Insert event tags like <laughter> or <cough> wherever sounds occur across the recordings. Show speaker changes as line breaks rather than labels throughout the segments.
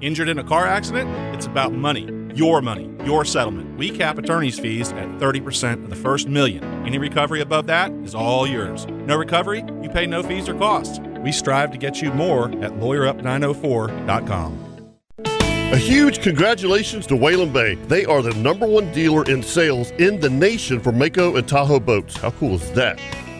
Injured in a car accident? It's about money. Your money, your settlement. We cap attorney's fees at 30% of the first million. Any recovery above that is all yours. No recovery? You pay no fees or costs. We strive to get you more at lawyerup904.com.
A huge congratulations to Whalen Bay. They are the number one dealer in sales in the nation for Mako and Tahoe boats. How cool is that?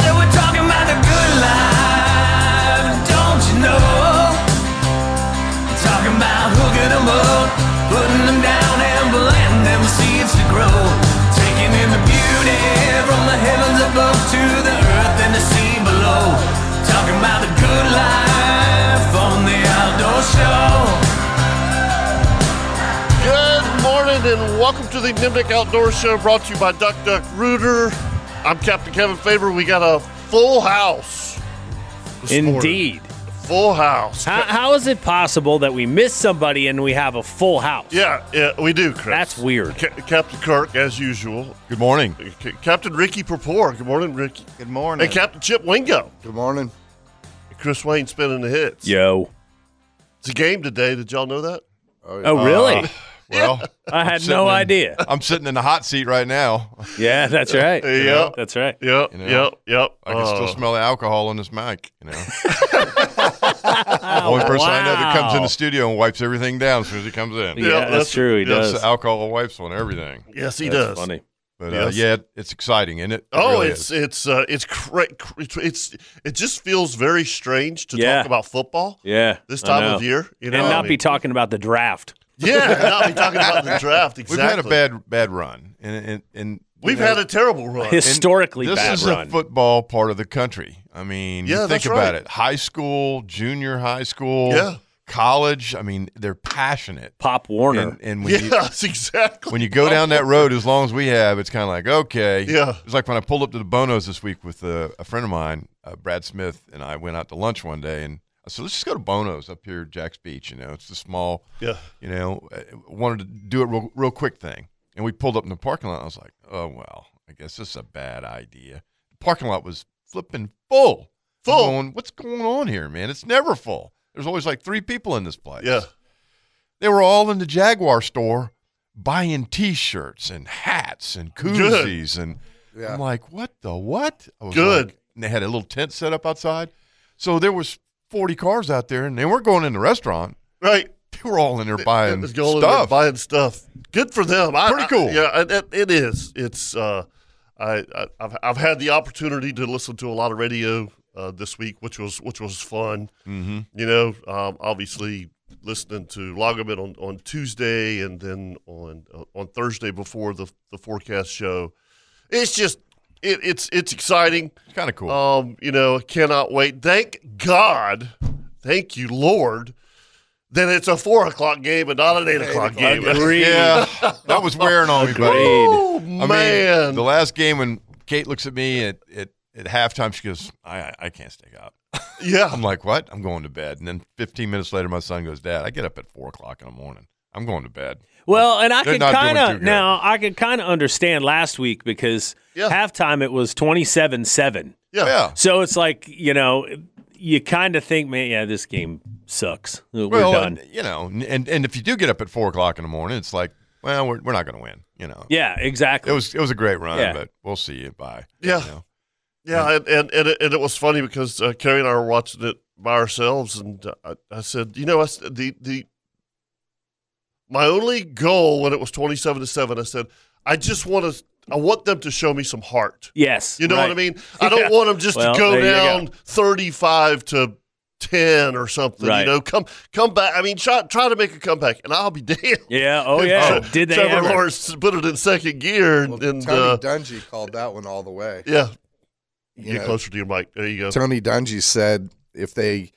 So we're talking about the good life, don't you know? Talking about hooking 'em up, putting them down and planting them seeds to grow. Taking in the beauty from the heavens above to the earth and the sea below. Talking about the good life on the outdoor show.
Good morning and welcome to the Nimnik Outdoor Show brought to you by Duck Duck Rooter. I'm Captain Kevin Faber. We got a full house. this morning.
Indeed.
Full house.
How, how is it possible that we miss somebody and we have a full house?
Yeah, yeah, we do, Chris.
That's weird.
Ca- Captain Kirk, as usual. Uh,
Good morning.
Ca- Captain Ricky Purpore. Good morning, Ricky.
Good morning.
And Captain Chip Wingo.
Good morning.
Chris Wayne spinning the hits.
Yo.
It's a game today. Did y'all know that? Uh,
Oh, really?
Well,
I had
sitting
no
in-
idea.
I'm sitting in the hot seat right now.
Yeah,
<laughs>
that's right.
Yeah.
That's right.
Yep,
You know,
yep, yep.
I can
Uh,
still smell the alcohol on this mic. You know, only person I know that comes in
Wow.
the studio and wipes everything down as soon as he comes in.
Yeah, that's,
that's-
true. He
Yes,
does.
the alcohol wipes on everything.
Yes, he
That's
does.
Funny.
But uh,
Yes.
yeah, it- it's exciting, isn't it? It
Oh,
really
it's
is.
it's uh, it's, cra- cr- it's it's it just feels very strange to
Yeah.
talk about football
Yeah.
this
I
time
know.
of year. You know,
And
I
not
mean-
be talking about the draft.
yeah, and not be <laughs> talking about the
<laughs>
draft.
we've
Exactly.
had a bad bad run, and and, and you
We've
know,
had a terrible run.
Historically
this
bad
is
run.
the football part of the country. I mean, you
Yeah,
think
that's
about
right.
it: high school, junior high school,
Yeah.
college. I mean, they're passionate.
Pop Warner.
And, and
<laughs>
when you,
yes, exactly.
when you go down that road as long as we have, it's kind of like okay.
Yeah.
It's like when I pulled up to the Bonos this week with uh, a friend of mine, uh, Brad Smith, and I went out to lunch one day, and I said, let's just go to Bonos up here, at Jack's Beach. You know, it's a small,
Yeah.
you know, uh, wanted to do it real, real quick thing, and we pulled up in the parking lot. And I was like, oh well, I guess this is a bad idea. The parking lot was flipping full, I'm
Full.
going, What's going on here, man? It's never full. There's always like three people in this place.
Yeah.
They were all in the Jaguar store buying T-shirts and hats and koozies, and I'm like, "What the what?" I was
Good.
like- and they had a little tent set up outside, so there was 40 cars out there, and they weren't going in the restaurant.
Right.
They were all in there buying
It's going in there
stuff.
buying stuff. Good for them. I-
Pretty
I-
cool.
yeah, it, it- it is. It's. Uh, I, I I've, I've had the opportunity to listen to a lot of radio uh, this week, which was which was fun.
mm-hmm.
You know, um, obviously listening to Loggerman on, on Tuesday and then on uh, on Thursday before the the forecast show. It's just it, it's it's exciting.
It's kind of cool.
Um, you know, cannot wait. Thank God, thank you, Lord, that it's a four o'clock game and not an eight o'clock game. <laughs>
Agreed.
yeah, that was wearing on me, buddy.
Oh
I
man,
mean, the last game when Kate looks at me at at, at halftime, she goes, "I I- I can't stay up."
yeah,
I'm like, what? I'm going to bed. And then 15 minutes later, my son goes, Dad, I get up at four o'clock in the morning. I'm going to bed.
Well, and I
They're
could
not doing
kind
too
of
good.
now I could kind of understand last week because
Yeah.
halftime it was twenty seven seven.
yeah,
Yeah.
So it's like you know, you kind of think, man, yeah, this game sucks. We're
well,
done.
and, you know, and and if you do get up at four o'clock in the morning, it's like, well, we're, we're not going to win. You know,
yeah, exactly.
it was it was a great run,
Yeah.
but we'll see you. Bye.
Yeah.
You know?
yeah. And and and it, and it was funny because uh, Carrie and I were watching it by ourselves, and uh, I, I said, you know, I, s- the the my only goal when it was twenty seven to seven, I said, I just want to, I want them to show me some heart.
Yes,
you know what I
right.
mean. I don't
Yeah. <laughs>
want them just
Well,
to go
there you go.
down thirty five to. 10 or something you
Right.
know come come back i mean try try to make a comeback and i'll be <laughs> damned
Yeah. Oh yeah. Did they
Trevor
ever?
Lawrence put it in second gear and, and
Tony
uh,
Dungy called that one all the way.
yeah
You
get
know,
closer to your mic there you go
Tony Dungy said if they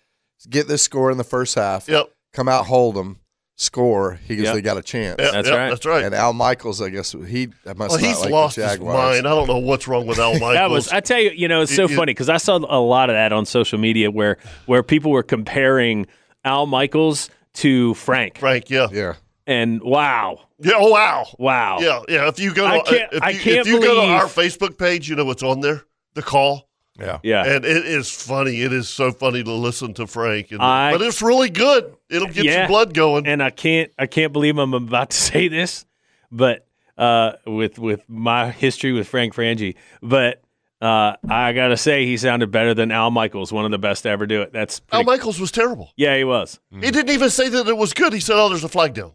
get this score in the first half,
yep
come out, hold them, score, he goes,
Yep.
they got a chance.
Yeah,
That's
yeah,
right.
That's right.
And Al Michaels, I guess he that must
well,
not
he's
like
lost
the
his
Jaguars.
mind. I don't know what's wrong with Al
<laughs>
Michaels.
That was I tell you, you know, it's so
It- it-
funny because I saw a lot of that on social media where where people were comparing Al Michaels to Frank,
Frank. Yeah. yeah.
Yeah.
and wow,
Oh wow.
wow,
Yeah. Yeah. If you go,
I
to,
can't-
if you,
I
if
can't
you go to
believe-
our Facebook page, you know what's on there. The call,
Yeah.
yeah.
and it is funny. It is so funny to listen to Frank, and,
I-
but it's really good. It'll get your
Yeah.
blood going.
and I can't I can't believe I'm about to <laughs> say this, but uh, with with my history with Frank Frangie, but uh, I gotta say he sounded better than Al Michaels, one of the best to ever do it. That's
Al
pretty,
Michaels was terrible.
yeah, he was.
Hmm.
He didn't even say that it was good. He said, "Oh, there's a
<laughs>
flag down."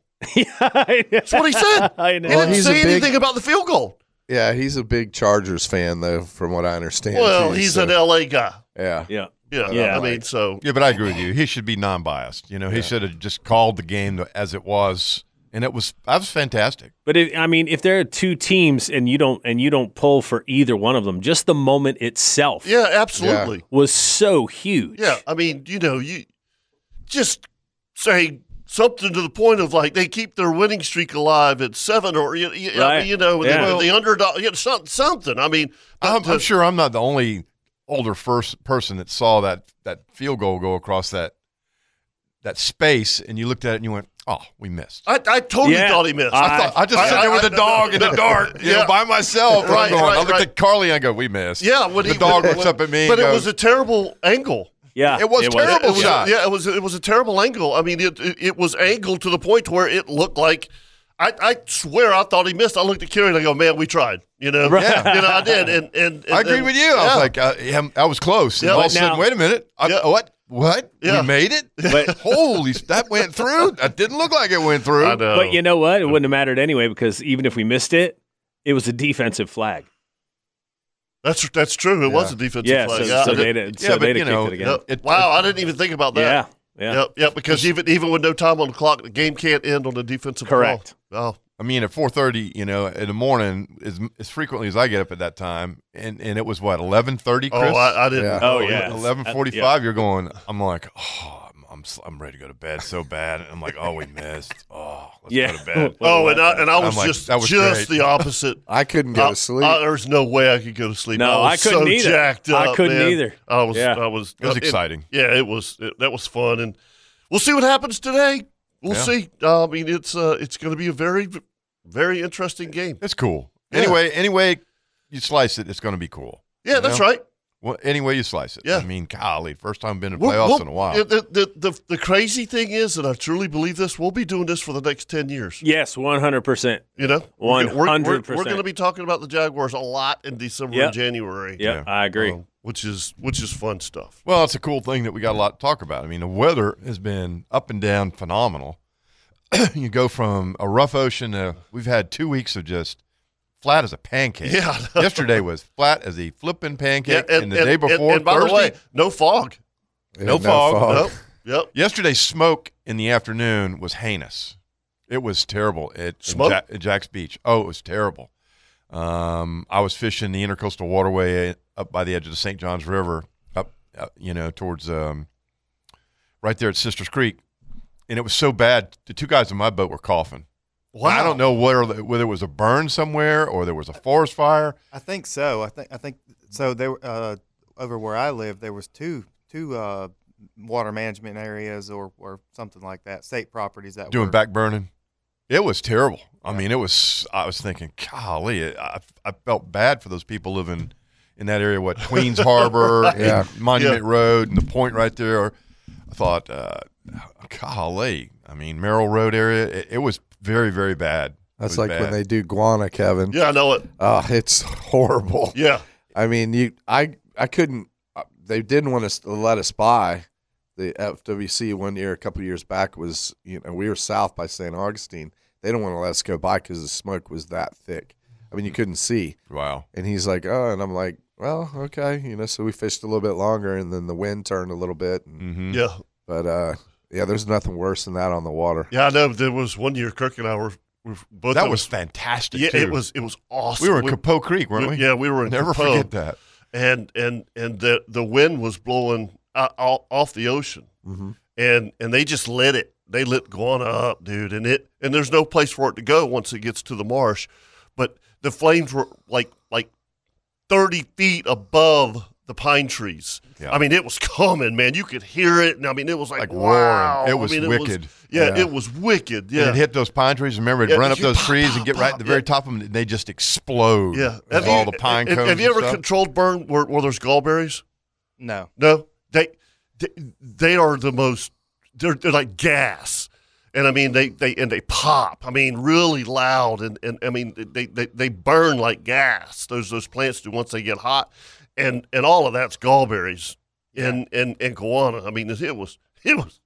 That's
That's what he said.
<laughs> I
He
know.
Well,
didn't
he's a
say
big-
anything about the field goal.
Yeah, he's a big Chargers fan though, from what I understand.
Well,
too,
he's
so-
an LA guy.
Yeah.
Yeah,
Yeah,
Yeah.
I mean, so
Yeah, but I agree with you. He should be non-biased. You know, he should have just called the game as it was, and it was that was fantastic.
but if, I mean, if there are two teams and you don't and you don't pull for either one of them, just the moment itself,
yeah, absolutely.
was so huge.
Yeah, I mean, you know, you just say something to the point of like they keep their winning streak alive at seven or you, you, I
Right.
mean, you know
Yeah.
the, the underdog, you know, something, something. I mean,
I'm,
but
I'm
to-
sure I'm not the only older first person that saw that that field goal go across that that space, and you looked at it and you went, "Oh, we missed." I,
I, I totally
Yeah.
thought he missed.
I-
thought I just
I-
sat
I-
there with a
I-
dog
<laughs>
in the dark, you
Yeah.
know, by myself. I'm
Oh, Right,
going,
right,
I looked
right.
at Carly and I go, "We missed."
yeah, when
the
he-
dog
when-
looks up at me. and
but it
goes,
was a terrible angle.
yeah,
It was
It
terrible.
was,
shot.
Yeah, it was it was a terrible angle. I mean, it it, it was angled to the point where it looked like. I, I swear I thought he missed. I looked at Kerry and I go, man, we tried. You know,
Yeah.
you know, I did. And and, and
I agreed
and-
with you. I
yeah.
was like, uh, yeah, I was close. And
Yeah.
all of a
But
sudden,
now-
wait a minute. I,
Yeah.
What? What?
Yeah.
We made
<laughs>
it?
But-
Holy, s- that
<laughs>
went through. That didn't look like it went through.
I know.
But you know what? It wouldn't have mattered anyway because even if we missed it, it was a defensive flag.
That's that's true. It was a defensive
Yeah,
flag.
so,
Yeah,
so
I did-
they'd, so
but,
they'd
you
have
know,
kicked it again.
yep. wow, I didn't even think about
yeah,
that.
yeah,
Yep, yep. Because even even with no time on the clock, the game can't end on a defensive call.
Correct.
Oh,
I mean, at four thirty, you know, in the morning, as as frequently as I get up at that time, and and it was what eleven thirty.
oh, I, I didn't.
Yeah.
Oh, yeah.
eleven
Uh,
forty-five. You're going. I'm like, oh, I'm, I'm s- I'm ready to go to bed so bad, and I'm like, oh, we missed. Oh, let's
Yeah.
<laughs>
go to bed.
<laughs> Oh, and I, and I was
like,
just
that was
just
great.
the opposite.
I couldn't go
I-
to sleep.
I- there's no way I could go to sleep.
No,
I, was
I couldn't
so
either.
Jacked
I
up,
couldn't
man.
either.
I was. uh,
Yeah.
I was.
It was exciting.
yeah, it was. It, that was fun, and we'll see what happens today. We'll
Yeah.
see. Uh, I mean, it's uh, it's going to be a very, very interesting game.
It's cool.
Yeah.
Anyway, anyway, you slice it, it's going to be cool.
Yeah, that's
Yeah.
right.
Well, any way you slice it.
Yeah.
I mean, golly, first time been in
We'll-
playoffs
we'll-
in a while.
The, the, the, the crazy thing is, and I truly believe this, we'll be doing this for the next 10 years.
Yes, one hundred percent.
You know? We're- we're- We're, we're,
100%.
going to be talking about the Jaguars a lot in December
Yep.
and January.
Yeah,
Yeah.
I agree.
Oh.
<laughs> Um, which is which is fun stuff.
well, it's a cool thing that we got a lot to talk about. I mean, the weather has been up and down phenomenal. <clears throat> you go from a rough ocean to we've had two weeks of just flat as a pancake.
Yeah, <laughs> I know.
Yesterday was flat as a flipping pancake.
Yeah,
and, the day before,
and, by
Thursday,
the way, no fog.
Yeah,
no fog.
Nope. Yep.
yesterday's smoke in the afternoon was heinous. It was terrible at, in
Smoke?
Ja- at Jack's Beach. Oh, it was terrible. Um, I was fishing the intercoastal waterway up by the edge of the St. Johns River, up, up you know, towards um, right there at Sisters Creek, and it was so bad. The two guys in my boat were coughing.
Wow.
I don't know whether whether it was a burn somewhere or there was a forest fire.
I think so. I think I think so. There uh, over where I live, there was two two uh, water management areas or, or something like that, state properties that
doing
were,
back burning. It was terrible. I mean, it was. I was thinking, golly, it, I, I felt bad for those people living in that area. What
<laughs>
Queens Harbor,
Yeah.
and Monument Road, and the point right there. I thought, uh, golly, I mean Merrill Road area. It, it was very, very bad. It
That's
was
like
bad.
when they do guana, Kevin.
Yeah, I know it.
Oh, it's <laughs> horrible.
Yeah.
I mean, you, I, I couldn't. uh, They didn't want us to let us by, the FWC one year, a couple years back, was you know we were south by St. Augustine. They don't want to let us go by because the smoke was that thick. I mean, you couldn't see.
Wow.
And he's like, oh, and I'm like, well, okay, you know. So we fished a little bit longer, and then the wind turned a little bit. And,
Mm-hmm.
Yeah,
But uh, yeah, there's nothing worse than that on the water.
yeah, I know. There was one year Kirk and I were, we were both.
That
of
was
us-
fantastic.
Yeah, it
too.
was. It was awesome.
We were in Capoe Creek, weren't we?
Yeah, we were in
Never
Capoe.
forget that.
and and and the the wind was blowing o- o- off the ocean,
Mm-hmm.
Mhm.
and and they just lit it. They lit guana up, dude, and it and there's no place for it to go once it gets to the marsh, but the flames were like like thirty feet above the pine trees.
Yeah.
I mean, it was <laughs> coming, man. You could hear it, and I mean, it was like,
Like roaring.
wow.
It
I
was
mean,
wicked.
yeah,
Yeah.
it was wicked.
And
Yeah,
it hit those pine trees. Remember, it'd
Yeah,
run up
you-
those
pop,
trees and
pop,
get right at the
pop,
very
yeah.
top of them. and They just explode.
yeah.
With all the pine
have-
cones.
Have you
and
ever
stuff.
controlled burn where, where there's gallberries?
No.
No, they, they they are the most. They're they're like gas, and I mean they they and they pop. I mean really loud, and and I mean they they, they burn like gas. Those those plants do once they get hot, and and all of that's gallberries and and and guana. I mean it was it was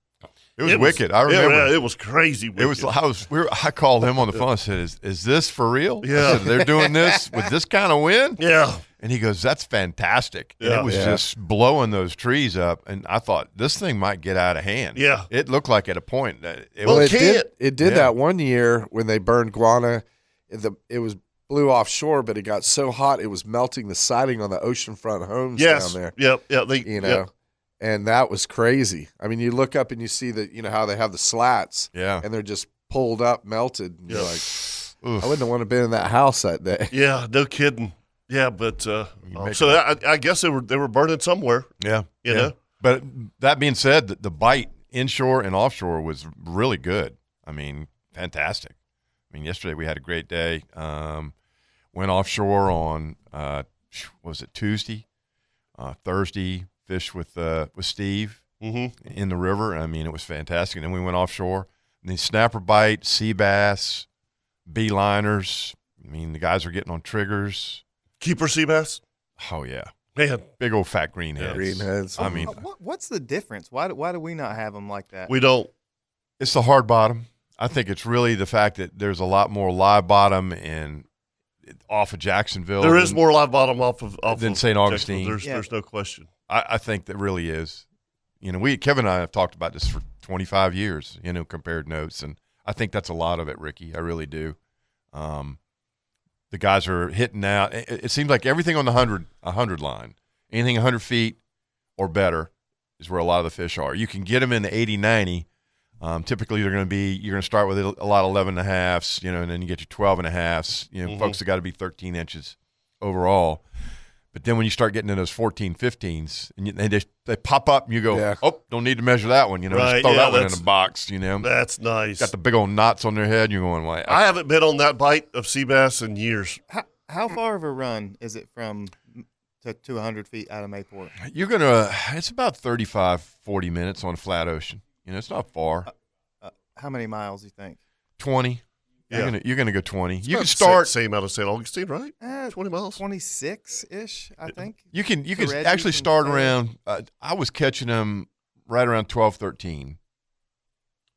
It was wicked. I
yeah,
remember.
yeah, it, was crazy. Wicked.
It was. I <laughs> was. We were, I called him on the phone. I said, "Is is this for real? I
Yeah.
said, They're doing
<laughs>
this with this kind of wind."
yeah.
And he goes, "That's fantastic." And
Yeah.
it was
Yeah.
just blowing those trees up, and I thought this thing might get out of hand.
Yeah.
It looked like at a point that it
Well,
was.
it
did.
can't.
It did
Yeah.
that one year when they burned guana. The it was blew offshore, but it got so hot it was melting the siding on the oceanfront homes
Yes.
down there.
Yep. Yeah. They.
You know,
yeah.
and that was crazy. I mean, you look up and you see that you know how they have the slats,
Yeah.
and they're just pulled up, melted. And you're
Yeah.
like,
Oof.
I wouldn't have want to been in that house that
<laughs>
day.
Yeah. No kidding. Yeah. But uh,
You
oh,
make
so I, I guess they were they were burning somewhere.
Yeah.
You
yeah.
know?
But that being said, the, the bite inshore and offshore was really good. I mean, fantastic. I mean, yesterday we had a great day. Um, went offshore on uh, phew, what was it Tuesday, uh, Thursday. Fished with uh, with Steve
hmm
in the river. I mean, it was fantastic. And then we went offshore. And then snapper bite, sea bass, bee liners. I mean, the guys are getting on triggers.
Keeper sea bass.
Oh yeah,
Man,
big old fat greenheads.
Greenheads.
I mean,
What, what's the difference? Why do, why do we not have them like that?
we don't.
It's the hard bottom. I think it's really the fact that there's a lot more live bottom in off of Jacksonville.
There is
than-
more live bottom off of off
Than
of
St.
Jacksonville.
Augustine.
There's
Yeah.
there's no question.
I, I think that really is. You know, we Kevin and I have talked about this for 25 years. You know, compared notes, and I think that's a lot of it, Ricky. I really do. Um, the guys are hitting out. It, it seems like everything on the hundred a hundred line, anything 100 feet or better, is where a lot of the fish are. You can get them in the 80, 90. Um, typically, they're going to be you're going to start with a lot of 11 and a halfs, you know, and then you get your 12 and a halfs. You know,
Mhm.
folks have got to be 13 inches overall. But then when you start getting into those 14, 15s, and you, they just they pop up, and you go,
Yeah.
oh, don't need to measure that one. You know,
Right,
just throw
yeah,
that one in
that's-
a box. You know,
That's nice.
got the big old knots on their head. And you're going, like,
I haven't been on that bite of sea bass in years.
how, how far of a run is it from to 200 feet out of Mayport?
you're going to. It's about 35, 40 minutes on a flat ocean. You know, it's not far.
Uh, how many miles you think?
20.
Yeah.
You're going to you're going to go 20. you
About
can
the
start.
sa- same out of St. Augustine, right?
Uh,
Twenty miles.
26 ish, I think.
You can you
The
can
Reggies
actually
and
start
Fairs.
around. Uh, I was catching them right around 12, 13.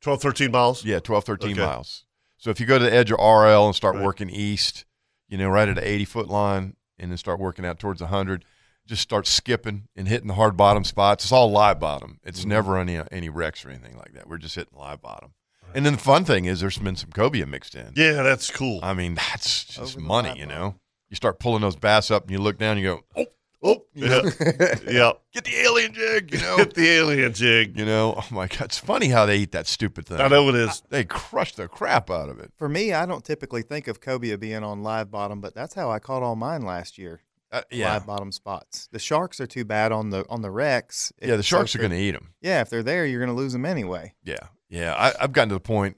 12, 13 miles.
Yeah, 12, 13
Okay.
miles. So if you go to the edge of RL and start
Right.
working east, you know, right at the 80 foot line and then start working out towards 100, just start skipping and hitting the hard bottom spots. It's all live bottom. It's
Mm-hmm.
never any any wrecks or anything like that. We're just hitting live bottom. And then the fun thing is there's been some cobia mixed in.
Yeah, that's cool.
I mean, that's just
Over the
money,
live
you
bottom.
know. You start pulling those bass up and you look down and you go, oh,
oh, yeah.
<laughs>
yeah.
get the alien jig, you know.
Hit the alien jig.
you know, oh my God, it's funny how they eat that stupid thing.
I know it is.
They crush the crap out of it.
For me, I don't typically think of cobia being on live bottom, but that's how I caught all mine last year.
Uh, yeah.
Live bottom spots. The sharks are too bad on the on the wrecks.
yeah, the sharks are going to eat them.
Yeah, if they're there, you're going to lose them anyway.
Yeah, yeah. I, I've gotten to the point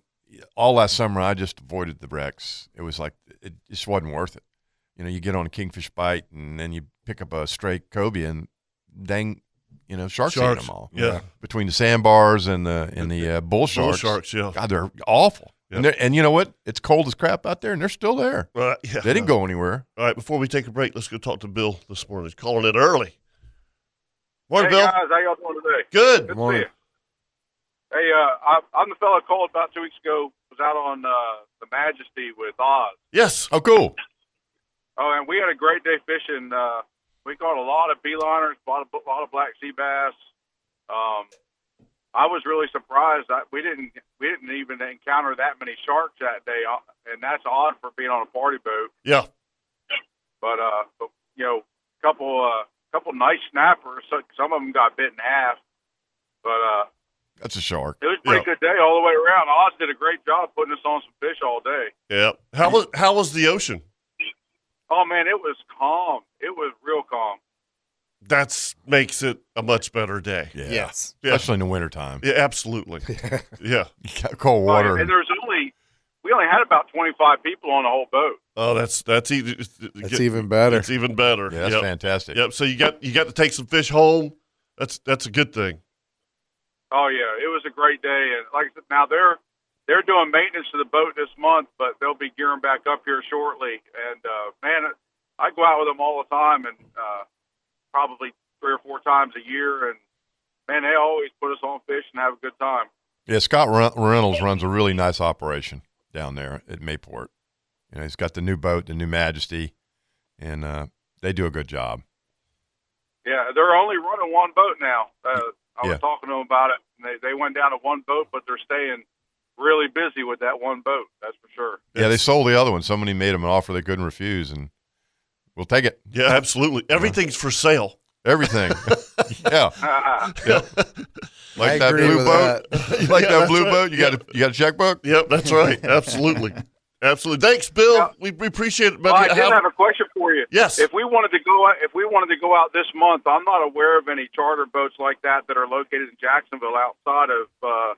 all last summer. I just avoided the wrecks. It was like it just wasn't worth it. You know, you get on a kingfish bite, and then you pick up a stray cobia, and dang, you know, sharks, eat 'em
Sharks,
them all.
yeah. Yeah.
between the sandbars and the and the uh, bull
Bull
sharks,
sharks, yeah.
God, they're awful. And,
Yep.
they're, and you know what? It's cold as crap out there, and they're still there.
All right, yeah.
They didn't go anywhere.
All right, before we take a break, let's go talk to Bill this morning. He's calling it early. Morning,
hey
Bill.
guys, how y'all doing today?
Good.
Good
morning.
to see you. Hey, uh, I, I'm the fellow called about two weeks ago. Was out on uh, the Majesty with Oz.
Yes.
Oh, cool.
Oh, and we had a great day fishing. Uh, we caught a lot of beeliners, a lot of, a lot of black sea bass. Um, I was really surprised that we didn't we didn't even encounter that many sharks that day, uh, and that's odd for being on a party boat.
Yeah.
But uh, but, you know, couple uh, couple nice snappers. So, some of them got bit in half, but uh,
That's a shark.
it was a pretty good day all the way around. Oz did a great job putting us on some fish all day.
Yeah. How was how was the ocean?
Oh man, it was calm. It was real calm.
That's makes it a much better day.
Yeah.
Yes.
Yeah.
Especially in the wintertime.
Yeah,
<laughs>
absolutely.
<laughs>
yeah.
Cold
Oh,
water.
yeah, And there's only we only had about 25 people on the whole boat.
Oh, that's that's easy.
That's even better.
It's even better.
Yeah, that's
yep.
fantastic.
Yep. So you got you got to take some fish home. That's that's a good thing.
Oh yeah, it was a great day. And like I said, now they're they're doing maintenance to the boat this month, but they'll be gearing back up here shortly. And uh, man, I go out with them all the time, and uh, probably three or four times a year. And man, they always put us on fish and have a good time.
Yeah, Scott Re- Reynolds runs a really nice operation down there at Mayport. You know, he's got the new boat, the new Majesty, and uh, they do a good job.
Yeah, they're only running one boat now. Uh, I was
Yeah.
talking to them about it. And they they went down to one boat, but they're staying really busy with that one boat. That's for sure.
Yeah, they
It's-
sold the other one. Somebody made them an offer they couldn't refuse, and we'll take it.
Yeah, absolutely. Everything's for sale. <laughs>
Everything. <laughs>
<laughs>
yeah,
Uh-uh.
<laughs> like
I
that
agree
blue
with
boat.
that.
<laughs>
You like
Yeah,
that
that's
blue
right.
boat? You got a, you got a checkbook?
Yep, that's
<laughs>
right. absolutely, absolutely. Thanks, Bill.
Yeah.
We, we appreciate it.
Well, I
buddy.
did
How-
have a question for you.
Yes.
If we wanted to go, out, if we wanted to go out this month, I'm not aware of any charter boats like that that are located in Jacksonville outside of uh,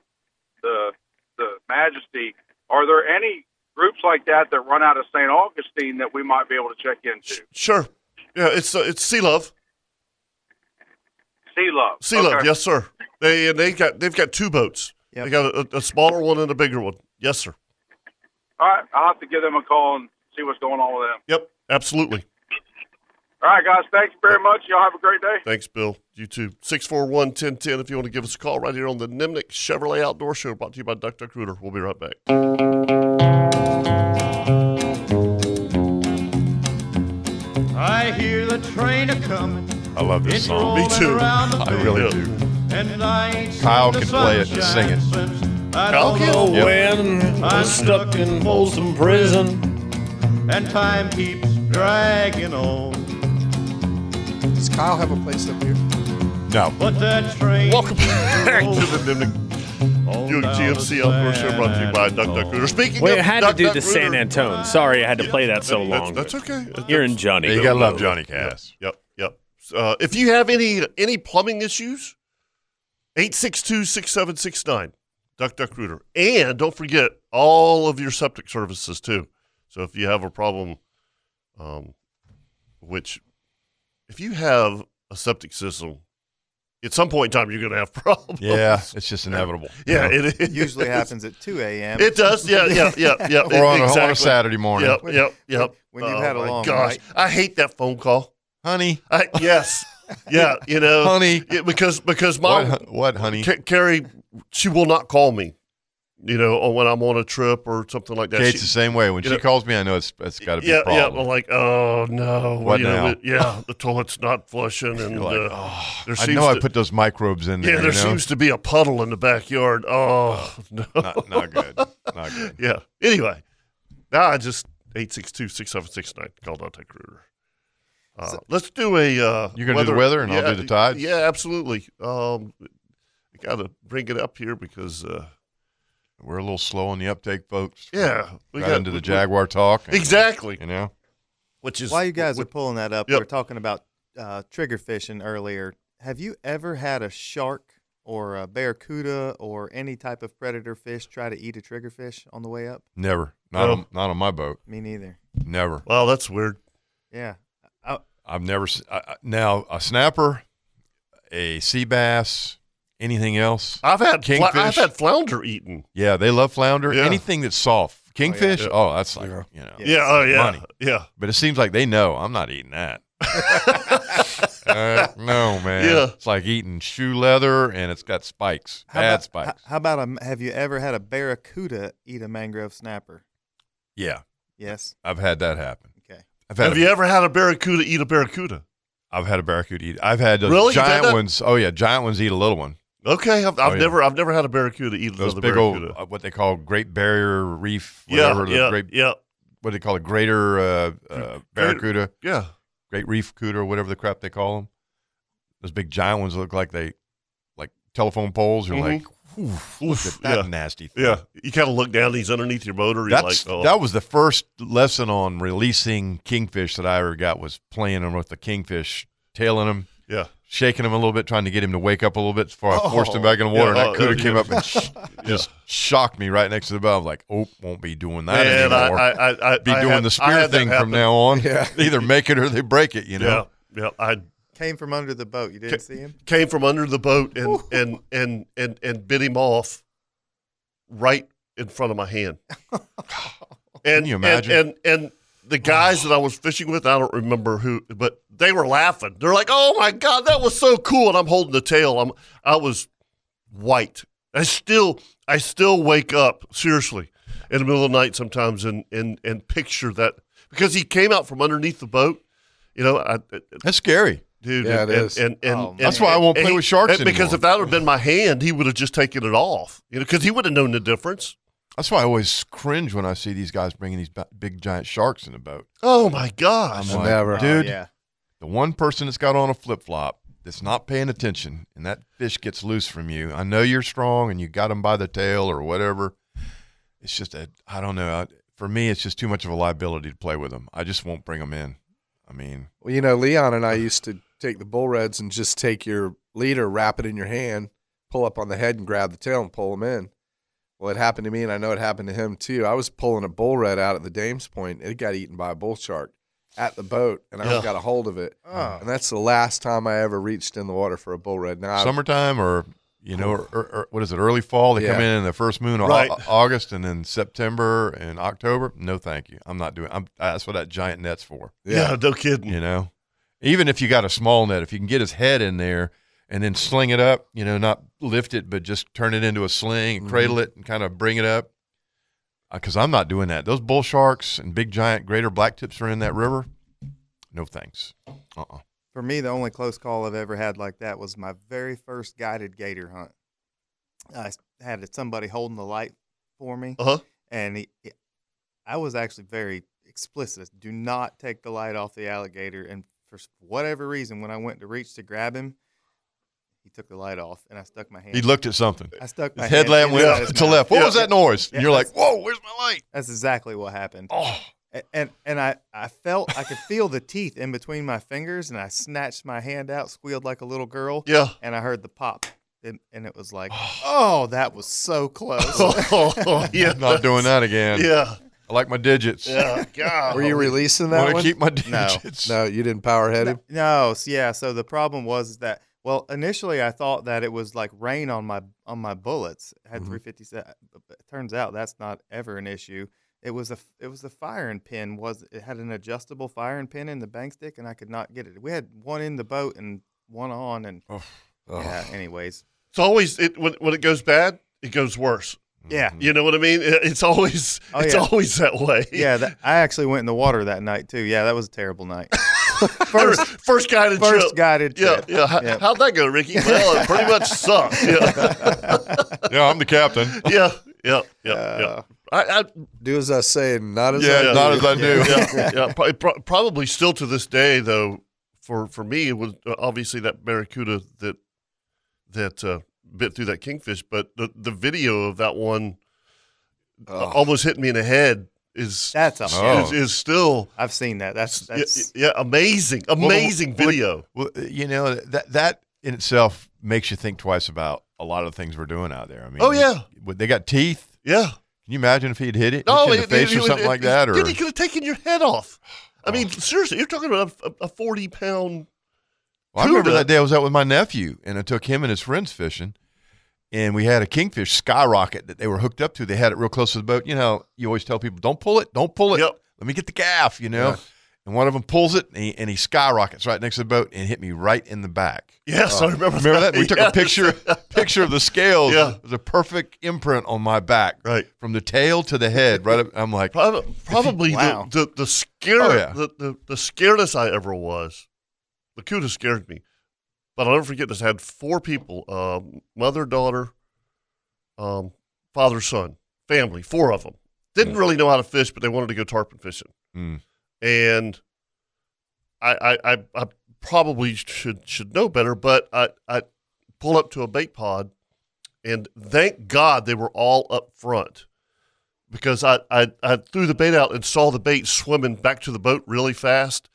the the Majesty. Are there any groups like that that run out of St. Augustine that we might be able to check into?
sure. Yeah, it's uh, it's Sea Love.
Sea Love.
Sea Love.
Okay.
Yes, sir. They and they got they've got two boats.
Yep.
They got a, a smaller one and a bigger one. Yes, sir.
All right, I'll have to give them a call and see what's going on with them.
Yep, absolutely.
All right, guys. Thanks very much. Y'all have a great day.
Thanks, Bill. You too. 641 1010 if you want to give us a call right here on the Nimnik Chevrolet Outdoor Show brought to you by Duck Duck Rooter. We'll be right back.
I hear the train a coming,
I love this
It's
song.
Me too.
around the
I really
Yeah.
do.
and I ain't seen
Kyle
the
can play it and sing
sunshine
it.
since I
Kyle
don't
can?
know
Yep.
When I'm stuck in Folsom Prison,
And time keeps dragging on,
Does Kyle have a place up here?
No,
but that train.
Welcome
keeps
back to
rolling
the Nimnik
on
Buick
down
GMC
the
Outdoor Show brought to you by
San
Duck Duck Rooter. Speaking
Wait,
of
I had
Duck
to do
Duck
the San
Rooter-
Antone. Sorry, I had to play that so
That's-
long.
That's, okay.
You're in Johnny.
you gotta love Johnny Cass.
Yep, yep. Uh, if you have any any plumbing issues, 862-6769, Duck Duck Rooter. And don't forget all of your septic services too. So if you have a problem, um, which if you have a septic system, at some point in time you're going to have <laughs> problems.
Yeah, it's just inevitable.
yeah,
You know?
it is. <laughs>
Usually happens at 2 a.m.
It does.
<laughs>
Yeah, yeah, yeah,
<laughs>
yeah.
or on a,
exactly.
on a Saturday morning,
Yep, yep, yep.
When you've
oh
had a
my
long
gosh,
night.
I hate that phone call.
honey,
I, yes. Yeah, you know,
<laughs> honey,
yeah, because because
what,
my
hon- what, honey?
Ca- Carrie, she will not call me. You know, or when I'm on a trip or something like that.
Kate's
She-
the same way. When
you
she
know-
calls me, I know it's it's got to be
yeah,
a
yeah.
problem.
I'm like, oh no,
What
you know,
now?
it- yeah, the toilet's not flushing, and
You're like,
uh,
oh,
there
I
seems
know I
to-
put those microbes in there.
yeah, there
you know?
seems to be a puddle in the backyard.
<sighs>
Oh no,
not, not good. Not good.
<laughs> yeah. Anyway, now I just eight six two six seven six nine called Dante Kruger. Uh, let's do a. Uh,
You're gonna do the weather and I'll do the tides?
Yeah, absolutely. Um, I gotta bring it up here because uh,
We're a little slow on the uptake, folks.
yeah, we
got,
got
into
we-
the Jaguar talk. and,
exactly.
You know,
Which is
While you guys are pulling that up,
Yep.
we were talking about uh, trigger fishing earlier. Have you ever had a shark or a barracuda or any type of predator fish try to eat a trigger fish on the way up?
never. Not
No.
on, not on my boat.
Me neither.
Never.
wow, that's weird.
Yeah.
I've never. s- I- I- now a snapper, a sea bass, anything else?
I've had fla- I've
Kingfish.
had flounder eaten.
Yeah, they love flounder.
Yeah.
Anything that's soft, kingfish.
Yeah.
Oh, that's like you know.
Yeah.
Yeah, oh yeah,
Money.
yeah. <laughs>
But it seems like they know I'm not eating that. Uh, no, man.
Yeah.
It's like eating shoe leather and it's got spikes.
How
bad
about,
spikes.
h- How, about a m have you ever had a barracuda eat a mangrove snapper?
yeah.
Yes.
I've had that happen.
Okay.
I've had
Have
a,
you ever had a barracuda eat a barracuda?
I've had a barracuda eat. I've had those
Really? You've had
giant
that?
ones. Oh yeah, giant ones eat a little one.
Okay, I've, I've
Oh, yeah.
never, I've never had a barracuda eat
Those
another
big
barracuda.
old uh, what they call Great Barrier Reef,
yeah,
whatever the
yeah,
great
yeah,
what do they call it? Greater uh, uh, barracuda,
yeah.
Great Reef Cuda, or whatever the crap they call them. Those big giant ones look like they like telephone poles. You're like,
Mm-hmm. Oof,
look
oof,
at that
yeah,
nasty thing.
yeah. You kind of look down; he's underneath your motor. You're
That's,
like, oh.
That was the first lesson on releasing kingfish that I ever got was playing them with the kingfish, tailing him,
yeah. Oh,
shaking him a little bit, trying to get him to wake up a little bit before I forced him back in the water. and
Yeah,
that
oh,
could have
<laughs> yeah.
came up and sh- just shocked me right next to the bow. I'm like, oh, won't be doing that
Man, I,
anymore.
I, I, I
be
I
doing
had-
the
I
spear
had that
thing
happen.
from now on.
Yeah.
They either make it or they break it, you know?
Yeah, yeah. I
Came from under the boat. You didn't see him?
came from under the boat and and and and and bit him off right in front of
<laughs>
my hand. And
you
and-
imagine?
And and, the guys that I was fishing with, I don't remember who, but they were laughing. They're like, "Oh my god, that was so cool!" And I'm holding the tail. I'm I was white. I still I still wake up seriously in the middle of the night sometimes and and and picture that because he came out from underneath the boat. You know, I,
That's scary.
dude.
Yeah,
and,
it
and-
is.
and- and-
Oh,
and-
That's why I won't
and
play
he-
with sharks
and- Because
anymore.
if that would have been my hand, he would have just taken it off. You know, because he would have known the difference.
That's why I always cringe when I see these guys bringing these ba- big giant sharks in the boat.
Oh my gosh!
I'm like,
never.
dude,
yeah.
the one person that's got on a flip flop that's not paying attention and that fish gets loose from you. I know you're strong and you got him by the tail or whatever. It's just a, I don't know. I, for me, it's just too much of a liability to play with them. I just won't bring them in. I mean,
Well, you know, Leon and I used to take the bull reds and just take your leader, wrap it in your hand, pull up on the head and grab the tail and pull him in. Well, it happened to me, and I know it happened to him too. I was pulling a bull red out at the Dames Point. It got eaten by a bull shark at the boat, and I
Yeah.
got a hold of it.
Oh.
And that's the last time I ever reached in the water for a bull red. Now, I-
summertime or, you know, or, or, or what is it, early fall? They come
Yeah.
in in the first moon, au-
Right.
August, and then September and October. No, thank you. I'm not doing I'm, That's what that giant net's for.
yeah. no kidding.
you know even if you got a small net if you can get his head in there and then sling it up you know not lift it but just turn it into a sling and cradle
Mm-hmm.
it and kind of bring it up because i'm not doing that those bull sharks and big giant greater black tips are in that river no thanks uh-uh
For me, the only close call I've ever had like that was my very first guided gator hunt. I s- had somebody holding the light for me,
Uh-huh.
Uh huh.
and he, he- I was actually very explicit. Do not take the light off the alligator. And for s- whatever reason, when I went to reach to grab him, he took the light off, and I stuck my hand.
he looked at something
I stuck my
his
hand
headlamp went
into
up
his
to
mouth.
left what
Yeah.
was that noise and
Yeah,
you're like
that's-
whoa where's my light
That's exactly what happened.
oh
A- and and I, I felt I could feel the teeth in between my fingers, and I snatched my hand out, squealed like a little girl,
Yeah.
and I heard the pop, and, and it was like, oh, that was so close.
<laughs>
<laughs>
Oh, yeah.
not doing that again
<laughs> Yeah.
i like my digits
<laughs>
Yeah. God.
were you releasing that
want to
one?
keep my <laughs> digits
no, you didn't power head him.
no, so yeah. So the problem was that well, initially I thought that it was like rain on my on my bullets. I had
Mm-hmm.
Mhm.
357. but- but It turns out that's not ever an issue. It was a f- it was the firing pin was it had an adjustable firing pin in the bank stick, and I could not get it. We had one in the boat and one on, and yeah. Anyways,
It's always it when when it goes bad, it goes worse.
yeah.
Mm-hmm.
You know what I mean? It- It's always
Oh,
<laughs> it's
yeah.
always that way.
Yeah, that, I actually went in the water that night too. Yeah, that was a terrible night.
First, first guided
First
trip.
guided
Yeah,
trip.
yeah. How,
Yep.
How'd that go, Ricky? Well, it pretty much
<laughs>
sucked. Yeah,
<laughs> yeah i'm the captain
<laughs> yeah, yeah, yeah.
Uh,
yeah. I, I
Do as I say, and not as I
yeah
do.
not as i
<laughs>
do
yeah, yeah. Pro- pro- probably still to this day, though. For for me, it was uh, obviously that barracuda that that uh, bit through that kingfish, but the the video of that one uh, almost hitting me in the head is
That's
<laughs>
a.
Oh.
is, is still
I've seen that. That's that's.
yeah, yeah, amazing,
Well, well,
amazing
well,
video.
Well, you know that that in itself makes you think twice about a lot of the things we're doing out there. I mean,
Oh, yeah.
what- they got teeth.
yeah,
Can you imagine if he'd hit it, hit you in the face or something
oh, it-
like that? Or
dude, he could have taken your head off. I mean, seriously, you're talking about a, a forty pound.
Well, I remember
Cuda.
that day I was out with my nephew, and I took him and his friends fishing, and we had a kingfish skyrocket that they were hooked up to. They had it real close to the boat. You know, you always tell people, "Don't pull it, don't pull it.
Yep.
Let me get the gaff." You know, and one of them pulls it, and he, and he skyrockets right next to the boat and hit me right in the back.
Yes,
Uh,
I remember.
Remember that? We took a
Yes. <laughs>
picture picture of the scales.
Yeah.
the perfect imprint on my back,
Right.
from the tail to the head. Right, up, I'm like,
Probably, probably
Wow.
the, the, the scare,
Oh, yeah.
the, the, the scaredest I ever was. Lakuta scared me. But I'll never forget this. I had four people um, mother, daughter, um, father, son, family, four of them. Didn't really know how to fish, but they wanted to go tarpon fishing.
Mm.
And I, I, I, I probably should should know better, but I, I pull up to a bait pod, and thank God they were all up front because I, I, I threw the bait out and saw the bait swimming back to the boat really fast,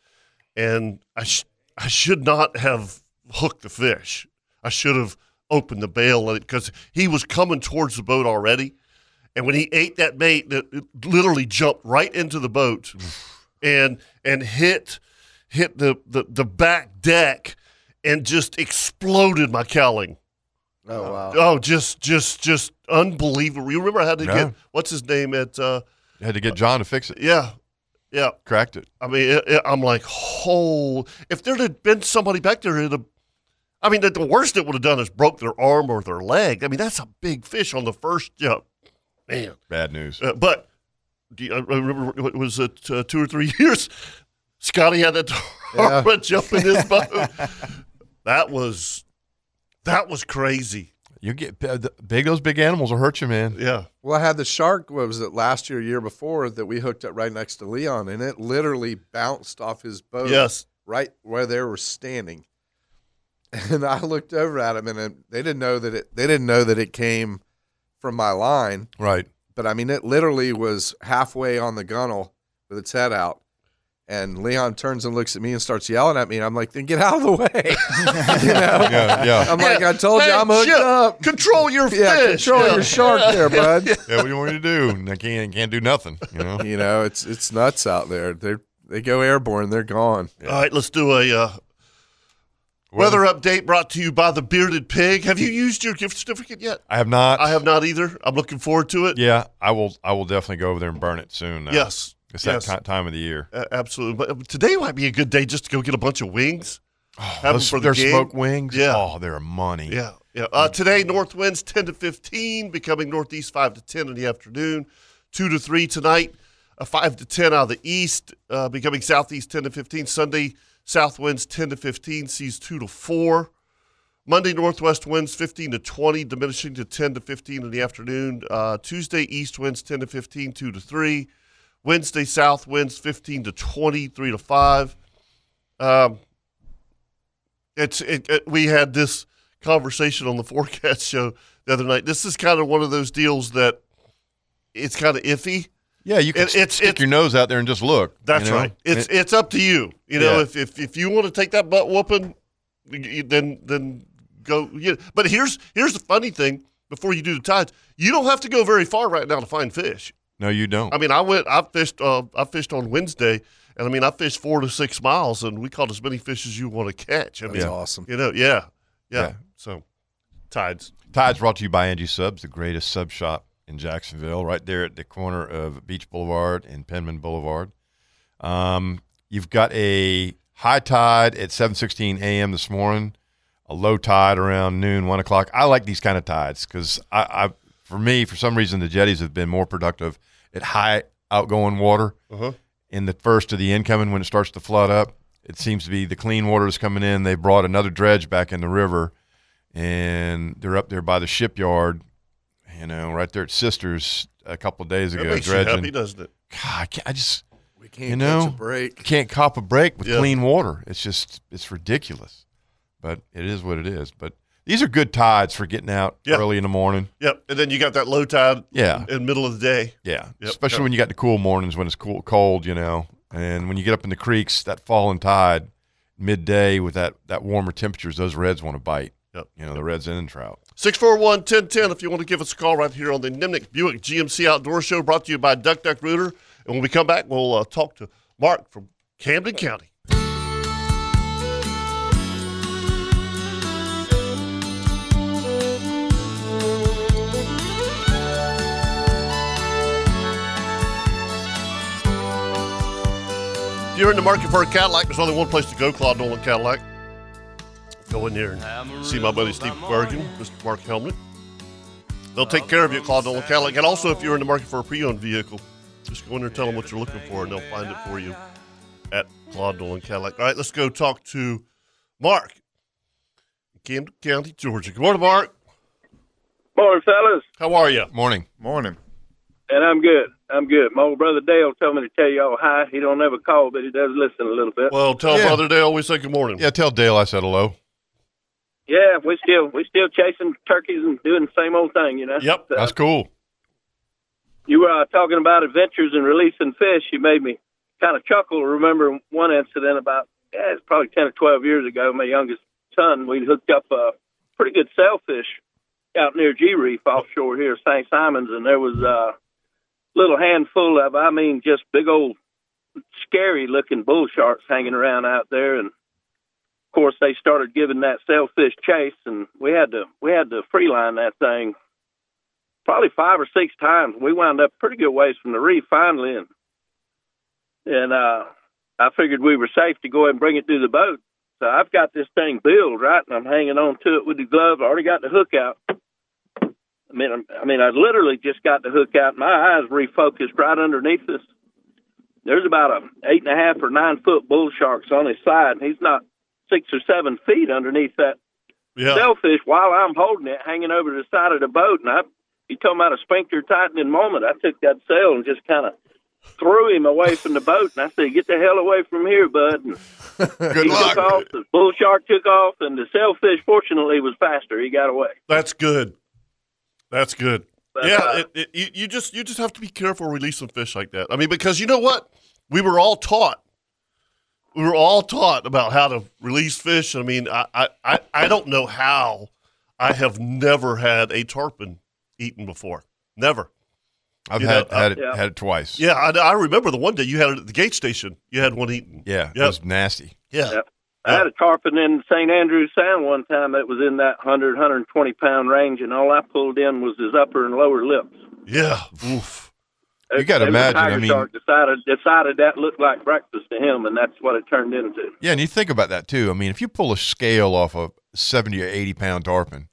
and I sh- I should not have hooked the fish. I should have opened the bail because he was coming towards the boat already, and when he ate that bait, it it literally jumped right into the boat, and and hit hit the, the, the back deck and just exploded my cowling.
Oh wow.
Oh, just just just unbelievable. You remember how to
Yeah.
get what's his name at uh
had to get John to fix it.
yeah. Yeah.
Cracked it.
I mean, it, it- I'm like, "Oh, if there had been somebody back there it'd have I mean, the, the worst it would have done is broke their arm or their leg. I mean, that's a big fish on the first jump. Man.
Bad news.
Uh, but do you, I remember it was it uh, two or three <laughs> years. Scotty had that <laughs>
Yeah.
tarpon jump in his
<laughs>
boat. that was that was crazy.
You get uh, the, big; those big animals will hurt you, man.
Yeah,
Well, I had the shark. What was it last year, year before that we hooked up right next to Leon, and it literally bounced off his boat.
Yes.
right where they were standing. <laughs> And I looked over at him, and it, they didn't know that it. They didn't know that it came from my line.
Right.
But I mean, it literally was halfway on the gunnel with its head out. And Leon turns and looks at me and starts yelling at me. And I'm like, then get out of the way. <laughs> you know?
Yeah, yeah.
I'm like, I told you,
Hey,
I'm hooked
shit,
up.
Control your
Yeah,
fish.
control
<laughs> Yeah.
your shark there, bud.
yeah, what do you want me to do? I can't can't do nothing. You know.
you know, it's it's nuts out there. They they go airborne, they're gone.
All right, let's do a uh, weather update brought to you by the Bearded Pig. Have you used your gift certificate yet?
I have not.
I have not either. I'm looking forward to it.
Yeah, I will. I will definitely go over there and burn it soon. though.
Yes,
it's that
yes,
ti- time of the year.
a- absolutely. But uh, today might be a good day just to go get a bunch of wings.
Oh,
Have 'em
those,
for the
their
game.
smoked wings.
Yeah.
Oh, they're money.
Yeah, yeah. Uh, today, north winds ten to fifteen, becoming northeast five to ten in the afternoon, two to three tonight, uh, five to ten out of the east, uh, becoming southeast ten to fifteen. Sunday, south winds ten to fifteen, seas two to four. Monday, northwest winds fifteen to twenty, diminishing to ten to fifteen in the afternoon. Uh, Tuesday, east winds ten to 15, 2 to three. Wednesday, south winds fifteen to 20, 3 to five. Um, it's it, it, we had this conversation on the <laughs> forecast show the other night. This is kind of one of those deals that it's kind of iffy.
Yeah, you can
It- it's-
stick
it's-
your nose out there and just look. you
That's
know?
right. It's
It-
it's up to you. You know,
Yeah.
if, if if you want to take that butt whooping, y- y- then then go. Yeah. But here's here's the funny thing. Before you do the tides, you don't have to go very far right now to find fish.
no, you don't.
I mean, I went. I fished. Uh, I fished on Wednesday, and I mean, I fished four to six miles, and we caught as many fish as you want to catch. I mean,
That's awesome.
you know, yeah, yeah.
Yeah.
So, tides.
Tide's brought to you by Angie Subs, the greatest sub shop in Jacksonville, right there at the corner of Beach Boulevard and Penman Boulevard. Um, you've got a high tide at 7:16 a.m. this morning, a low tide around noon, one o'clock. I like these kind of tides because I, I, for me, for some reason, the jetties have been more productive at high outgoing water.
Uh-huh.
In the first of the incoming, when it starts to flood up, it seems to be the clean water is coming in. They brought another dredge back in the river and they're up there by the shipyard, you know, right there at Sisters a couple of days
That
ago.
makes you
dredging.
happy, doesn't it?
God, I, can't, I just
We can't
You know,
catch a break.
can't cop a break with
Yeah.
clean water. It's just it's ridiculous, but it is what it is. But these are good tides for getting out
Yeah.
early in the morning.
Yep. And then you got that low tide
Yeah.
in the middle of the day.
Yeah,
Yep,
especially
yep.
when you got the cool mornings when it's cool, cold, you know, and when you get up in the creeks, that falling tide, midday with that that warmer temperatures, those reds want to bite.
Yep.
You know, the reds and trout.
641 1010 if you want to give us a call right here on the Nimnik Buick GMC Outdoor Show brought to you by Duck Duck Rooter. And when we come back, we'll uh, talk to Mark from Camden County. If you're in the market for a Cadillac, there's only one place to go, Claude Nolan Cadillac. Go in there and see my buddy Steve Bergen, Mr. Mark Helmut. They'll take care of you, Claude Nolan Cadillac. And also, if you're in the market for a pre-owned vehicle, just go in there and tell them what you're looking for, and they'll find it for you at Claude Nolan Cadillac. All right, let's go talk to Mark, in Camden County, Georgia. Good morning, Mark.
Morning, fellas.
How are you?
Morning.
Morning.
And I'm good. I'm good. My old brother Dale told me to tell y'all hi. He don't ever call, but he does listen a little bit.
Well, tell
Yeah.
Brother Dale we say good morning.
Yeah, tell Dale I said hello.
Yeah, we still we still chasing turkeys and doing the same old thing, you know.
Yep.
That's cool.
You were uh, talking about adventures and releasing fish. You made me kind of chuckle. Remember one incident about yeah, it's probably ten or twelve years ago. My youngest son, we hooked up a pretty good sailfish out near G Reef offshore here, St. Simons, and there was a little handful of, I mean, just big old scary looking bull sharks hanging around out there, and of course they started giving that sailfish chase, and we had to we had to free line that thing probably five or six times. We wound up pretty good ways from the reef finally, and and uh, I figured we were safe to go ahead and bring it to the boat. So I've got this thing billed right, and I'm hanging on to it with the glove. I already got the hook out. I mean, I'm- I mean, I literally just got the hook out. My eyes refocused right underneath us. There's about a eight and a half or nine foot bull sharks on his side, and he's not six or seven feet underneath that sailfish while I'm holding it, hanging over the side of the boat. And I, he told me about a sphincter tightening moment. I took that sail and just kind of threw him away from the boat. And I said, "Get the hell away from here, bud!" And
<laughs> Good
he
luck.
took off. The bull shark took off, and the sailfish, fortunately, was faster. He got away.
That's good. That's good.
But,
yeah,
uh,
it, it, you, you just you just have to be careful releasing fish like that. I mean, because you know what, we were all taught, we were all taught about how to release fish. I mean, I I, I, I don't know how I have never had a tarpon eaten before. Never.
I've
You know,
had
uh,
had, it,
yeah.
had it twice.
Yeah, I, I remember the one day you had it at the gate station. You had one eaten.
Yeah,
Yep.
it was nasty.
Yeah.
Yep. I had a tarpon in St. Andrews Sound one time that was in that 100, 120 pound range, and all I pulled in was his upper and lower lips.
Yeah. Oof.
You gotta
Every
imagine, I
Tiger
mean-
shark decided decided that looked like breakfast to him, and that's what it turned into.
Yeah, and you think about that too. I mean, if you pull a scale off a seventy or eighty pound tarpon,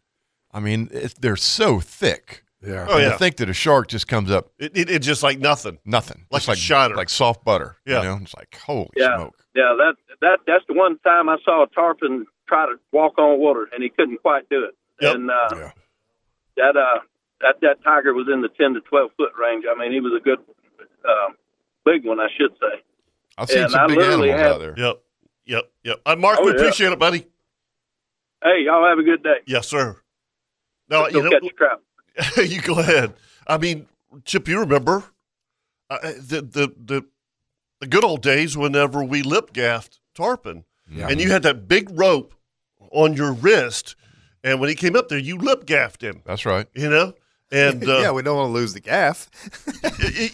I mean, it's, they're so thick.
Yeah.
Oh
And
yeah.
To think that a shark just comes up
It, it, it just like nothing.
nothing,
Like
Just
a shiner.
like soft butter.
Yeah.
you know, it's like holy
Yeah.
smoke.
Yeah, that that that's the one time I saw a tarpon try to walk on water, and he couldn't quite do it.
Yep.
And uh,
Yeah.
that uh, that that tiger was in the ten to twelve foot range. I mean, he was a good, uh, big one, I should say.
I've seen
And
some
I
big
literally
animals
had-
out there.
Yep. Yep. Yep. Uh, Mark,
Oh,
we
yeah.
appreciate it, buddy.
Hey, y'all have a good day.
Yes, sir. <laughs> No, you
Go
know,
catch a trout.
you go ahead. I mean, Chip, you remember uh, the, the the the good old days whenever we lip gaffed tarpon,
Yeah.
and you had that big rope on your wrist, and when he came up there, you lip gaffed him.
That's right.
You know.
<laughs>
And
yeah,
uh,
we don't want to lose the gaff.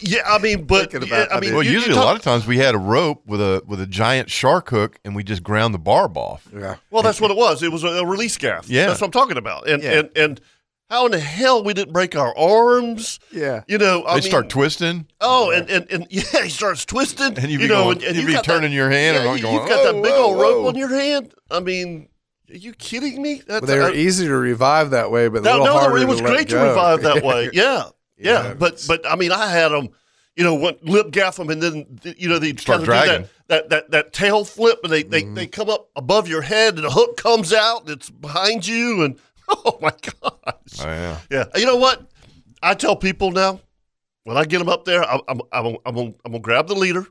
<laughs> yeah, I mean, but
Thinking
yeah,
about-
I
I
mean,
mean-
Well,
you- you
usually a
talk-
lot of times we had a rope with a with a giant shark hook, and we just ground the barb off.
yeah.
Well, that's what it was. It was a, a release gaff.
Yeah.
that's what I'm talking about. And
Yeah.
and and how in the hell we didn't break our arms?
Yeah.
You know, I
they
mean,
start twisting.
Oh, and, and, <laughs> and yeah, he starts twisting,
And you'd be
you know,
going-
and, and
you'd
you
be
got
turning
that,
your hand
yeah,
around
you-
going,
You've got that
"Whoa,
big
whoa,
old rope
whoa."
on your hand. I mean, are you kidding me? That's
Well, they were easy to revive that way, but a
no,
little
no,
harder
it was
to let
great to
go.
<laughs>
<laughs>
revive that way. Yeah, yeah,
Yeah.
but but I mean, I had them, you know, what lip gaff them, and then th- you know they
Start dragging.
That, that that that tail flip, and they
Mm-hmm.
they, they come up above your head, and the hook comes out, and it's behind you, and <laughs> oh my gosh,
Oh, yeah.
yeah, you know what? I tell people now when I get them up there, I'm I'm I'm gonna- I'm gonna, I'm gonna grab the leader.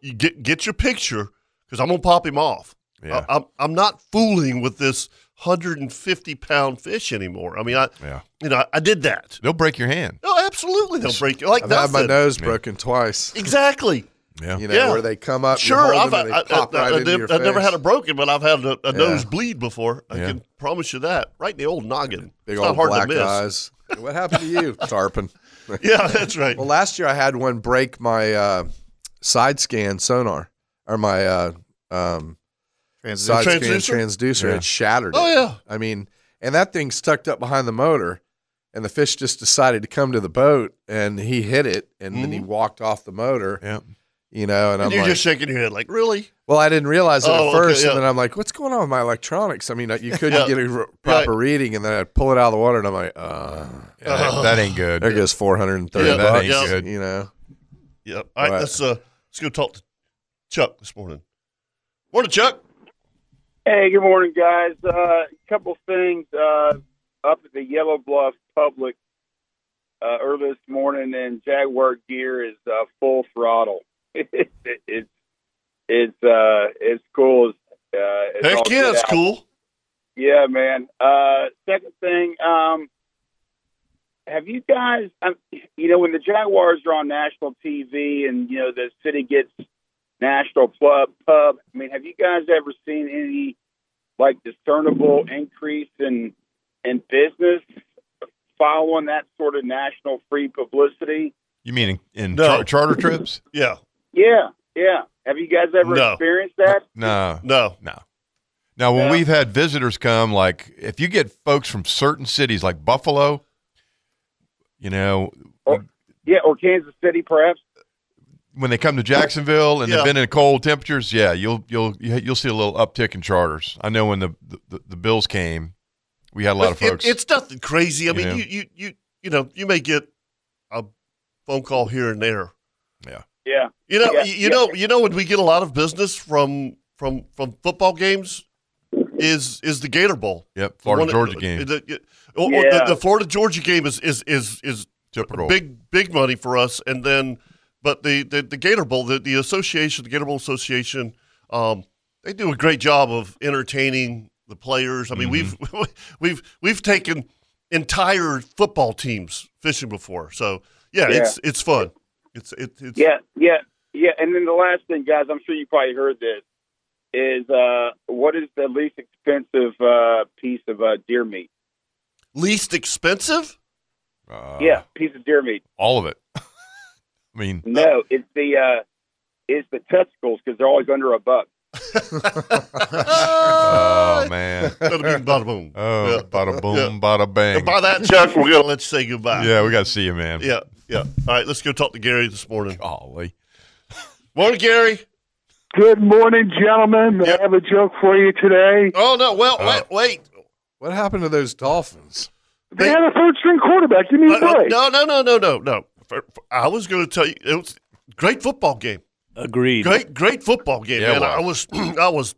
You get get your picture because I'm gonna pop him off.
Yeah.
I, I'm I'm not fooling with this 150 pound fish anymore. I mean, I
Yeah.
you know I, I did that.
They'll break your hand.
No, absolutely, they'll break you like
I've had my
nothing.
nose broken twice.
Exactly.
Yeah.
You know,
Yeah.
where they come up,
Sure,
you hold
I've,
them and
I,
they pop
I-
right
I- I
into
nev-
your
I've never
face.
had a broken, but I've had a, a
Yeah.
nosebleed before. I
Yeah.
can promise you that. Right in the old noggin.
big
it's
old
not hard
black
to miss.
eyes. What happened to
<laughs>
you, Tarpon?
Yeah, that's right.
Well, last year I had one break my uh, side scan sonar or my uh, um,
Transition.
side scan
Transducer?
transducer.
Yeah.
It shattered.
Oh,
it.
yeah.
I mean, and that thing's tucked up behind the motor, and the fish just decided to come to the boat, and he hit it, and then he walked off the motor.
Yeah.
you know, and,
Mm-hmm. And
I'm
you're
like,
just shaking your head like, really?
well, I didn't realize it
Oh,
at
okay,
first,
yeah.
and then I'm like, "What's going on with my electronics?" I mean, uh, you couldn't
Yeah.
get a r- proper reading, and then I pull it out of the water, and I'm like, "Uh,
Yeah, that- that ain't good.
There goes 430
Oh. Yeah, that
bucks.
ain't
good.
You know,
Yep. All right,
Right.
let's uh, let's go talk to Chuck this morning. Morning, Chuck.
Hey, good morning, guys. A uh, couple things uh, up at the Yellow Bluff Public uh, early this morning, and Jaguar gear is uh, full throttle. <laughs> it's it's it's, uh, it's cool. It's, uh, it's
Heck
all
yeah,
get
that's
out.
cool.
Yeah, man. Uh, second thing, um, have you guys? Um, you know, when the Jaguars are on national TV, and you know the city gets national pub. pub I mean, have you guys ever seen any like discernible increase in in business following that sort of national free publicity?
You mean in, in
No.
char- charter trips?
<laughs> Yeah.
Yeah, yeah. Have you guys ever
No.
experienced that?
No,
No.
no. Now, when
Yeah.
we've had visitors come, like if you get folks from certain cities like Buffalo, you know,
Yeah, or Kansas City, perhaps.
when they come to Jacksonville and
Yeah.
they've been in cold temperatures, yeah, you'll you'll you'll see a little uptick in charters. I know when the the, the bills came, we had a lot of
But it-
folks.
it's nothing crazy. I
You
mean,
know?
you, you you you know, you may get a phone call here and there.
Yeah,
You know,
Yeah,
you, you
yeah.
know, you know when we get a lot of business from from from football games is is the Gator Bowl.
yep,
The one
Florida
that-
Georgia game,
The, the- or- or the-
Yeah.
the Florida Georgia game is is is is
typical.
big big money for us and then but the the, the gator bowl the, the association the gator bowl association um they do a great job of entertaining the players i mean
Mm-hmm.
we've <laughs> we've we've taken entire football teams fishing before so yeah,
Yeah.
it's it's fun it's it, it's
Yeah, yeah, yeah. And then the last thing, guys, I'm sure you probably heard this is uh, what is the least expensive uh, piece of uh, deer meat?
least expensive
Uh,
yeah, piece of deer meat.
all of it. <laughs> I mean,
No, it's the uh, it's the testicles because they're always under a buck.
oh man,
<laughs> That'll Uh, be bada boom.
oh,
Yeah.
bada boom,
Yeah.
bada bang.
And by that chuck we're gonna let's say goodbye
Yeah, we got to see you, man.
yeah yeah all right let's go talk to gary this morning
Golly.
morning gary
Good morning, gentlemen.
Yep.
I have a joke for you today.
oh no well
Uh,
wait wait
what happened to those dolphins?
They had a third string quarterback. Give me a
Uh, uh,
break.
no, no, no, no, no, no. For- for- I was going to tell you it was great football game.
Agreed.
Great, great football game,
Yeah,
man.
wow.
I was, <clears throat> I was.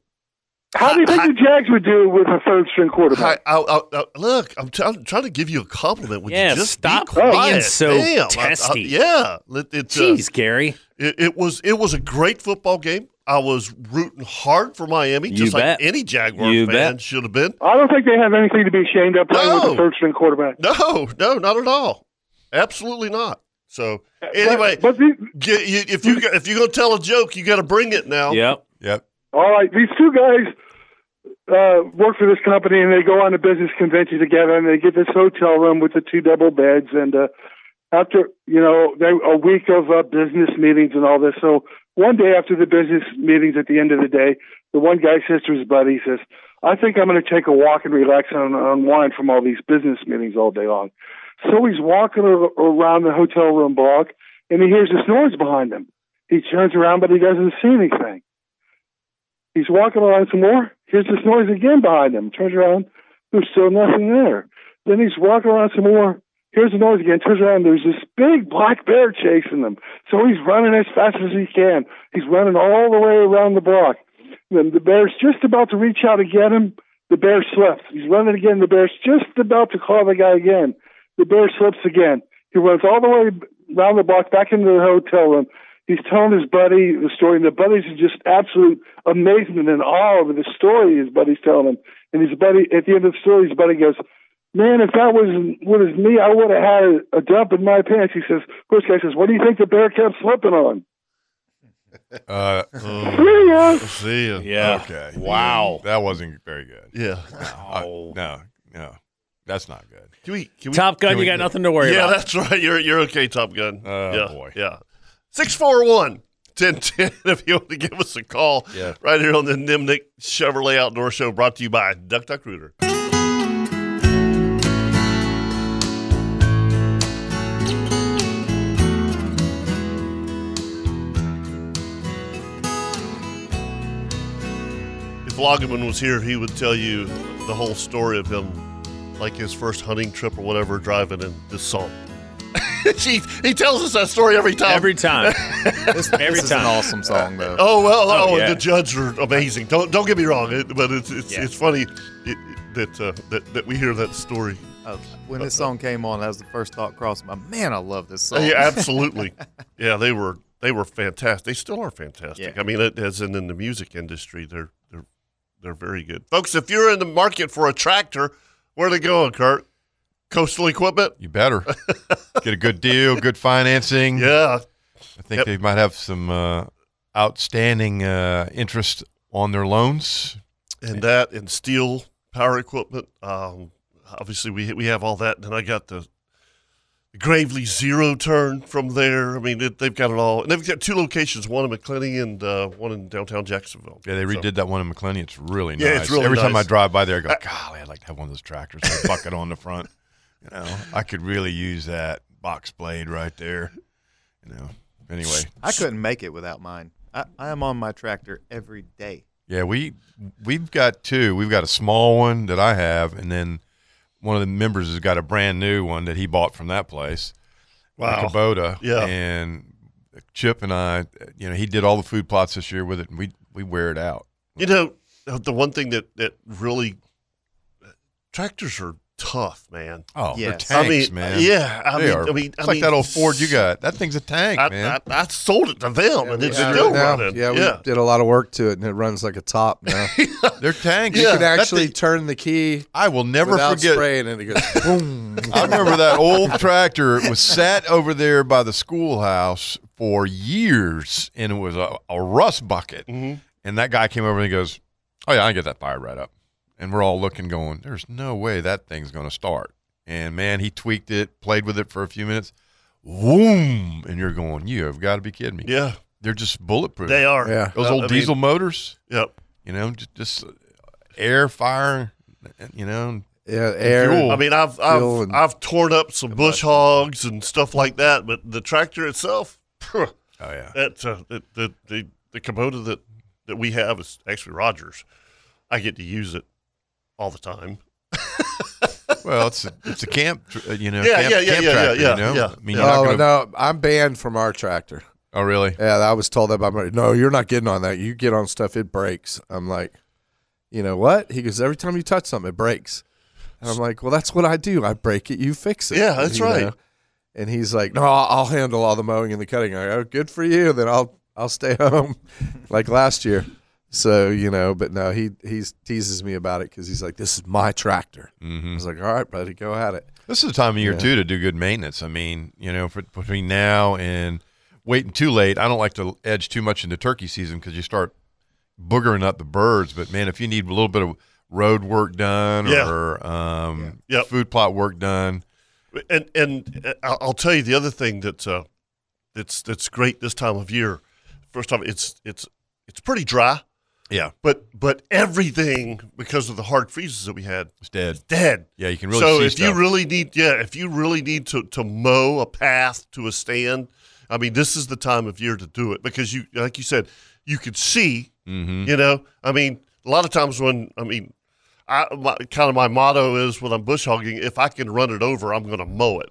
How do you think the Jags would do with a third string
I,
quarterback?
I, I, I- look, I'm, t- I'm trying to give you a compliment. Would
Yeah,
you just
stop
be quiet?
being so
Damn, I- I-
testy.
yeah, it, it's, uh,
Jeez, Gary.
it, it was it was a great football game. I was rooting hard for Miami,
You
just like
bet.
any Jaguar
You
fan
bet.
should have been.
I, don't think they have anything to be ashamed of playing
No.
with a third string quarterback.
No, no, not at all. Absolutely not. So anyway,
but, but the,
get, you, if you if you're gonna tell a joke, you got to bring it now.
Yep.
Yep.
all right, these two guys uh, work for this company and they go on a business convention together and they get this hotel room with the two double beds and uh, after you know they, a week of uh, business meetings and all this. So one day after the business meetings, at the end of the day, the one guy says to his buddy, he says, "I think I'm going to take a walk and relax and unwind from all these business meetings all day long." So he's walking ar- around the hotel room block and he hears this noise behind him. He turns around, but he doesn't see anything. He's walking around some more. Hears this noise again behind him. Turns around. There's still nothing there. Then he's walking around some more. Hears the noise again. Turns around. There's this big black bear chasing them. So he's running as fast as he can. He's running all the way around the block. Then the bear's just about to reach out to get him. The bear slips. He's running again. The bear's just about to call the guy again. The bear slips again. He runs all the way around the block back into the hotel room. He's telling his buddy the story, and the buddy's in just absolute amazement and awe over the story his buddy's telling him. And his buddy, at the end of the story, his buddy goes, "Man, if that was what is me, I would have had a, a dump in my pants." He says, "First guy says, what do you think the bear kept slipping on?"
Uh,
See ya.
See ya.
Yeah.
Okay. Wow. That wasn't very good.
Yeah.
No. No. No. That's not good.
Can we? Can we?
Top Gun,
Can
you
we-
got nothing to worry
yeah,
about.
that's right. You're you're okay, Top Gun.
Oh,
yeah,
boy.
Yeah. 641 1010 <laughs> if you want to give us a call.
Yeah.
Right here on the Nimnik Chevrolet Outdoor Show brought to you by Duck Duck Rooter. Vloggerman was here, he would tell you the whole story of him, like his first hunting trip or whatever, driving in this song. he, he tells us that story every time.
Every time.
every
<laughs> This is an awesome song, though.
Oh well, oh,
yeah.
the Judds are amazing. Don't don't get me wrong, it, but it's it's, it's funny it, that, uh, that that we hear that story.
Oh, when
<laughs>
this song came on, that was the first thought crossed my man. I love this song.
Uh-huh.
<laughs>
Yeah, absolutely. yeah, they were they were fantastic. They still are fantastic. I mean, it, as in in the music industry, they're they're they're very good, folks. If you're in the market for a tractor, where are they going, Kurt? Coastal Equipment.
You
<laughs>
better get a good deal, good financing.
Yeah,
I think they might have some uh, outstanding uh, interest on their loans.
and that and steel power equipment. Um, obviously, we we have all that. And then I got the Gravely Zero turn from there. I mean, it, they've got it all. And they've got two locations: one in McClenny and uh, one in downtown Jacksonville.
Yeah, they redid that one in McClenny. It's really nice.
Yeah, it's really
Every time I
nice. Uh,
drive by there, I go, golly, I'd like to have one of those tractors with a bucket on the front. You know, I could really use that box blade right there. You know, anyway.
I couldn't make it without mine. I, I am on my tractor every day.
Yeah, we we've got two. We've got a small one that I have, and then one of the members has got a brand new one that he bought from that place.
Wow.
a Kubota.
Yeah.
and Chip and I, you know, he did all the food plots this year with it, and we we wear it out.
You know, uh, the one thing that that really uh, tractors are tough, man.
Oh,
yeah,
they're tanks,
I mean,
man.
Yeah, I
They
mean,
are.
I mean,
it's
I
like
mean-
that old Ford you got. That thing's a tank,
I,
man.
I, I sold it to them, and it's
Yeah,
still
now-
running.
yeah, we did a lot of work to it, and it runs like a top now.
They're tanks.
You
Yeah.
can
That
actually
thing-
<laughs>
turn the key.
I will never
without
forget-
spraying, and it goes boom.
<laughs> I remember
<laughs>
that old tractor was sat over there by the schoolhouse for years, and it was a, a rust bucket.
Mm-hmm.
And that guy came over and he goes, "Oh yeah, I can get that fire right up." And we're all looking, going, "There's no way that thing's going to start." And man, he tweaked it, played with it for a few minutes, boom, and you're going, "You have got to be kidding me!"
Yeah.
they're just bulletproof.
They are. Yeah.
those
Uh,
old
I mean-
diesel motors.
Yep.
You know, just, just air, fire. You know.
Yeah,
and
air.
fuel.
I mean, I've I've, I've torn up some bush hogs and stuff like that, but the tractor itself, oh
yeah,
that uh, the, the the the Kubota that that we have is actually Rogers. I get to use it all the time.
Well, it's a, it's a camp, tr- uh, you know.
Yeah,
camp,
yeah, yeah,
camp
yeah,
tractor,
yeah,
you know?
yeah.
I mean, you're
oh
not gonna,
no, I'm banned from our tractor.
Oh really?
Yeah, I was told that by my. No, you're not getting on that. You get on stuff, it breaks. I'm like, you know what? He goes, every time you touch something, it breaks. And I'm like, well, that's what I do. I break it, you fix it.
Yeah, that's
You
right.
And he's like, no, I'll I'll handle all the mowing and the cutting. I go, good for you. Then I'll I'll stay <laughs> home, like last year. So you know, but no, he he teases me about it because he's like, this is my tractor.
Mm-hmm.
I was like, all right, buddy, go at it.
This is the time of year
Yeah.
too to do good maintenance. I mean, you know, for, between now and waiting too late, I don't like to edge too much into turkey season because you start boogering up the birds. But man, if you need a little bit of road work done
Yeah.
or um,
Yep.
food plot work done,
And and uh, I'll I'll tell you the other thing that uh, that's that's great this time of year. First off, it's it's it's pretty dry.
Yeah.
But but everything because of the hard freezes that we had
it's dead.
dead.
Yeah, you can really.
so
see
if
stuff.
you really need, yeah, if you really need to to mow a path to a stand, I mean, this is the time of year to do it because you, like you said, you could see.
Mhm.
You know, I mean, a lot of times when I mean, I my, kind of my motto is when I'm bush hogging, if I can run it over, I'm going to
<laughs>
mow it.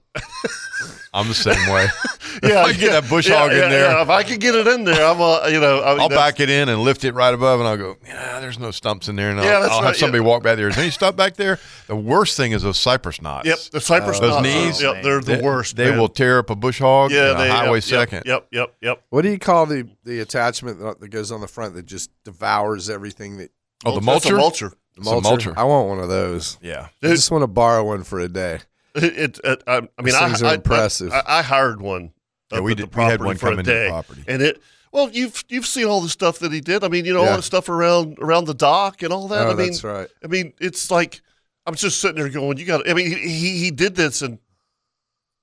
I'm the same way. if <laughs> I get that bush
<laughs> yeah,
hog in
yeah,
there,
yeah, if I can get it in there, I'm, uh, you know, I mean,
I'll
that's-
back it in and lift it right above, and I'll go. Yeah, there's no stumps in there, and I'll,
Yeah, that's
I'll have
right, yeah.
somebody walk back there. Is there any stump back there? The worst thing is those cypress knots.
Yep, the cypress
those
knots are-
knees.
yep, they're the
they-
worst,
They
man.
will tear up a bush hog.
Yeah,
Yeah, and
they-
a
yep,
highway
yep,
second.
Yep, yep, yep.
What do you call the the attachment that that goes on the front that just devours everything that?
Oh, the That's a mulcher? mulcher.
The
It's a
mulcher.
mulcher.
I want one of those.
Yeah.
I just want to borrow one for a day.
It, it, I, I mean,
Those
I,
things are
I,
impressive.
I, I hired one.
Yeah,
up
we
at
did-
the
we had
property
one
for
come
a
into the
day,
property.
and it. Well, you've you've seen all the stuff that he did. I mean, you know
Yeah.
all the stuff around around the dock and all that.
Oh,
I mean,
that's right.
I mean, it's like I'm just sitting there going, "You got." I mean, he- he he did this in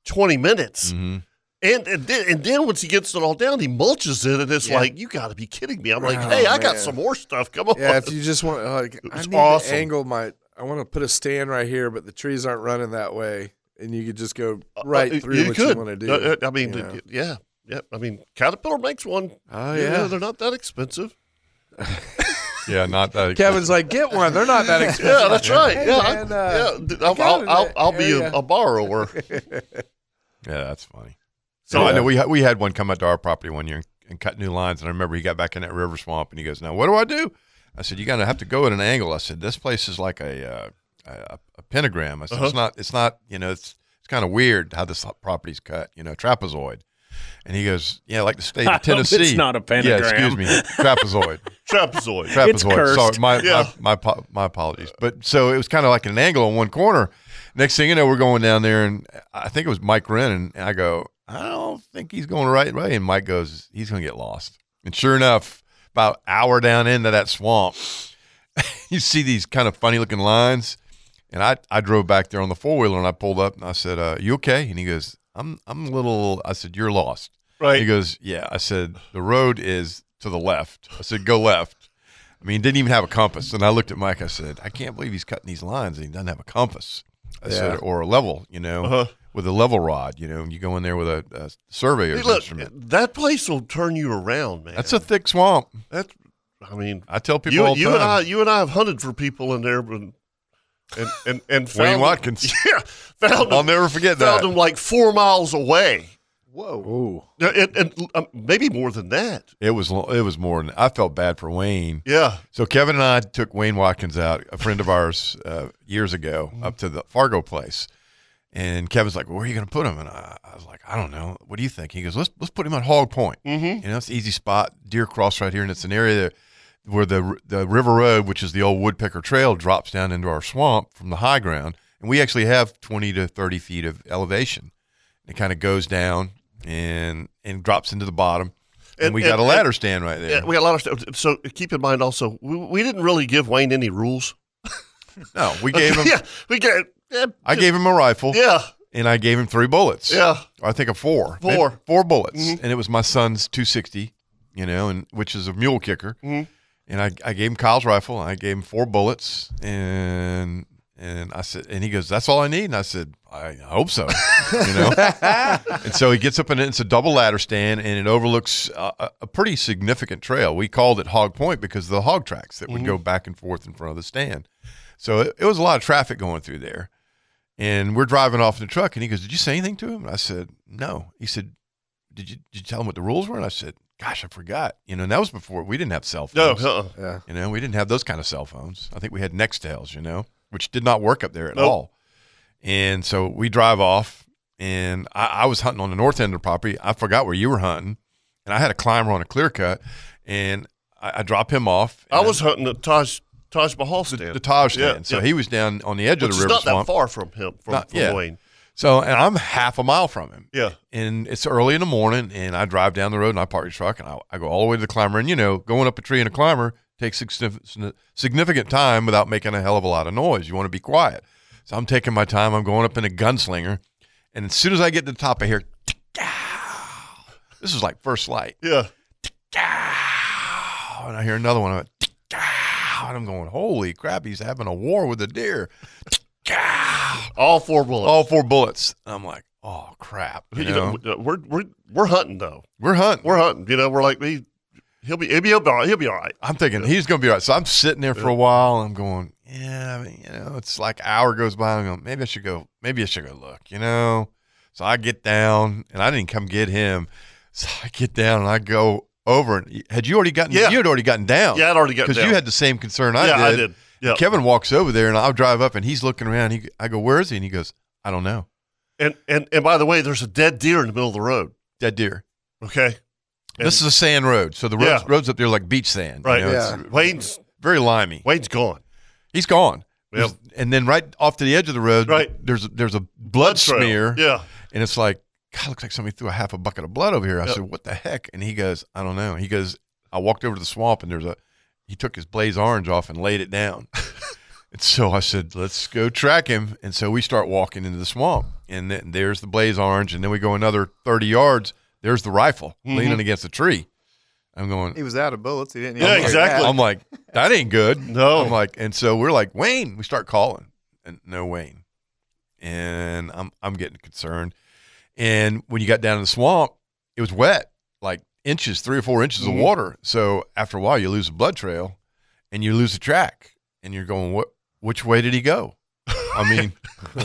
20
Mm.
minutes,
Mm-hmm.
and and then, and then once he gets it all down, he mulches it, and it's
Yeah.
like, "You got to be kidding me!" I'm like,
Oh,
"Hey, I got
man.
some more stuff. Come on."
Yeah, if you just want, like, I
was
need
awesome.
to angle my. I want to put a stand right here, but the trees aren't running that way, and you could just go right
Uh,
through what you want to do.
Uh, uh, I mean,
you
uh,
know?
yeah, yeah. I mean, Caterpillar makes one.
Oh,
You know,
yeah.
they're not that expensive.
Yeah, not uh, that.
Kevin's like, get one. They're not that expensive.
<laughs> Yeah, that's right.
Hey,
yeah, I-
man, uh,
yeah,
I
I'll,
got
I'll,
it.
I'll, I'll be
Yeah,
a,
yeah. <laughs>
a borrower.
Yeah, that's funny.
So-
So I know we ha- we had one come out to our property one year and, and cut new lines, and I remember he got back in that river swamp and he goes, "Now what do I do?" I said, "You got to have to go at an angle." I said, "This place is like a uh, a, a pentagram." I said,
Uh-huh.
"It's not. It's not. You know, it's it's kind of weird how this property's cut. You know, trapezoid." And he goes, "Yeah, like the
<laughs>
state
I
of
hope
Tennessee."
it's not a
Yeah, excuse
pentagram.
me,
<laughs>
trapezoid.
Trapezoid.
trapezoid. Sorry, my,
yeah.
my, my apo- my apologies. But so it was kind of like an angle on one corner. Next thing you know, we're going down there, and I think it was Mike Wren, and I go, I don't think he's going the right way. And Mike goes, he's going to get lost. And sure enough, about an hour down into that swamp, <laughs> you see these kind of funny looking lines. And I, I drove back there on the four wheeler, and I pulled up, and I said, uh, "You okay?" And he goes, "I'm I'm a little." I said, "You're lost."
Right.
He goes, "Yeah." I said, "The road is to the left." I said, "Go left." I mean, he didn't even have a compass. And I looked at Mike. I said, I can't believe he's cutting these lines and he doesn't have a compass. I
Yeah.
said, or a level, you know,
Uh-huh.
with a level rod, you know, and you go in there with a, a surveyor's
Hey, look,
instrument.
that place will turn you around, man.
That's a thick swamp.
That's, I mean,
I tell people
you,
all the
you
time.
and I, you and I have hunted for people in there, but and
<laughs>
and and found
Wayne
them-
Watkins.
<laughs> yeah, found them,
I'll never forget
found
that.
them like four miles away.
Whoa.
Yeah, and, and um, maybe more than that.
It was lo- it was more than I felt bad for Wayne.
Yeah.
So Kevin and I took Wayne Watkins out, a friend of ours, uh, years ago, up to the Fargo place, and Kevin's like, well, "Where are you going to put him?" And I, I was like, "I don't know. What do you think?" He goes, "Let's let's put him at Hog Point.
Mhm.
Mm-hmm.
You know, it's an easy spot, Deer Cross right here, and it's an area that, where the r- the River Road, which is the old Woodpecker Trail, drops down into our swamp from the high ground, and we actually have twenty to thirty feet of elevation. It kind of goes down and and drops into the bottom." And, we got a ladder stand right there.
Yeah, we got a ladder stand. So keep in mind also, we, we didn't really give Wayne any rules.
<laughs> No,
<laughs>
we gave him.
yeah, we gave. yeah,
I gave him a rifle.
Yeah.
And I gave him three bullets.
Yeah.
Or I think a four.
Four.
Maybe Four bullets.
Mhm.
And it was my son's 260, you know, and which is a mule kicker.
Mhm.
And I, I gave him Kyle's rifle. I gave him four bullets. And and I said, and he goes, that's all I need. And I said, I I hope so. You
<laughs>
know? and so he gets up and it's a double ladder stand and it overlooks a, a- a pretty significant trail. We called it Hog Point because of the hog tracks that would
Mhm.
go back and forth in front of the stand. So it, it was a lot of traffic going through there. And we're driving off in the truck and he goes, Did you say anything to him? And I said, No. He said, Did you did you tell him what the rules were? And I said, Gosh, I forgot. You know, and that was before we didn't have cell
No,
phones.
uh-uh.
Yeah.
You know, we didn't have those kind of cell phones. I think we had Nextels, you know, which did not work up there at
Nope.
all. And so we drive off, and I, I was hunting on the north end of the property. I forgot where you were hunting, and I had a climber on a clear cut, and I, I drop him off.
I
and-
was hunting the Taj Taj Mahal stand.
the Taj
Yeah,
stand. so
yeah.
he was down on the edge of
Which is
the river.
not that
swamp.
far from him, from- from Wayne.
So, and I'm half a mile from him.
Yeah.
And it's early in the morning, and I drive down the road and I park the truck and I, I go all the way to the climber. And, you know, going up a tree in a climber takes significant significant time without making a hell of a lot of noise. You want to be quiet. So I'm taking my time. I'm going up in a gunslinger. And as soon as I get to the top, I hear, this is like first light.
Yeah.
"Ow," and I hear another one. I'm like, "Ow," and I'm going, holy crap, he's having a war with a deer.
All four bullets.
All four bullets. And I'm like, oh crap. You
You know,
know?
we're we're we're hunting though.
We're hunting.
We're hunting. You know, we're like he, he'll be he'll be he'll be all right. He'll be all right.
I'm thinking he's going to be all right. So I'm sitting there for a while. And I'm going, yeah, I mean, you know, it's like an hour goes by. I'm going, maybe I should go. Maybe I should go look. You know. So I get down, and I didn't come get him. So I get down and I go over. And had you already gotten?
Yeah.
You had already gotten down.
Yeah, I'd already gotten
because you
down.
had the same concern I
Yeah, I
did.
did. Yeah.
Kevin walks over there, and I'll drive up, and he's looking around. He, I go, where is he? And he goes, I don't know.
And and and by the way, there's a dead deer in the middle of the road.
Dead deer.
Okay. And-
this is a sand road, so the roads,
Yeah.
roads up there are like beach sand. you
Right.
know, it's
yeah. Wayne's
very limey.
Wayne's gone.
He's gone.
Yep.
And then right off to the edge of the road,
Right.
there's a, there's a blood,
trail.
smear.
Yeah.
And it's like, God, looks like somebody threw a half a bucket of blood over here. I
Yep.
said, What the heck? And he goes, I don't know. He goes, I walked over to the swamp and there's a, he took his blaze orange off and laid it
<laughs>
down. and so I said, Let's go track him. And so we start walking into the swamp. And then there's the blaze orange. And then we go another 30 yards. There's the rifle
Mm-hmm.
Mhm.
leaning against a tree. I'm going,
He was out of bullets. He didn't.
I'm
even
like-
do that.
I'm like, that ain't good.
<laughs> No.
I'm like, and so we're like, Wayne, we start calling, and no Wayne, and I'm I'm getting concerned. And when you got down in the swamp, it was wet, like inches, three or four inches
Mhm.
of water. So after a while, you lose a blood trail, and you lose the track, and you're going, what? Which way did he go? I
<laughs>
mean,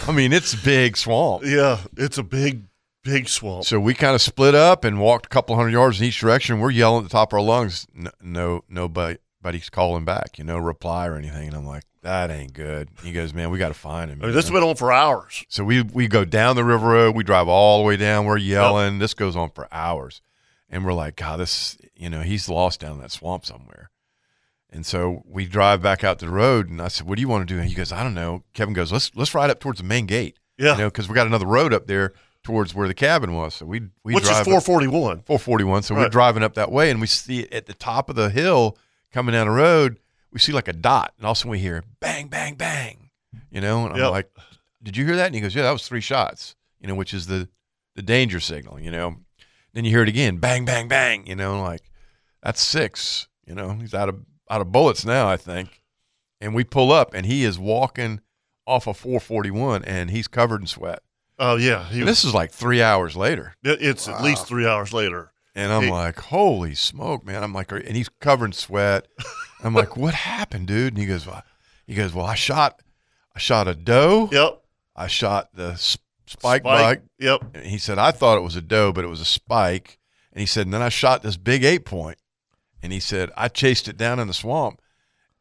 I mean, it's a big swamp.
Yeah, it's a big, big swamp.
So we kind of split up and walked a couple hundred yards in each direction. We're yelling at the top of our lungs. No, no nobody, nobody's calling back. You know, reply or anything. And I'm like, that ain't good. He goes, man, we got to find him.
I mean, this
you know?
went on for hours.
So we we go down the river road, we drive all the way down, we're yelling. This goes on for hours. And we're like, God, this you know, he's lost down in that swamp somewhere. And so we drive back out to the road and I said, What do you want to do? And he goes, I don't know. Kevin goes, Let's let's ride up towards the main gate.
Yeah.
You know, because we got another road up there towards where the cabin was. So we we
Which is
drive up-
441.
441. So we're
Right.
driving up that way and we see at the top of the hill coming down the road, we see like a dot. And all of a sudden we hear bang, bang, bang. You know, and I'm
Yep.
like, Did you hear that? And he goes, Yeah, that was three shots, you know, which is the the danger signal, you know. Then you hear it again, bang, bang, bang, you know, like that's six, you know. He's out of out of bullets now, I think. And we pull up and he is walking off of 441 and he's covered in sweat.
Oh yeah, he
And this
was-
is like three hours later.
It- It's at least three hours later.
And I'm
Hey.
like, holy smoke, man. I'm like, are- and he's covered in
<laughs>
sweat. I'm like, what happened, dude? And he goes, well, he goes, well, I shot, I shot a doe.
Yep.
I shot the s- spike,
Spike,
bike.
yep.
And he said, I thought it was a doe, but it was a spike. And he said, and then I shot this big eight point. And he said, I chased it down in the swamp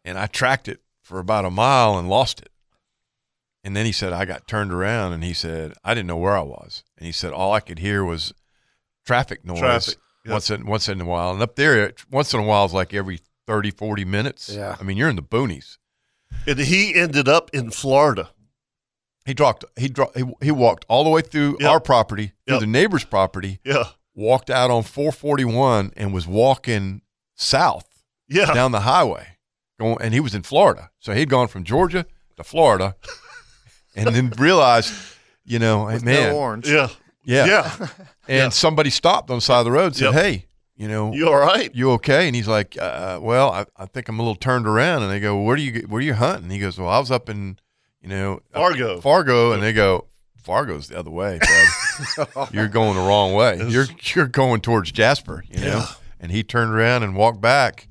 and I tracked it for about a mile and lost it. And then he said, I got turned around and he said, I didn't know where I was. And he said, all I could hear was traffic noise
Traffic, yeah.
once, in, once in a while. And up there, it- once in a while is like every 30, 40 minutes.
Yeah.
I mean, you're in the boonies.
And he ended up in Florida.
He dropped, he dropped, he, he walked all the way through our property, through
Yep.
the neighbor's property.
Yeah.
Walked out on 441 and was walking south.
Yeah.
Down the highway. Going, and he was in Florida. So he'd gone from Georgia to
<laughs>
Florida and then realized, you know, hey,
no
man.
orange.
Yeah.
Yeah.
Yeah.
And somebody stopped on the side of the road and said,
Yep.
Hey, you know,
You all right?
You okay? And he's like, uh, Well, I, I think I'm a little turned around. And they go, Where do you get- where are you hunting? He goes, Well, I was up in, you know, uh,
Fargo.
Fargo. And they go, Fargo's the other way,
<laughs>
bud. you're going the wrong way. You're you're going towards Jasper, you know. And he turned around and walked back.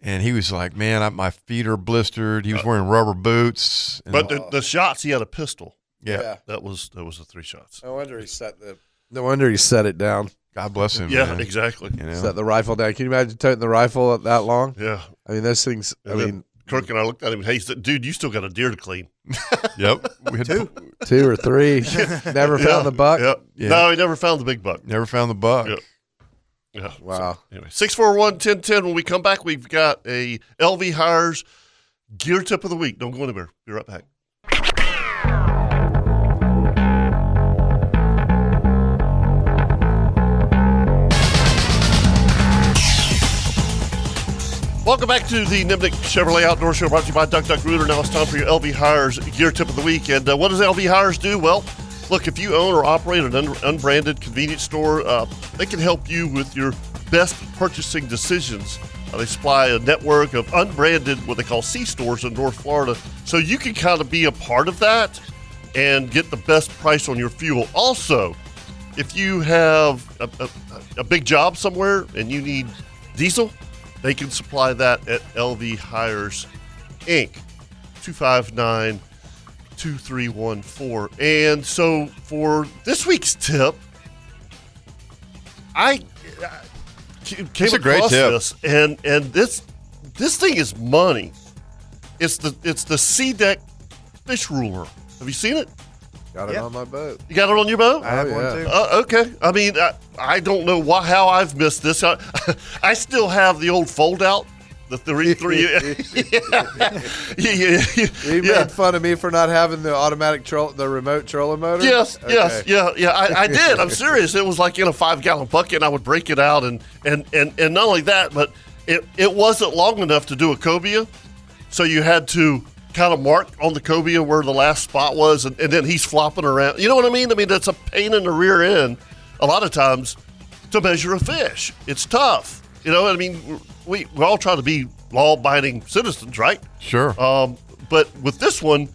And he was like, "Man, I, my feet are blistered." He was wearing rubber boots. And-
Uh, But the, the shots, he had a pistol.
Yeah.
Yeah.
That was that was the three shots.
No wonder he set the No wonder he set it down.
God bless him.
Yeah,
man.
exactly.
You know?
Set the rifle down. Can you imagine toting the rifle up that long?
Yeah.
I mean, those things. I
And then
mean,
Kirk and I looked at him. Hey, he said, dude, you still got a deer to clean.
<laughs> Yep. We had
Two.
two or three.
<laughs>
<laughs> Never found the buck.
Yeah.
Yeah.
No, he never found the big buck.
Never found the buck.
Yeah.
Wow.
Anyway, 641 1010. When we come back, we've got a LV Hires gear tip of the week. Don't go anywhere. Be right back. Welcome back to the Nimnik Chevrolet Outdoor Show brought to you by Duck Duck Rooter. Now it's time for your LV Hires Gear Tip of the Week. And uh, what does LV Hires do? Well, look, if you own or operate an un- unbranded convenience store, uh, they can help you with your best purchasing decisions. Uh, they supply a network of unbranded, what they call C stores in North Florida. So you can kind of be a part of that and get the best price on your fuel. Also, if you have a, a, a big job somewhere and you need diesel, they can supply that at LV Hires Inc. 259 2314. And so for this week's tip, I, I came
It's
across
a great tip.
this and and this this thing is money. It's the it's the C deck fish ruler. Have you seen it?
Got it on my boat.
You got it on your boat?
I have Oh, one yeah. too.
Uh, okay. I mean, I, I don't know why how I've missed this. I, <laughs> I still have the old fold out, the three three. <laughs>
<laughs>
yeah, yeah, yeah.
He made fun of me for not having the automatic troll, the remote trolling motor.
Yes, yes,
Okay.
yeah, yeah. I, I did.
<laughs>
I'm serious. It was like in a five gallon bucket. and I would break it out, and and and and not only that, but it it wasn't long enough to do a cobia, so you had to kind of mark on the cobia where the last spot was, and, and then he's flopping around. You know what I mean? I mean that's a pain in the rear end. A lot of times to measure a fish, it's tough. You know, I mean, we we all try to be law abiding citizens, right?
Sure.
Um, but with this one,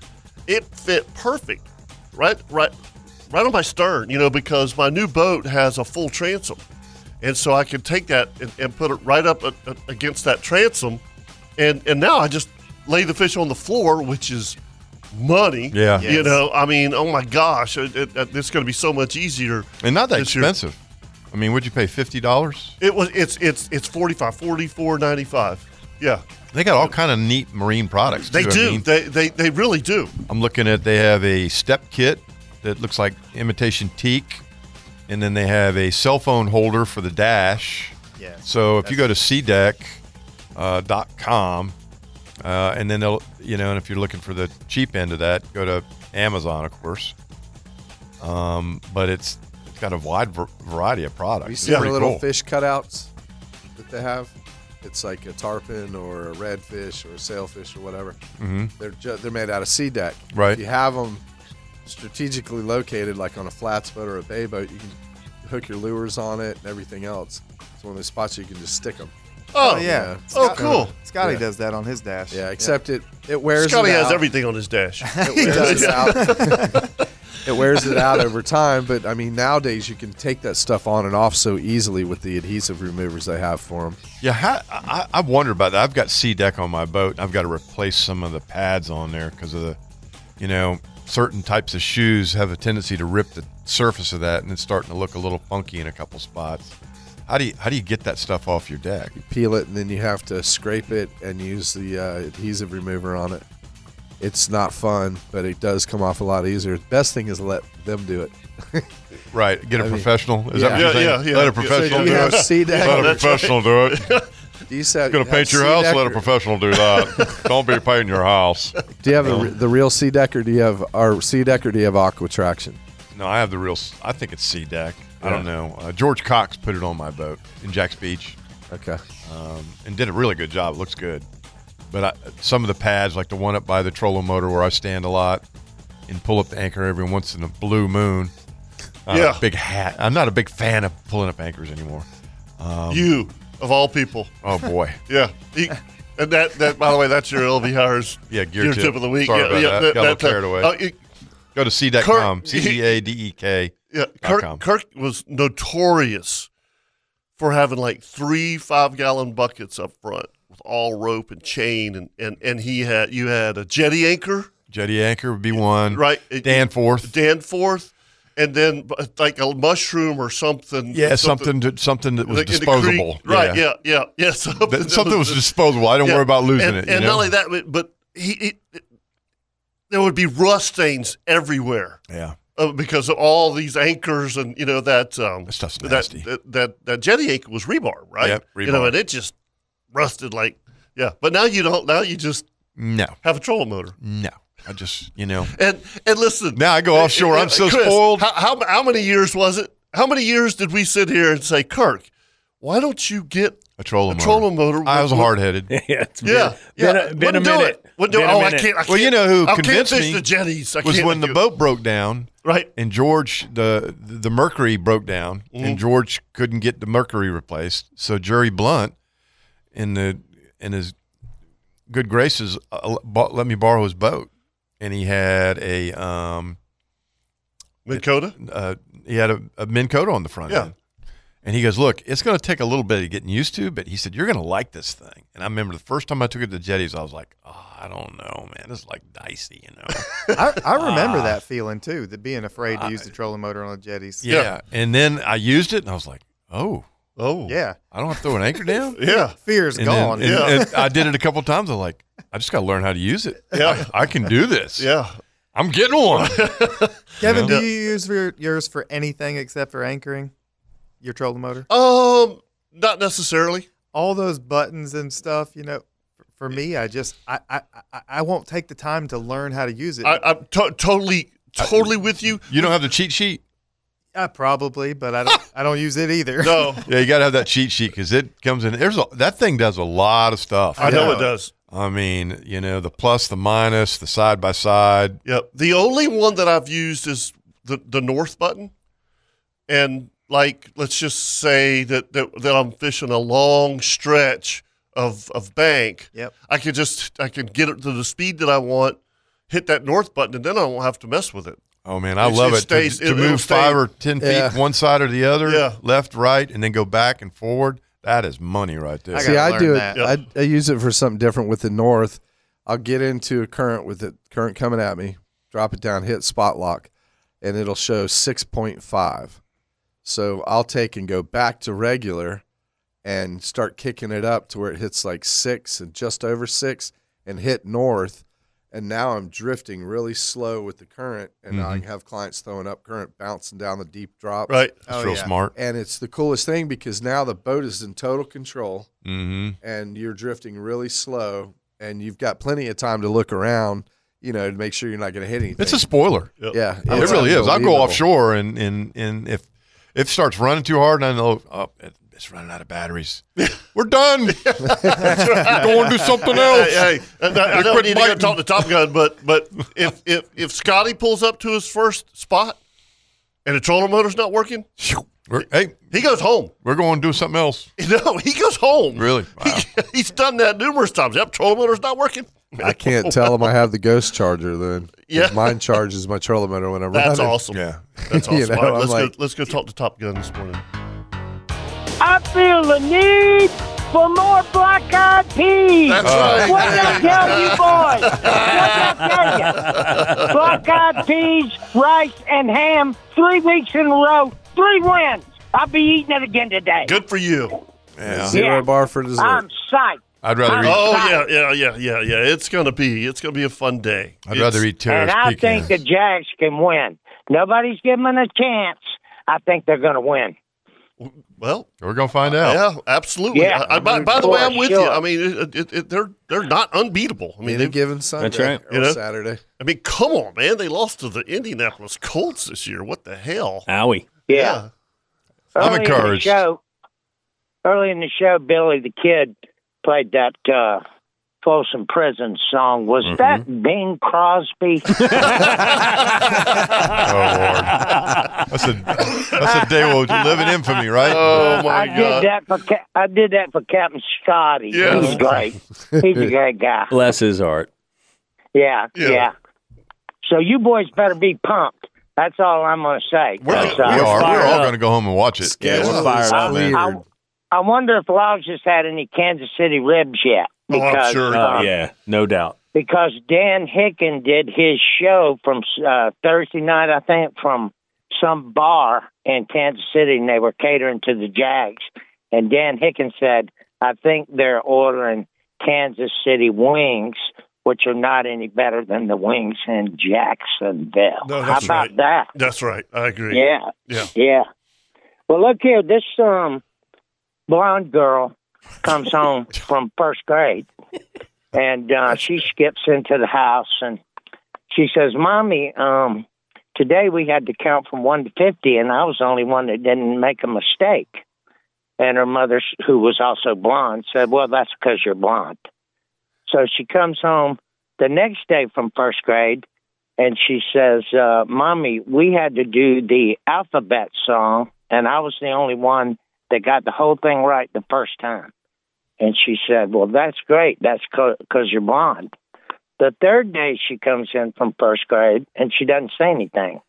it fit perfect, right, right, right on my stern. You know, because my new boat has a full transom, and so I can take that and, and put it right up a, a- against that transom, and and now I just lay the fish on the floor, which is money.
Yeah.
you
Yes.
know, I mean, oh my gosh, it, it, it- it's going to be so much easier.
and not that
this year.
expensive. I mean, would you pay fifty dollars?
It was it's it's it's 45 44 95. Yeah.
They got all kind of neat marine products.
They
too, I
do.
mean.
they, they they really do.
I'm looking at they have a step kit that looks like imitation teak, and then they have a cell phone holder for the dash.
Yeah.
So if you go to E cdeck.com, uh, and then they'll you know, and if you're looking for the cheap end of that, go to Amazon, of course. Um, but it's it's got a wide var- variety of products.
You
It's
see the
pretty
little
cool.
fish cutouts that they have. It's like a tarpon or a redfish or a sailfish or whatever.
Mhm.
Mm-hmm.
They're ju- they're made out of sea deck.
Right.
If you have them strategically located, like on a flats boat or a bay boat, you can hook your lures on it and everything else. It's one of those spots you can just stick them.
Oh,
yeah. Scott- Scotty does that on his dash.
Yeah, except it it wears.
Scotty
it
has
out.
everything on his dash.
<laughs> It wears it out. <laughs> it wears it out over time, but I mean nowadays you can take that stuff on and off so easily with the adhesive removers they have for them.
Yeah, how, I, I wonder about that. I've got sea deck on my boat. and I've got to replace some of the pads on there because of the, you know, certain types of shoes have a tendency to rip the surface of that, and it's starting to look a little funky in a couple spots. How do you how do you get that stuff off your deck?
peel it and then you have to scrape it and use the uh, adhesive remover on it. It's not fun, but it does come off a lot easier. Best thing is let them do it.
<laughs> Right, get a
I mean,
professional. Is that what
yeah.
you're saying?
Yeah, yeah, yeah.
Let
So
a professional
you
do
have
it.
sea deck.
Let a
That's
professional do
<laughs> right.
it.
Do you have,
Gonna paint
have
your
sea
house.
deck
Let a
or-
professional
<laughs>
do that. Don't be painting your house.
Do you have a,
No.
re- the real sea deck or do you have our sea deck or do you have aqua traction?
No, I have the real. s- I think it's Sea Deck. I
Yeah.
don't know. Uh, George Cox put it on my boat in Jack's Beach.
Okay.
Um, and did a really good job. It looks good. But I, some of the pads, like the one up by the trolling motor where I stand a lot and pull up the anchor every once in a blue moon. Uh,
Yeah.
Big hat. I'm not a big fan of pulling up anchors anymore. Um,
you of all people.
Oh, boy.
<laughs> yeah. He- and that that by the way, that's your LV hires.
Yeah, gear,
tip. of the week.
Sorry
yeah,
about
yeah,
that.
that-
Got a little
that's a-
carried away.
uh, it-
Go to c.com.
Kirk-
C-E-A-D-E-K.
Yeah,
E dot com.
Kirk, Kirk was notorious for having like three five gallon buckets up front with all rope and chain, and, and, and he had you had a jetty anchor,
Jetty Anchor would be one.
right?
Danforth.
Danforth, and then uh, like a mushroom or something.
Yeah, something to, something that was
like in the
disposable.
creek. Right? Yeah, yeah, yeah. <laughs> something,
That-
that
something was disposable. I don't worry about losing
and,
it, you
And
know?
not only that, but, but he, he there would be rust stains everywhere.
Yeah.
Uh, because of all these anchors and you know that um, that, that that that jetty anchor was rebar, right?
Yep,
You know,
rebar.
and it just rusted like yeah. But now you don't. Now you just
No.
have a trolling motor.
No. I just, you know.
And and listen.
Now I go offshore. I'm so
Chris,
spoiled.
How, how how many years was it? How many years did we sit here and say, Kirk, why don't you get
A trolling
a
motor.
trolling motor?
I was
with-
hard headed.
<laughs> yeah, it's been-
Yeah,
been
yeah.
a- been a
Wouldn't do
minute.
it. Wouldn't do
Been
it.
a
Oh, I
minute.
can't. I can't.
Well, you know who
I can't
convinced
fish
me
the jetties. I
was
can't
when the
do it.
boat broke down,
right?
And George the the Mercury broke down,
Mm-hmm.
and George couldn't get the Mercury replaced. So Jerry Blunt, in the in his good graces, uh, bought, let me borrow his boat, and he had a um,
Minn Kota?
Uh, he had a, a Minn Kota on the front
Yeah.
end. And he goes, look, it's going to take a little bit of getting used to, but he said you're going to like this thing. And I remember the first time I took it to jetties, I was like, oh, I don't know, man, it's like dicey, you know.
I, I remember
Ah.
that feeling too, the being afraid to use the trolling motor on the jetties.
Yeah. And then I used it and I was like, oh.
Oh.
Yeah.
I don't have to throw an anchor down?
Yeah. Fear's
And then-
gone.
and-
Yeah.
and I did it a couple times. I'm like, I just got to learn how to use it. Yeah. I, I can do this.
Yeah.
I'm getting one.
Kevin,
You know?
do you use your, yours for anything except for anchoring your trolling motor?
Um, not necessarily.
All those buttons and stuff, you know. f- For me, I just I I, I- I won't take the time to learn how to use it.
I, I'm to- totally, totally with you.
You don't have the cheat sheet?
I probably, but I
<laughs>
don't I don't use it either.
No.
yeah, you got to have that cheat sheet because it comes in. There's a, that thing does a lot of stuff.
I know it does.
I mean, you know, the plus, the minus, the side by side.
Yep. The only one that I've used is the the north button, and like let's just say that that, that I'm fishing a long stretch of of bank.
Yep.
I can just I can get it to the speed that I want, hit that north button, and then I won't have to mess with it.
Oh man, I
It's-
love it,
it
To-
stays-
to,
it- it'll
move
stay-
five or ten feet
Yeah.
one side or the other,
Yeah.
left, right, and then go back and forward. That is money right there.
See, I do it. I, I use it for something different with the north. I'll get into a current with the current coming at me, drop it down, hit spot lock, and it'll show 6.5. So I'll take and go back to regular and start kicking it up to where it hits like six and just over six and hit north. And now I'm drifting really slow with the current, and I
Mhm.
have clients throwing up current, bouncing down the deep drops.
Right. That's real smart.
And it's the coolest thing because now the boat is in total control
Mm-hmm.
Mm.
and you're drifting really slow and you've got plenty of time to look around, you know, to make sure you're not going to hit anything.
It's a spoiler.
Yeah.
it
it's
really is. I'll go
unbelievable.
offshore and and and if if it starts running too hard, and I know oh, it- it's running out of
<laughs>
batteries. We're done. Go and do something else.
Hey, hey, I, I, I
Quit
don't need to go
biting.
talk to Top Gun, but but if if if Scotty pulls up to his first spot and the trolling motor's not working,
We're- hey,
he goes home.
We're going to do something else.
<laughs> No, he goes home.
Really?
<laughs> He's done that numerous times. Yep, trolling motor's not working.
I can't tell them I have the ghost charger then. 'cause
Yeah.
Mine charges my trolling motor when I'm
That's
running.
awesome. that's awesome.
you know,
All right,
I'm
let's
like,
go. Let's go talk to Top Gun this morning.
I feel the need for more black eyed peas.
That's right.
What did I tell you, boys? What did I
<laughs>
tell you? Black eyed peas, rice, and ham, three weeks in a row, three wins. I'll be eating it again today.
Good for you.
<laughs>
Yeah.
Zero bar for dessert.
I'm psyched.
I'd rather eat.
Oh yeah, yeah, yeah, yeah, yeah. It's gonna be it's gonna be a fun day.
I'd rather eat
and
terrorist
I
pecans.
think the Jags can win. Nobody's giving them a chance. I think they're going to win.
Well,
we're gonna find out.
Yeah, absolutely.
Yeah.
I, I- by, by the
For
way, I'm with you.
sure.
I mean, it, it, it, they're they're not unbeatable. I mean,
Any
they've
given Sunday That's right. or Saturday.
I mean, come on, man. They lost to the Indianapolis Colts this year. What the hell?
Owie.
Yeah.
Early in the show, early in the show, Billy the Kid played that uh, Folsom Prison song. Was that Bing Crosby?
Oh Lord, that's a that's a day we'll live in infamy, right?
Oh,
I did that for Ca- I did that for Captain Scotty.
Yes.
He's great. He's a great guy.
Bless his heart.
Yeah,
Yeah.
yeah. So you boys better be pumped. That's all I'm going to say. That's, uh,
we are. We're all going to go home and watch it.
Yeah, we're fired up, man.
I, I wonder if Lodge has had any Kansas City ribs yet. Because,
Oh,
uh,
yeah, no doubt.
because Dan Hicken did his show from uh, Thursday night, I think, from some bar in Kansas City, and they were catering to the Jags. And Dan Hicken said, "I think they're ordering Kansas City wings, which are not any better than the wings in Jacksonville."
No,
How
that's
about
right.
that?
That's right. I agree.
Yeah.
Yeah.
Yeah. Well, look here. This um, blonde girl comes home from first grade, and uh, she skips into the house and she says, "Mommy, um, today we had to count from one to fifty, and I was the only one that didn't make a mistake." And her mother, who was also blonde, said, "Well, that's because you're blonde." So she comes home the next day from first grade and she says, uh, Mommy, we had to do the alphabet song, and I was the only one that got the whole thing right the first time. And she said, Well, that's great. That's because you're blonde. The third day she comes in from first grade, and she doesn't say anything.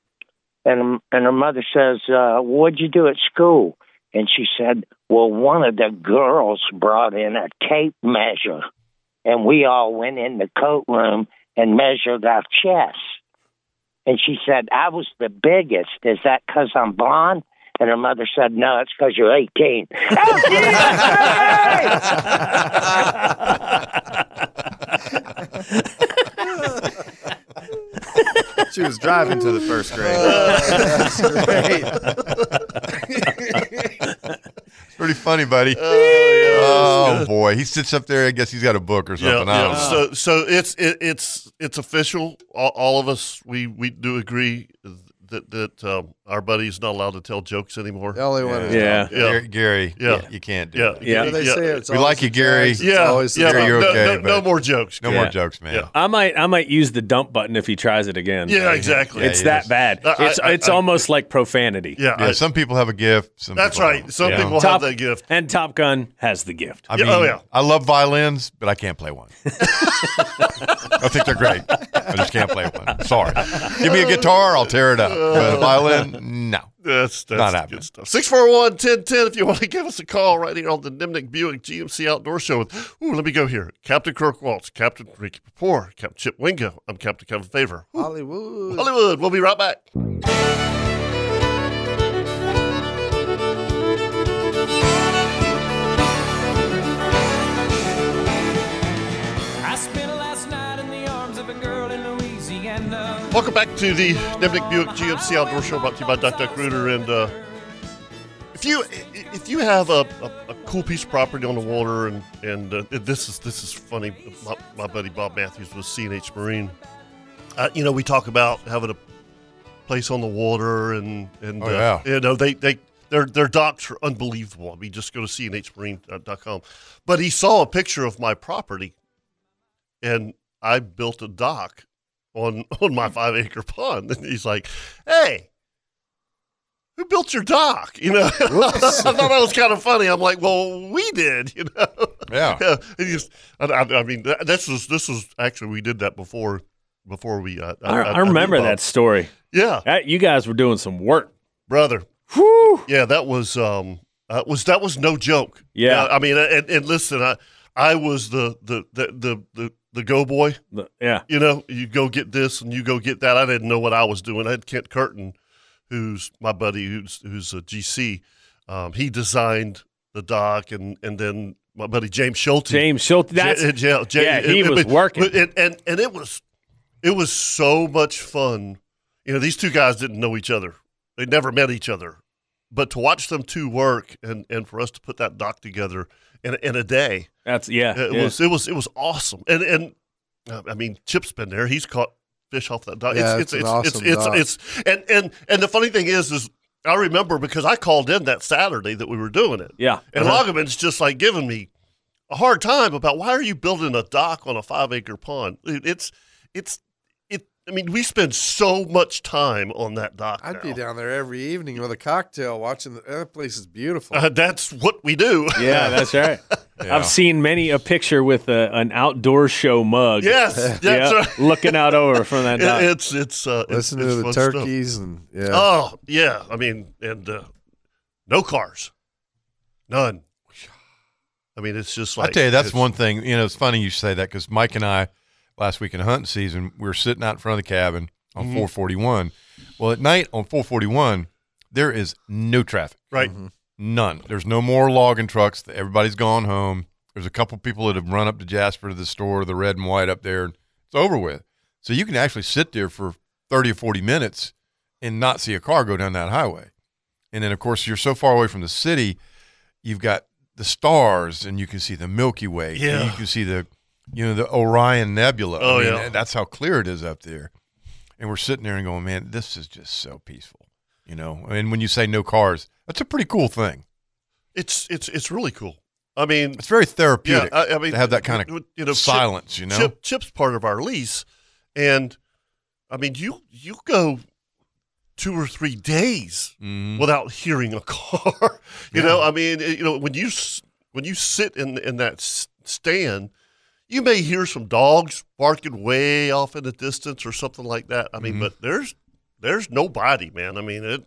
And, and her mother says, uh, What'd you do at school? And she said, Well, one of the girls brought in a tape measure, and we all went in the coat room and measured our chests. And she said, I was the biggest. Is that 'cause I'm blonde? And her mother said, No, it's 'cause you're <laughs> 18. Oh,
<laughs> she was driving to the first
<laughs>
grade. <laughs>
<laughs>
It's pretty funny, buddy.
Oh,
Oh, boy, he sits up there. I guess he's got a book or
Yeah,
something. I don't
yeah.
know.
So, so it's it, it's it's official. All, all of us we we do agree that that um, our buddy's not allowed to tell jokes anymore.
The only one who's
Yeah.
not.
Yeah. Gary- Gary, you- you can't do
yeah.
that. Yeah.
yeah,
They say it's We
yeah.
always like you, the Gary. jokes, it's
Yeah,
always the
yeah.
Gary, you're
no,
okay,
no, no
but-
more jokes.
No
Gary.
more jokes, man.
I might I might use the dump button if he tries it again.
Yeah, exactly.
It's
Yeah,
that bad.
I-
it's
I-
it's
I-
almost like profanity.
Yeah,
Yeah, some people have a gift. Some
That's
people
right.
don't.
Some
Yeah.
people
Top-
have that gift.
And Top Gun has the gift.
I
Yeah,
mean,
oh, yeah.
I love violins, but I can't play one. <laughs> I think they're great. I just can't play one. Sorry. Give me a guitar, I'll tear it up. But a violin, no.
That's, that's
Not
the
happening.
good stuff. 641 1010 if you want to give us a call right here on the Nimnik Buick GMC Outdoor Show. With, ooh, let me go here. Captain Kirk Waltz, Captain Ricky Papour, Captain Chip Wingo. I'm Captain Kevin Favor.
Hollywood.
Hollywood. We'll be right back.
I spent last night in the arms of a girl in Louisiana.
Welcome back to the Nimnik Buick GMC Outdoor Show brought to you by Duck Duck Rooter. And uh, if you if you have a, a, a cool piece of property on the water, and and uh, this is this is funny. My, my buddy Bob Matthews was CNH Marine. Uh, you know, we talk about having a place on the water, and and
Oh,
uh,
yeah.
you know they they. Their, their docks are unbelievable. I mean, just go to cnhmarine.com. But he saw a picture of my property, and I built a dock on <laughs> on my five acre pond. And he's like, "Hey, who built your dock?" You know, <laughs> <laughs> I thought that was kind of funny. I'm like, "Well, we did," you know.
<laughs> Yeah.
<laughs> And he's- I, I- I mean, th- this was this was actually we did that before before we. Uh,
I, I
knew
remember
about
that story.
Yeah,
That- you guys were doing some work,
brother. Yeah, that was um that was that was no joke.
Yeah.
I mean, and, and listen, I I was the the the the the, the go boy.
yeah.
You know, you go get this and you go get that. I didn't know what I was doing. I had Kent Curtin, who's my buddy, who's who's a GC. Um, he designed the dock, and and then my buddy James Schulte.
James Schulte, that's-
Ja- ja- ja-
yeah, he
it- it-
was
it-
working.
and, and and it was it was so much fun. You know, these two guys didn't know each other. They never met each other. But to watch them two work and, and for us to put that doc together in, in a day.
That's yeah.
It
yeah.
was it was it was awesome. And and uh, I mean Chip's been there. He's caught fish off that dock.
Yeah, it's
it's,
an
it's, it's,
awesome
it's,
dock.
it's and and and the funny thing is is I remember because I called in that Saturday that we were doing it.
Yeah.
And
Uh-huh.
Loggeman's just like giving me a hard time about why are you building a dock on a five acre pond? It- It's it's it. I mean, we spend so much time on that dock.
I'd be down there every evening with a cocktail watching. The, that place is
<laughs>
beautiful.
Uh, that's what
<laughs>
we do.
Uh-huh. Yeah, that's
<laughs>
right. I've seen many a picture with a, an outdoor show mug. <laughs>
Yes, that's right.
Looking out over from that.
<laughs> It-
dock.
it's it's uh, it's-
Listen to
it's
the
fun stuff.
turkeys and yeah.
Oh yeah, I mean, and uh, no cars, none. I mean, it's just like
I tell you, that's
it's-
one thing. You know, it's funny you say that because Mike and I last week in hunting season, we were sitting out in front of the cabin on
Mhm.
441. Well, at night on 441, there is no traffic.
Right.
None. There's no more logging trucks. Everybody's gone home. There's a couple people that have run up to Jasper to the store, the red and white up there. and It's over with. So you can actually sit there for 30 or 40 minutes and not see a car go down that highway. And then, of course, you're so far away from the city, you've got the stars and you can see the Milky Way.
Yeah.
And you can see the, you know, the Orion Nebula.
Oh,
I mean,
yeah.
That's how clear it is up there. And we're sitting there and going, man, this is just so peaceful, you know? And when you say no cars, that's a pretty cool thing.
It's it's it's really cool. I mean,
It's very therapeutic
Yeah, I, I mean,
to have that kind of
w- you know, Chip-
silence, you know?
Chip, Chip's part of our lease, and I mean, you you go two or three days
Mm-hmm.
without hearing a car. <laughs> you know, I mean, it- you know, when you s- when you sit in in that s- stand, you may hear some dogs barking way off in the distance or something like that. I mean,
Mhm.
but there's there's nobody, man. I mean, it.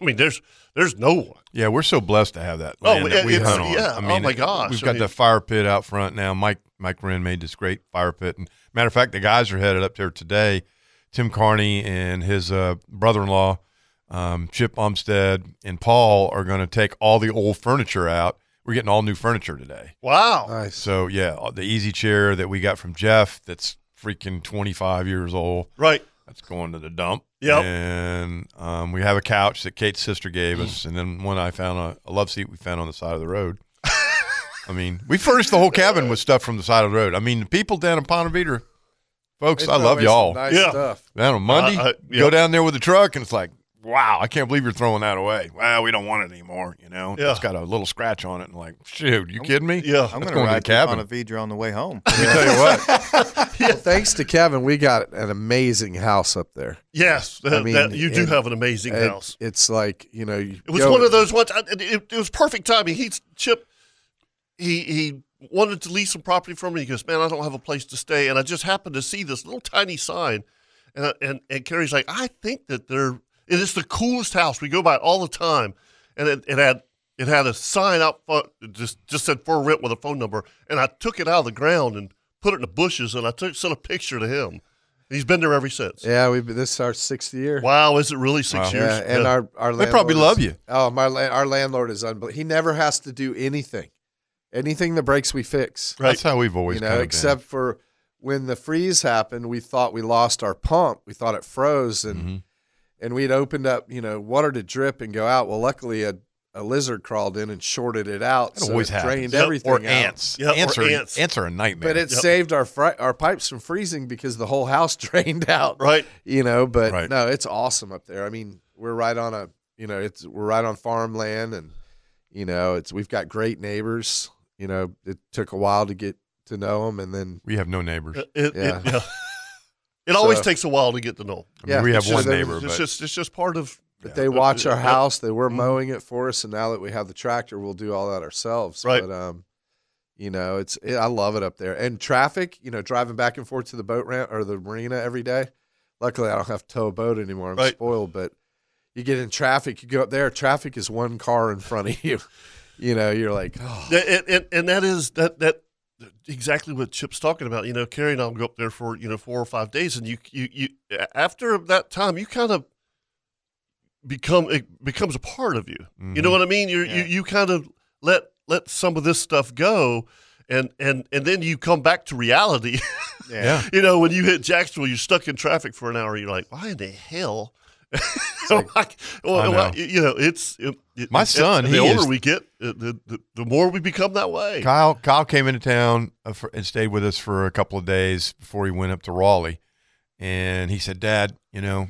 I mean, there's there's no one.
Yeah, we're so blessed to have that.
Oh,
Land that
it-
we
it's-
hunt on.
yeah,
I
oh
mean,
my
it-
gosh,
We've
I
got
mean-
the fire pit out front now. Mike Mike Wren made this great fire pit, and matter of fact, the guys are headed up there today. Tim Carney and his uh, brother-in-law, um, Chip Umstead, and Paul are going to take all the old furniture out. We're getting all new furniture today.
Wow.
So yeah, the easy chair that we got from Jeff that's freaking 25 years old.
Right.
That's going to the dump.
Yep.
And um, we have a couch that Kate's sister
Mm.
gave us, and then one I found a, a love seat we found on the side of the
<laughs>
road. I mean, we furnished the whole cabin with stuff from the side of the road. I mean, the people down in Ponte Vedra, folks,
They
I
throw
love
in some
y'all.
nice Yeah. stuff.
Down on Monday,
I- I-
go
yep.
down there with the truck, and it's like, wow, I can't believe you're throwing that away. Well, we don't want it anymore. You know,
Yeah.
it's got a little scratch on it, and like, shoot, you kidding me?
Yeah,
I'm
I'm
going
gonna
to the
ride
cabin.
cabin. on a Vidra on the way home.
<laughs> Let me tell you what.
<laughs>
Well, thanks to Kevin, we got an amazing house up there.
Yes, that- that- you do have an amazing house.
It's like you know, you
It was
go-
one of those ones. I- It, it- it was perfect timing. He Chip, he he wanted to lease some property from me. He goes, man, I don't have a place to stay, uh, and I just happened to see this little tiny sign, and I- and and Carrie's like, I think that they're. It is the coolest house. We go by it all the time, and it, it had it had a sign out front that just just said for rent with a phone number. And I took it out of the ground and put it in the bushes, and I took sent a picture to him. And he's been there ever since.
Yeah, we this is our sixth year.
Wow, is it really
Wow.
six years?
Yeah, and
Yeah.
our our
They probably
landlord is-
love you.
Oh, my la- our landlord is unbelievable. He never has to do anything. Anything that breaks, we fix.
Right. That's how we've always
you know,
kinda been.
except for when the freeze happened, we thought we lost our pump. We thought it froze, and
Mm-hmm.
and we'd opened up, you know, water to drip and go out. Well, luckily a a lizard crawled in and shorted it out,
That
so
always
it
happens.
drained
Yep, or
everything. out.
ants. Yep, or Ants are- ants. ants are a nightmare.
But it
Yep.
saved our fri- our pipes from freezing because the whole house <laughs> drained out.
Right.
You know, but no, it's awesome up there. I mean, we're right on a you know, it's we're right on farmland and you know, it's we've got great neighbors. You know, it took a while to get to know them and then
we have no neighbors.
It- it- yeah. <laughs> It always
So-
takes a while to get to know. 'em.
Yeah. I mean, we
It's
have
just-
one neighbor,
It's
but-
just it's just part of.
But they watch our
Yep.
house. They
Mm-hmm.
were mowing it for us, and now that we have the tractor, we'll do all that ourselves. Right. But um, you know, it's it, I love it up there. And traffic, you know, driving back and forth to the boat ramp or the marina every day. Luckily, I don't have to tow a boat anymore. I'm spoiled, but you get in traffic. You go up there. Traffic is one car in front of <laughs> you. You know, you're like, oh,
Th- and, and, and that is that that exactly what Chip's talking about. You know, Carrie and I'll go up there for you know four or five days, and you you you after that time, you kind of become it becomes a part of you. You know
Mhm.
what I mean? You're, You you kind of let let some of this stuff go. And, and and then you come back to reality.
Yeah.
<laughs> you know, when you hit Jacksonville, you're stuck in traffic for an hour. You're like, why in the hell? <laughs> Well,
I know.
well, you know, it's it, it-
My
it-
son,
The
he
older
is-
we get, uh, the, the the more we become that way.
Kyle Kyle came into town uh, for, and stayed with us for a couple of days before he went up to Raleigh, and he said, "Dad, you know,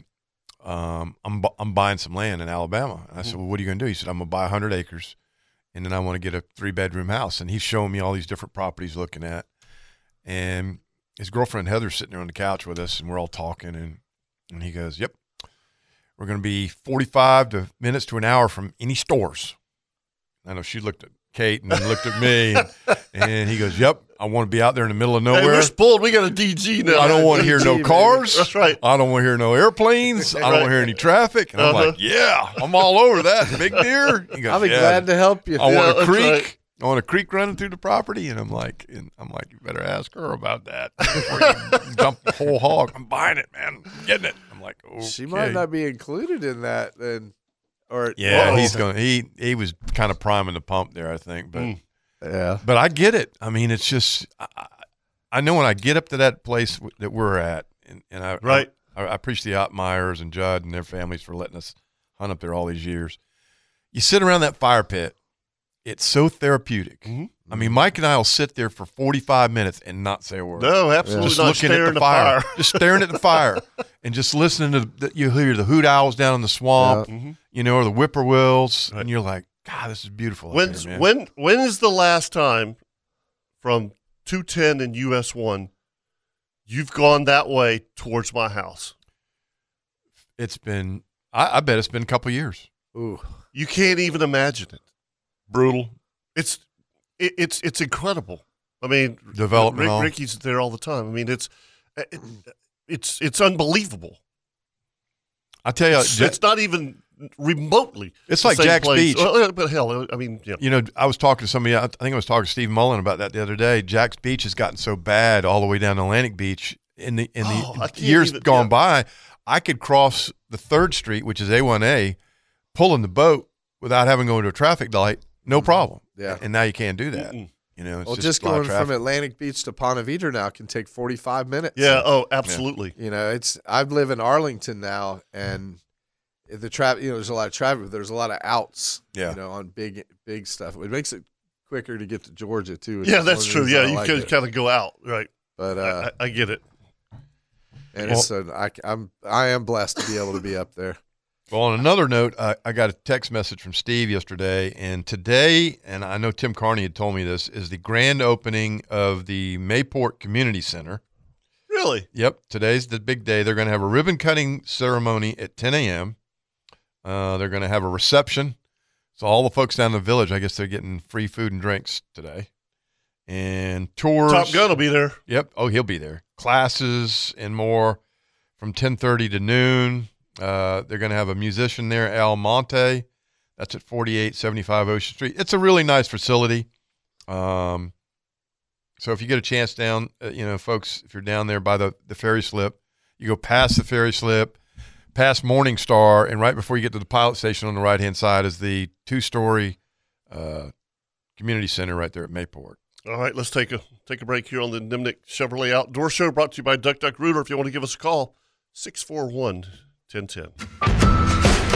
um, I'm bu- I'm buying some land in Alabama." And I said, "Well, what are you going to do?" He said, "I'm going to buy 100 acres, and then I want to get a three bedroom house." And he's showing me all these different properties looking at, and his girlfriend Heather's sitting there on the couch with us, and we're all talking, and and he goes, "Yep." We're going to be 45 to minutes to an hour from any stores. I know she looked at Kate and then looked at me,
<laughs>
and he goes, "Yep, I want to be out there in the middle of
Hey,
nowhere.
we're spoiled. We got a DG now.
I don't want to hear
DG, <laughs>
no
baby.
cars.
That's right.
I don't want to hear no airplanes. I don't want to hear any traffic." And I'm
Uh-huh.
like, "Yeah, I'm all over that, big deer." He goes,
I'll be
"Yeah,
glad to help you."
I want
Yeah,
a
that's
creek.
right.
I want a creek running through the property, and I'm like, and I'm like, you better ask her about that before
<laughs>
you dump the whole hog. I'm buying it, man. I'm getting it. I'm like, okay.
she might not be included in that. Then, or Oh,
Yeah,
Whoa.
he's going. He he was kind of priming the pump there, I think. But
Mm. yeah,
but I get it. I mean, it's just I, I- I know when I get up to that place w- that we're at, and, and I
Right.
I, I appreciate the Ottmeyers and Judd and their families for letting us hunt up there all these years. You sit around that fire pit. It's so therapeutic.
Mm-hmm.
I mean, Mike and I will sit there for 45 minutes and not say a word.
No, absolutely
Just
not.
looking
Staring
at
at the
the fire.
fire.
just staring at the fire and just listening to the, you hear the hoot owls down in the swamp,
Yeah. Mhm.
you know, or the whippoorwills, and you're like, God, this is beautiful. up
When
there, man."
when when is the last time from two ten and US one you've gone that way towards my house?
It's been. I, I bet it's been a couple years.
Ooh,
you can't even imagine it. Brutal. It's it, it's it's incredible. I mean,
Development all.
Rick, Ricky's there all the time. I mean, it's eh, it, it's it's unbelievable.
I tell you,
it's,
Ja-
it's not even remotely.
It's
the
like
same
Jack's
place.
Beach.
Well, Oh, but hell, I mean, yeah.
you know, I was talking to somebody. I think I was talking to Steve Mullen about that the other day. Jack's Beach has gotten so bad all the way down to Atlantic Beach in the in the
Oh, I can't
years
even-
gone by. I could cross the third street, which is A1A, pulling the boat without having to go into a traffic light,
Mm-hmm.
no problem.
Yeah.
and now you can't do that. You know, it's
well,
just,
just,
a lot of
going from
traffic.
Atlantic Beach to Ponte Vedra now can take 45 minutes.
Yeah, oh, absolutely.
You know, it's I live in Arlington now, and the traffic. You know, there's a lot of traffic, but there's a lot of outs.
Yeah.
you know, on big big stuff. It makes it quicker to get to Georgia too. which
yeah,
is one
that's
of the
true.
reasons
Yeah,
I
you
like
could
it.
kind of go out, right?
But uh,
I, I get it.
And it's an, I, am I am blessed to be able to be up there.
Well, on another note, I, I got a text message from Steve yesterday, and today, and I know Tim Carney had told me this, is the grand opening of the Mayport Community Center.
Really?
Yep. Today's the big day. They're going to have a ribbon cutting ceremony at 10 a.m. Uh, they're going to have a reception. So all the folks down in the village, I guess they're getting free food and drinks today, and tours.
Top Gun will be there.
Yep. Oh, he'll be there. Classes and more from 10:30 to noon. Uh, they're going to have a musician there, Al Monte. That's at 4875 Ocean Street. It's a really nice facility. Um, so if you get a chance down, uh, you know, folks, if you're down there by the, the ferry slip, you go past the ferry slip, past Morning Star, and right before you get to the pilot station on the right hand side is the two story uh, community center right there at Mayport.
All right, let's take a take a break here on the Nimnik Chevrolet Outdoor Show brought to you by Duck Duck Rooter. If you want to give us a call, 641 1010.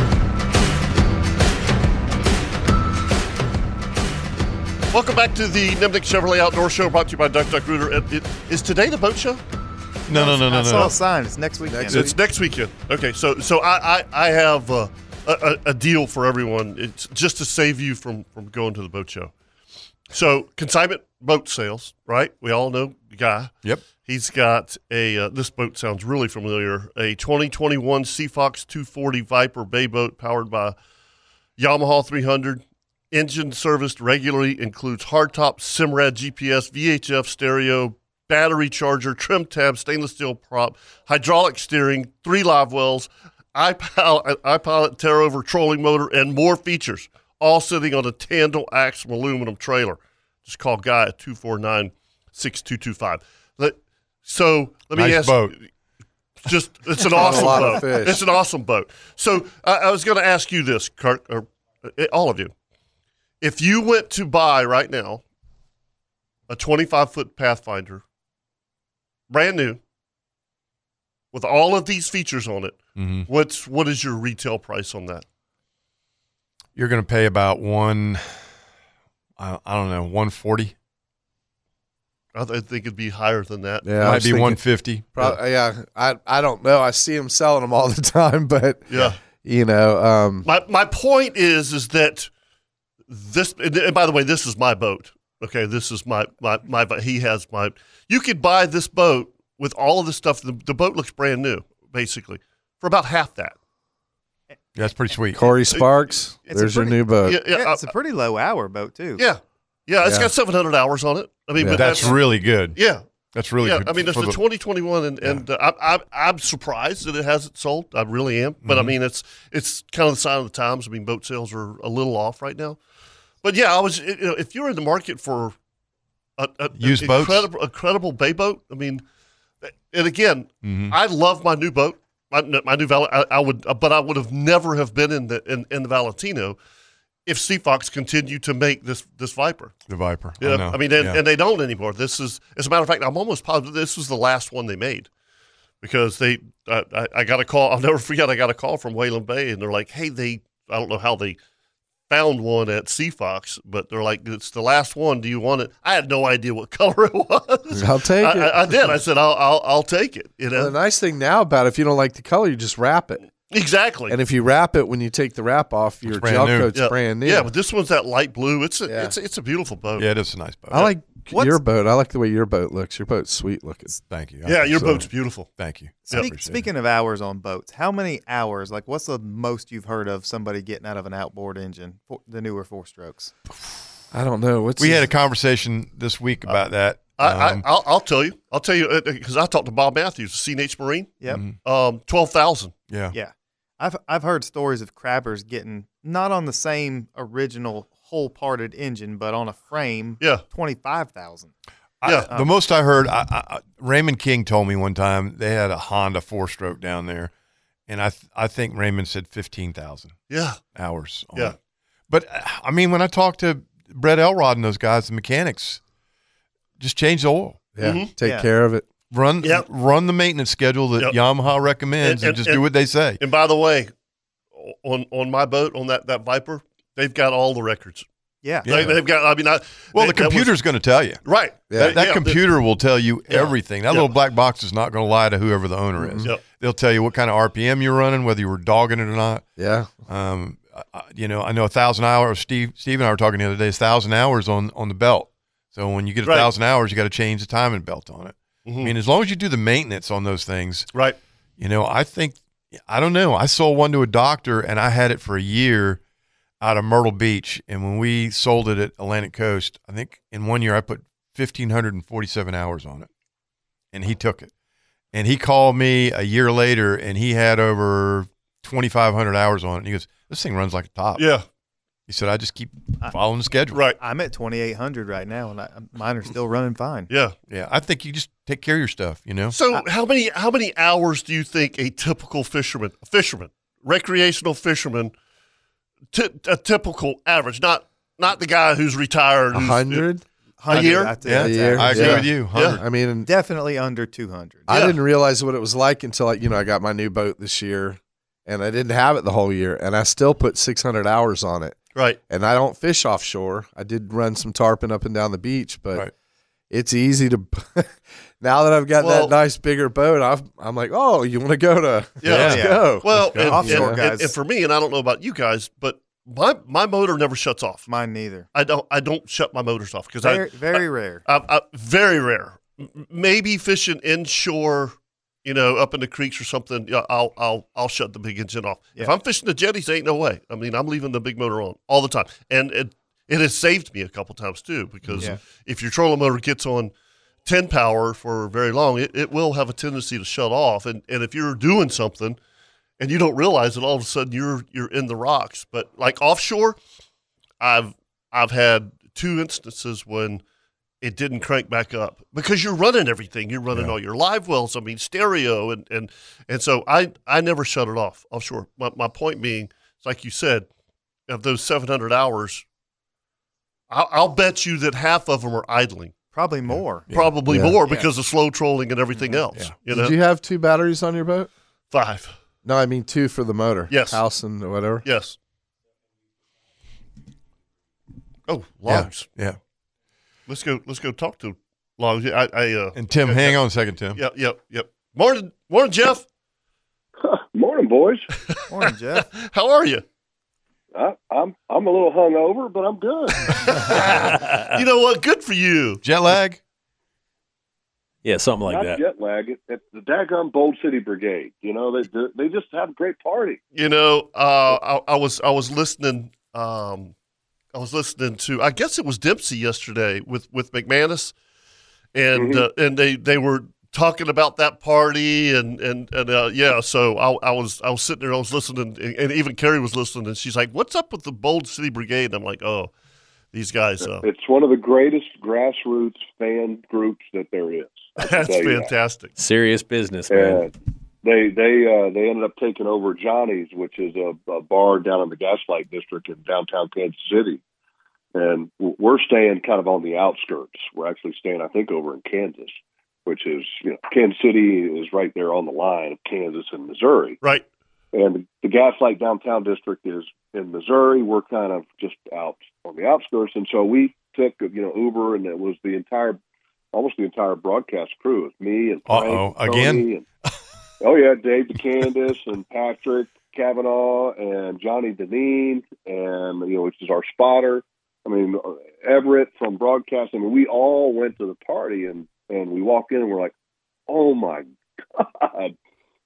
Welcome back to the Nimnik Chevrolet Outdoor Show brought to you by Duck Duck Rooter. It- it- Is today the boat show?
No, no, no, no, no,
I saw
no.
a sign. It's next weekend.
It's next weekend. Okay, so so I I, I have uh, a, a, a deal for everyone. It's just to save you from from going to the boat show. So consignment boat sales, right? We all know the guy.
Yep.
He's got a. Uh, this boat sounds really familiar. A 2021 Sea Fox 240 Viper bay boat powered by Yamaha 300. Engine serviced regularly includes hardtop, Simrad, GPS, VHF stereo, battery charger, trim tab, stainless steel prop, hydraulic steering, three live wells, iPilot, iPilot tear over trolling motor, and more features, all sitting on a Tandem Axle aluminum trailer. Just call Guy at 249 6225. Let, so let me
Nice
ask
boat.
Just it's an
Got a
awesome
lot
boat.
of fish.
It's an awesome boat. So I, I was going to ask you this, Kirk, or uh, all of you, if you went to buy right now a 25 foot Pathfinder, brand new, with all of these features on it,
Mhm.
what's what is your retail price on that?
You're going to pay about one, I, I don't know, 140.
I, th- I think it'd be higher than that.
Yeah, Might I was be thinking- 150.
Prob- yeah, I I don't know. I see them selling them all the time, but
Yeah.
you know, um,
My my point is is that this and th- and by the way, this is my boat. Okay, this is my my my boat. he has my. You could buy this boat with all of this stuff. The, the boat looks brand new, basically, for about half that.
That's pretty sweet.
Corey Sparks.
It's a
there's your
pretty-
new boat.
Yeah, yeah, uh,
it's a pretty low hour boat too.
Yeah, yeah, it's
Yeah.
got 700 hours on it. I mean, but
that's, really good.
Yeah.
That's really
yeah,
good.
I mean, it's
for
the 2021, and, and uh, I, I, I'm surprised that it hasn't sold. I really am. But I
Mm-hmm.
mean, it's it's kind of the sign of the times. I mean, boat sales are a little off right now. But yeah, I was. You know, if you're in the market for a, a
Used
an
boats?
incredible, a credible bay boat, I mean, and again,
Mhm.
I love my new boat, my, my new Val. I, I would, but I would have never have been in the in, in the Valentino if Sea Fox continued to make this this Viper.
the Viper.
Yeah,
know.
I mean, and,
Yeah.
and they don't anymore. This is, as a matter of fact, I'm almost positive this was the last one they made because they, I, I, I got a call. <laughs> I'll never forget. I got a call from Whalen Bay, and they're like, "Hey, they, I don't know how they found one at Sea Fox, but they're like, it's the last one. Do you want it? I had no idea what <laughs> color it was.
I'll take
I,
it.
I, I did. I said, I'll, I'll, I'll take it. You know,
Well, the nice thing now about it, if you don't like the color, you just wrap it.
exactly.
And if you wrap it when you take the wrap off, your
brand
gel
new.
coat's
yeah.
brand new.
Yeah, but this one's that light blue. It's a, it's, a, it's a beautiful boat.
Yeah, it is a nice boat.
I like
What's-
your boat. I like the way your boat looks. Your boat's sweet looking.
Thank you.
Yeah, your boat's beautiful.
Thank you.
Speak, Speaking of hours on boats, how many hours? Like, what's the most you've heard of somebody getting out of an outboard engine? For, the newer four strokes.
I don't know. What's
we had a conversation this week about that.
I, I,
Um,
I'll, I'll tell you. I'll tell you because I talked to Bob Matthews, a CNH Marine.
Yep.
Um, twelve thousand.
Mm-hmm. yeah.
Yeah. I've I've heard stories of crabbers getting not on the same original whole parted engine, but on a frame.
Yeah.
Twenty five thousand.
I- uh,
Yeah.
the most I heard, I, I, I- Raymond King told me one time they had a Honda four stroke down there, and I th- I think Raymond said fifteen thousand.
Yeah.
hours. On
Yeah.
it. but uh, I mean, when I talked to Brett Elrod and those guys, the mechanics, just change the oil.
Yeah, Mhm. take care of it.
Run run the maintenance schedule that Yamaha recommends, and, just do what they say.
And by the way, on on my boat on that that Viper, they've got all the records.
Yeah.
They, have got. I mean, I,
Well, the
they- that was-
computer's going to tell you,
Right.
That, that
Yeah.
computer will tell you
Yeah.
everything. That
Yeah.
little black box is not going to lie to whoever the owner is.
Yep.
They'll tell you what kind of RPM you're running, whether you were dogging it or not.
Yeah.
Um, I- I- you know, I know a thousand hours. Steve, Steve and I were talking the other day. It's thousand hours on on the belt. So when you get a
Right.
thousand hours, you got to change the timing belt on it. I
Mhm.
mean, as long as you do the maintenance on those things,
right?
You know, I think I don't know. I sold one to a doctor, and I had it for a year out of Myrtle Beach. And when we sold it at Atlantic Coast, I think in one year I put fifteen hundred and forty-seven hours on it, and he took it. And he called me a year later, and he had over 2,500 hours on it. And he goes, this thing runs like a top.
Yeah.
He said, I just keep following the schedule.
Right.
I'm at 2,800 right now, and I, mine are still running fine.
Yeah.
Yeah. I think you just take care of your stuff, you know?
Uh,
So how many how many hours do you think a typical fisherman, fisherman, recreational fisherman, ty- a typical average, not not the guy who's retired, who's- uh, a year,
Yeah.
I mean,
definitely under 200.
I didn't realize what it was like until I, you know I got my new boat this year, and I didn't have it the whole year, and I still put 600 hours on it.
Right.
And I don't fish offshore. I did run some tarpon up and down the beach, but it's easy to. <laughs> now that I've got
Well-
that nice bigger boat, I've, I'm like, oh, you want to go
<laughs>
to? let's go.
Well,
Let's go.
and-
offshore
and-
guys.
and- and for me, and I don't know about you guys, but my my motor never shuts off.
Mine neither.
I don't I don't shut my motors off because
Very-
I
very
I-
rare.
I, I, Uh, very rare. M- Maybe fishing inshore, you know, up in the creeks or something. Yeah, I'll I'll I'll shut the big engine off. If
Yeah.
I'm fishing the jetties, ain't no way. I mean, I'm leaving the big motor on all the time, and it it has saved me a couple times too because
Yeah.
if your trolling motor gets on. 10 power for very long, it, it will have a tendency to shut off. And, and if you're doing something and you don't realize it, all of a sudden you're you're in the rocks. But like offshore, I've I've had two instances when it didn't crank back up because you're running everything. You're running all your live wells. I mean, stereo and and and so I I never shut it off offshore. My my point being, it's like you said, of those 700 hours, I'll, I'll bet you that half of them are idling.
Probably more.
Probably
Yeah.
more
Yeah.
because of slow trolling and everything else. You know,
Mm-hmm. Did you have two batteries on your boat?
Five.
No, I mean two for the motor.
Yes.
House and whatever.
Yes. Oh,
Yeah.
logs.
Yeah.
Let's go. Let's go talk to logs. I, I uh,
And Tim,
yeah,
hang
yeah.
on a second, Tim.
Yep, yep, yep. Morning, morning, Jeff.
<laughs> Morning, boys.
Morning, Jeff.
<laughs> How are you?
I, I'm I'm a little hungover, but
<laughs>
I'm good.
you know what? Good for you.
Jet lag.
Yeah, something like
Not
that.
jet lag. It, it's the daggone Bold City Brigade. You know, they they just have a great party.
You know, uh, I, I was I was listening. Um, I was listening to. I guess it was Dempsey yesterday with with McManus, and
Mhm.
uh, and they they were talking about that party and and and uh, yeah. So I, I was I was sitting there. I was listening, and, and even Carrie was listening. And she's like, "What's up with the Bold City Brigade?" And I'm like, "Oh, these guys." Uh,
It's one of the greatest grassroots fan groups that there is. I can
that's
tell you that.
fantastic.
Serious business, man.
They they uh, they ended up taking over Johnny's, which is a, a bar down in the Gaslight District in downtown Kansas City, and w- we're staying kind of on the outskirts. We're actually staying, I think, over in Kansas, which is you know Kansas City is right there on the line of Kansas and Missouri.
Right.
And the Gaslight Downtown District is in Missouri. We're kind of just out on the outskirts, and so we took you know Uber, and it was the entire, almost the entire broadcast crew. It was me and Frank,
Uh-oh,
and
again?
Tony and- <laughs> oh yeah, Dave DeCandis and Patrick Kavanaugh and Johnny Deneen, and you know which is our spotter. I mean Everett from broadcasting. I mean, we all went to the party, and and we walk in, and we're like, oh my <laughs> god,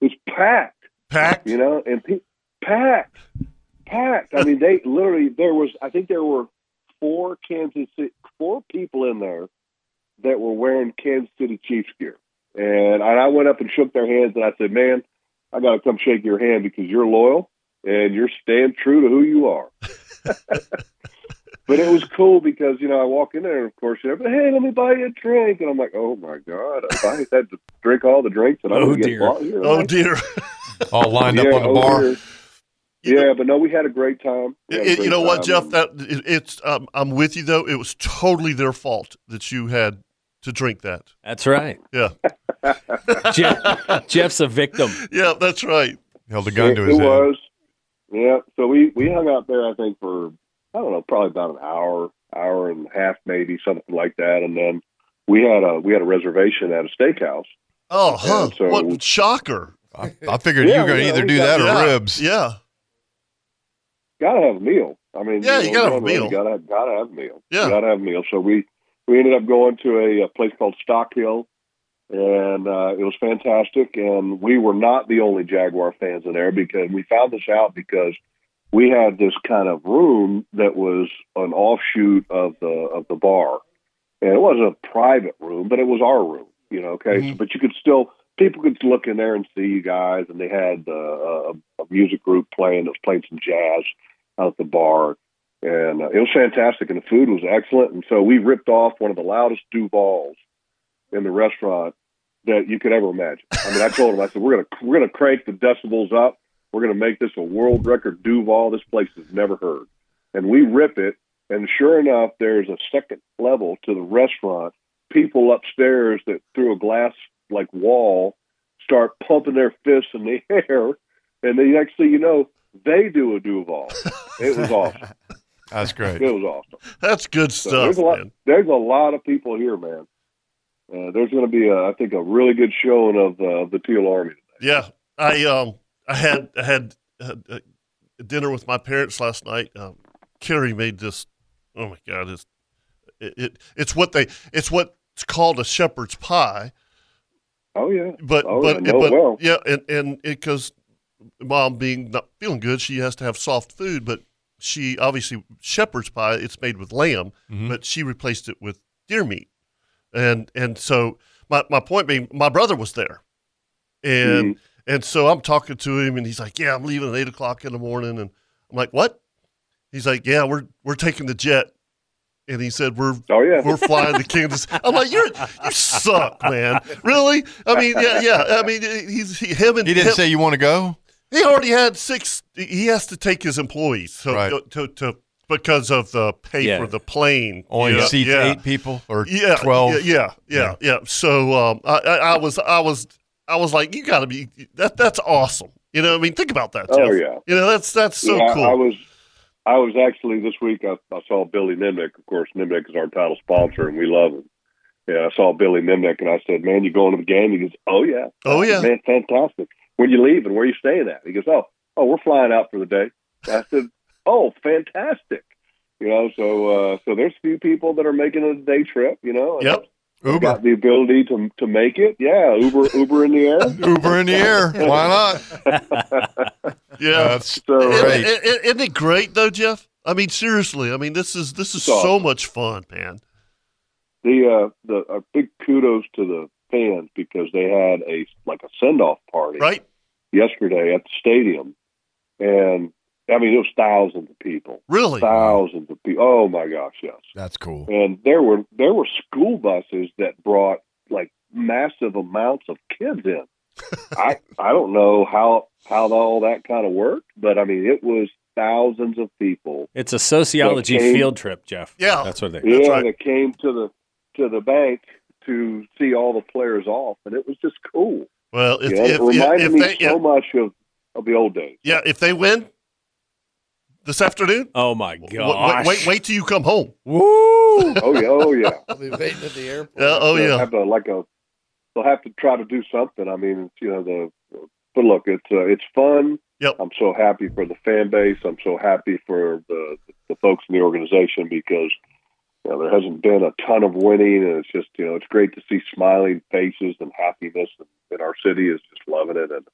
it's packed.
Packed.
You know, and pe- packed, packed. I mean,
<laughs>
they literally there was. I think there were four Kansas City, four people in there that were wearing Kansas City Chiefs gear, and I, I went up and shook their hands, and I said, "Man, I got to come shake your hand because you're loyal and you're staying true to who you are." <laughs> but it was cool because you know I walk in there, and of course, everybody, hey, let me buy you a drink, and I'm like, "Oh my god, if I had to drink all the drinks that I
Oh,
would get
dear.
bought here,
Oh
right?"
dear.
All lined
Yeah,
up on the
oh,
bar.
dear. Yeah, but no, we had a great time. We had a
It-
great
you know what,
time.
Jeff? That it, it's um, I'm with you though. It was totally their fault that you had to drink that.
That's right.
Yeah,
<laughs> Jeff, Jeff's a victim.
yeah, that's right.
Held
a
it, it was. Yeah, so we we hung out there. I think for I don't know, probably about an hour, hour and a half, maybe something like that. And then we had a we had a reservation at a steakhouse.
Oh, huh.
And so-
what shocker!
I, I figured you
Yeah,
were going to
yeah,
either
we
do
got-
that or
Yeah.
ribs.
Yeah.
Gotta have a meal. I mean,
Yeah, you
know,
gotta have a
really
meal.
Gotta have, gotta have a meal.
Yeah.
You gotta have a meal. So we we ended up going to a, a place called Stockhill, and uh, it was fantastic. And we were not the only Jaguar fans in there because we found this out because we had this kind of room that was an offshoot of the of the bar, and it wasn't a private room, but it was our room. You know, okay,
Mhm.
but you could still people could look in there and see you guys. And they had uh, a, a music group playing that was playing some jazz out at the bar, and uh, it was fantastic. And the food was excellent. And so we ripped off one of the loudest Duvals in the restaurant that you could ever imagine. I mean, I told him, I said, we're gonna we're gonna crank the decibels up. We're gonna make this a world record Duval. This place has never heard. And we rip it, and sure enough, there's a second level to the restaurant. People upstairs that through a glass like wall start pumping their fists in the <laughs> air, and the next thing you know, they do a Duval. It
<laughs>
was awesome.
That's great.
It was awesome.
That's good
So
stuff.
there's a lot. There's a lot of people here, man. Uh, there's going to be, a, I think, a really good showing of uh, the Teal Army.
Yeah, I um, I had I had, had uh, dinner with my parents last night. Um, Carrie made this. Oh my God, it's it, it it's what they it's what's called a shepherd's pie.
Oh yeah,
but
Oh,
but
I know it
but
well.
yeah, and and because mom being not feeling good, she has to have soft food, but. She obviously shepherd's pie. It's made with lamb, but she replaced it with deer meat, and and so my, my point being, my brother was there, and
Mm-hmm.
and so I'm talking to him, and he's like, "Yeah, I'm leaving at eight o'clock in the morning." And I'm like, "What?" He's like, "Yeah, we're we're taking the jet," and he said, "We're
oh yeah,
we're flying
<laughs>
to Kansas." I'm like, "You're you suck, man. Really? I mean, yeah, yeah. I mean, he's he, him and
He didn't
him-
say you want to go.
he already had six. He has to take his employees so
Right.
to, to, to because of the pay
Yeah.
for the plane.
Only seats eight people or
yeah,
12?
Yeah, yeah, yeah, yeah. So um, I, I, I was, I was, I was like, you got to be that. That's awesome. You know, what I mean, think about that.
Oh,
Jeff.
yeah.
You know, that's that's so
Yeah, I-
cool.
I, was, I was actually this week. I, I saw Billy Nimnick. Of course, Nimnick is our title sponsor, and we love him. And I saw Billy Nimnick, and I said, "Man, you going to the game?" He goes, "Oh yeah,
Oh,
I said,
yeah.
man, fantastic." When you leave, and where you staying at? He goes, "Oh, oh, we're flying out for the day." I said, <laughs> "Oh, fantastic." You know, so uh, so there's a few people that are making a day trip. You know, and
Yep.
Uber.
got the ability to to make it. Yeah, Uber Uber in the air.
Uber in the air. Why not?
<laughs>
Yeah,
That's
uh,
Isn't-
great.
i- i- isn't it great though, Jeff? I mean, seriously. I mean, this is this is
It's
so
awesome.
much fun, man.
the uh, the uh, big kudos to the fans because they had a like a send off party
right
yesterday at the stadium, and I mean it was thousands of people,
really
thousands of people. Oh my gosh, yes.
That's cool.
And there were there were school buses that brought like massive amounts of kids
<laughs>
in. I I don't know how how all that kind of worked, but I mean it was thousands of people
It's a sociology
Okay.
field trip, Jeff.
Yeah.
That's what they
yeah, that came to the to the bank to see all the players off, and it was just cool.
Well, if
You know,
if,
it reminded
if
me
they,
so much of, of the old days.
yeah, if they win this afternoon,
oh my
Wait, wait, wait till you come home.
Woo!
Oh yeah, oh yeah.
I'll be waiting at the airport.
Yeah, oh
they'll
yeah.
Have to, like a, they'll have to try to do something. I mean, it's, you know the. But look, it's uh, it's fun.
Yep.
I'm so happy for the fan base. I'm so happy for the the folks in the organization because you know, there hasn't been a ton of winning, and it's just you know it's great to see smiling faces and happiness, and, and our city is just loving it. And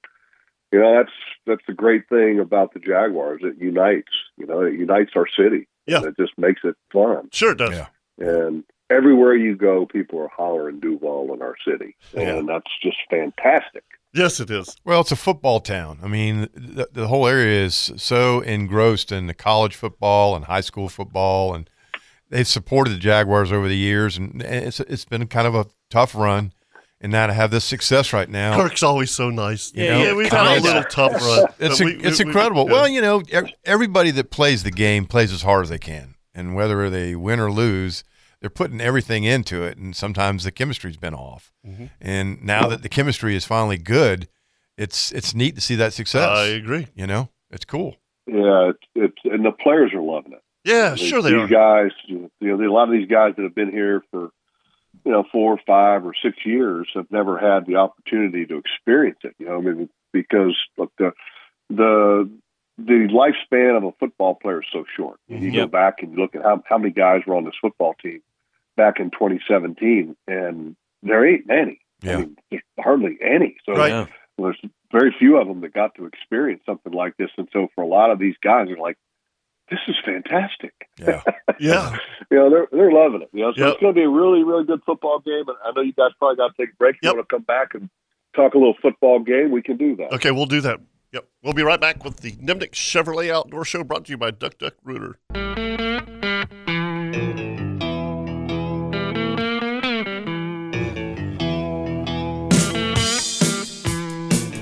you know that's that's the great thing about the Jaguars. It unites. You know, it unites our city.
Yeah.
And it just makes it fun.
Sure it does.
And everywhere you go, people are hollering Duval in our city, and that's just fantastic.
Yes, it is.
Well, it's a football town. I mean, the, the whole area is so engrossed in the college football and high school football, and they've supported the Jaguars over the years, and it's it's been kind of a tough run. And now to have this success right now,
Kirk's always so nice.
you
Yeah,
know,
yeah, we've had a
kinda-
little tough run.
It's
but
a-
we-
it's
we- we-
incredible.
yeah.
Well, you know, ev- everybody that plays the game plays as hard as they can, and whether they win or lose, they're putting everything into it. And sometimes the chemistry's been off,
Mm-hmm.
Mhm.
and now that the chemistry is finally good, it's it's neat to see that success.
I agree.
You know, it's cool.
Yeah, it's, it's and the players are loving it.
yeah,
These-
sure they
these
are.
guys, you know, a lot of these guys that have been here for you know four, five, or six years have never had the opportunity to experience it. You know, I mean, because look, the the the lifespan of a football player is so short.
Mm-hmm.
You go
Yep.
back and you look at how how many guys were on this football team back in 2017, and there ain't many.
Yeah.
I mean, there's hardly any. So
Right.
Yeah.
well, there's very few of them that got to experience something like this, and so for a lot of these guys, they're like, <laughs> "This is fantastic."
Yeah.
Yeah,
You know, they're they're loving it. You know, so
Yep.
it's going to be a really really good football game. And I know you guys probably got to take a break. You
Yep.
want to come back and talk a little football game, we can do that.
Okay, we'll do that. Yep. We'll be right back with the Nimnik Chevrolet Outdoor Show brought to you by Duck Duck Rooter.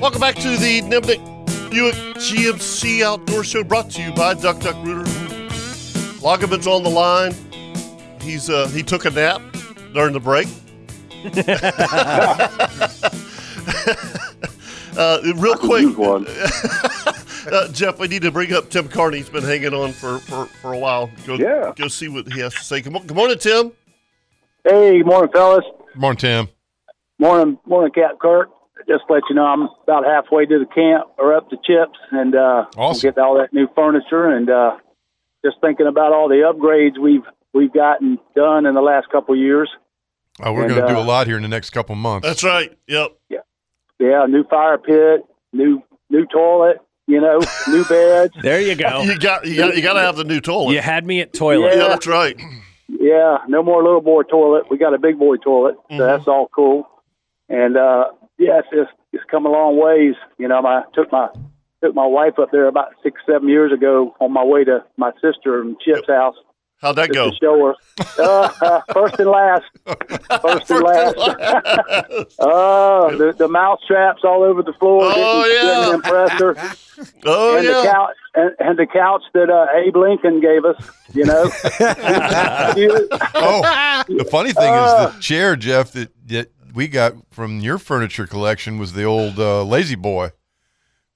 Welcome back to the Nimnik Buick GMC Outdoor Show brought to you by Duck Duck Rooter. Loggeman's on the line. He's uh, he took a nap during the break. <laughs> Uh, real quick, <laughs> uh, Jeff, we need to bring up Tim Carney. He's been hanging on for, for, for a while. Go, yeah. go see what he has to say. Good, mo- good morning, Tim.
Hey, good morning, fellas.
Morning, Tim.
Morning, morning, Cap Kirk. Just to let you know, I'm about halfway to the camp or up to chips, and uh, we'll
Awesome.
get all that new furniture, and uh, just thinking about all the upgrades we've we've gotten done in the last couple of years.
Oh, we're
And,
going to do
uh,
a lot here in the next couple months. <laughs>
That's right. Yep.
Yeah. Yeah. New fire pit. New new toilet. You know, new beds.
<laughs> There you go.
You got you got you got to have the new toilet.
You had me at toilet.
Yeah, that's right.
Yeah, no more little boy toilet. We got a big boy toilet, so
Mm-hmm.
that's all cool. And uh yeah, it's just it's come a long ways. You know, I took my took my wife up there about six, seven years ago on my way to my sister and Chip's house.
How'd that
go? To show her. Uh, uh, first and last. First and last. <laughs> Oh, the, the mouse traps all over the floor.
Oh,
didn't,
yeah.
Didn't impress her.
Oh,
and The
yeah.
couch, and, and the couch that uh, Abe Lincoln gave us, you know.
oh, the funny thing
Uh, <laughs>
is the chair, Jeff, that, that we got from your furniture collection was the old uh, Lazy Boy.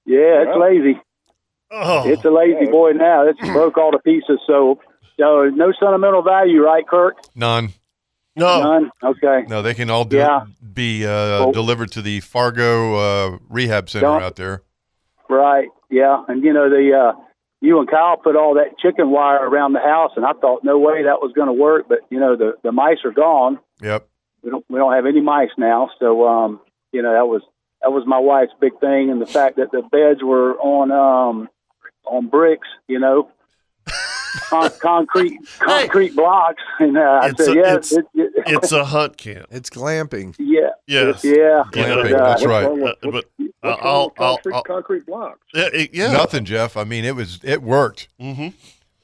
Yeah, it's lazy. It's a lazy boy now. It's broke all to pieces. So, so no sentimental value, right, Kirk?
None.
No.
None. Okay.
No, they can all do,
Yeah.
be uh, delivered to the Fargo uh, Rehab Center
Don't-
out there.
Right. Yeah. And you know the uh, you and Kyle put all that chicken wire around the house, and I thought no way that was going to work. But you know the the mice are gone.
Yep.
We don't we don't have any mice now. So um, you know that was that was my wife's big thing, and the fact that the beds were on um on bricks. You know. Con- concrete, concrete blocks, and uh, I
It's
said,
a-
"Yeah,
it's-
it- <laughs> it-
It's a hunt camp.
It's glamping.
Yeah.
Yes.
Yeah.
Glamping, that's right.
Uh, but I'll, I'll, I'll,
concrete blocks.
Yeah, yeah.
Nothing, Jeff. I mean, it was it worked.
Mm-hmm.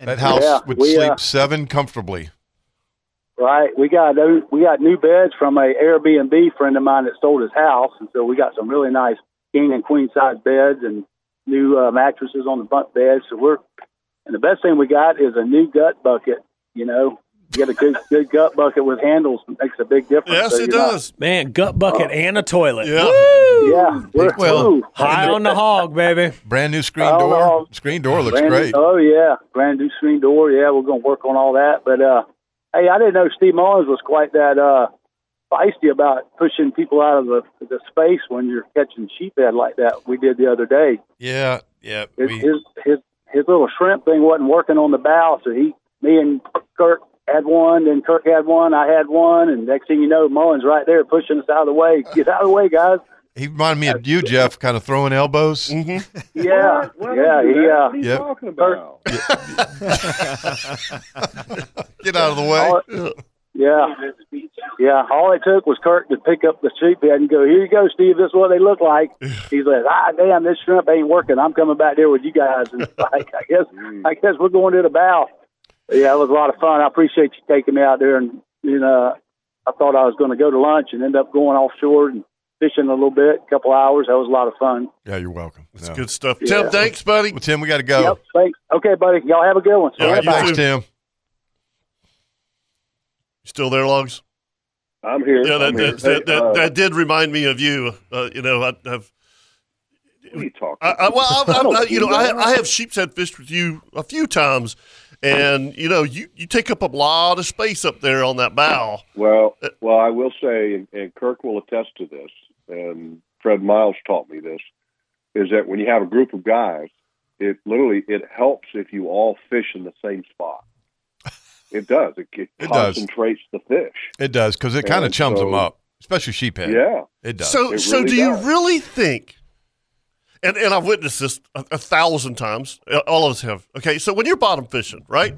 That house
Yeah,
would
we,
sleep
uh,
seven comfortably.
Right. We got new- we got new beds from a Airbnb friend of mine that sold his house, and so we got some really nice king and queen size beds and new uh, mattresses on the bunk beds. So we're and the best thing we got is a new gut bucket. You know, you get a good good gut bucket with handles makes a big difference. So you're not-
Man, gut bucket and a toilet.
Yeah.
Yeah. We're-
Well,
Ooh.
High on the hog, baby.
Brand new screen
Oh,
door.
no.
Screen door looks
Brand new-
great.
oh yeah, brand new screen door. Yeah, we're gonna work on all that. But uh, hey, I didn't know Steve Mullins was quite that uh, feisty about pushing people out of the, the space when you're catching sheephead like that. We did the other day.
Yeah, yeah.
His
we-
his, his his little shrimp thing wasn't working on the bow, so he, me and Kirk had one, then Kirk had one, I had one, and next thing you know, Mullins right there pushing us out of the way. Get out of the way, guys.
he reminded me of you, Jeff, kind of throwing elbows. Mm-hmm.
Yeah,
<laughs> Why would
yeah,
you do
he.
that?
Uh,
What are you
Yep.
talking about? <laughs>
Get out of the way.
All it- yeah, yeah. All it took was Kirk to pick up the sheephead and go, "Here you go, Steve. This is what they look like." He says, "Ah, damn, this shrimp ain't working. I'm coming back there with you guys."
<laughs>
And it's like, I guess, I guess we're going to the bow. But yeah, it was a lot of fun. I appreciate you taking me out there. And you know, I thought I was going to go to lunch and end up going offshore and fishing a little bit, a couple hours. That was a lot of fun.
<laughs> Yeah, you're welcome. That's
good stuff.
Yeah.
Tim, thanks, buddy.
Well, Tim, we got to go.
Yep. Thanks. Okay, buddy. Y'all have a good one. See
All
ya.
right,
Bye.
thanks, Tim.
<laughs> Still there, Logs?
I'm here.
Yeah, that,
I'm here.
that, that,
Hey, uh,
that, that did remind me of you. Uh, you know, I, I've.
What are you talking?
I, I, well, I,
I don't
I, I, you
do
know, I,
that.
I have sheep's head fished with you a few times, and you know, you, you take up a lot of space up there on that bow.
Well,
Uh,
well, I will say, and- and Kirk will attest to this, and Fred Miles taught me this, is that when you have a group of guys, it literally it helps if you all fish in the same
<laughs>
spot. It does. It, it,
It does.
concentrates the fish.
It does because it kind of
And
chums
so-
them up, especially sheephead.
Yeah.
it does.
So, so do you really think? And and I've witnessed this a, a thousand times. Uh, All of us have. Okay, so when you're bottom fishing, right?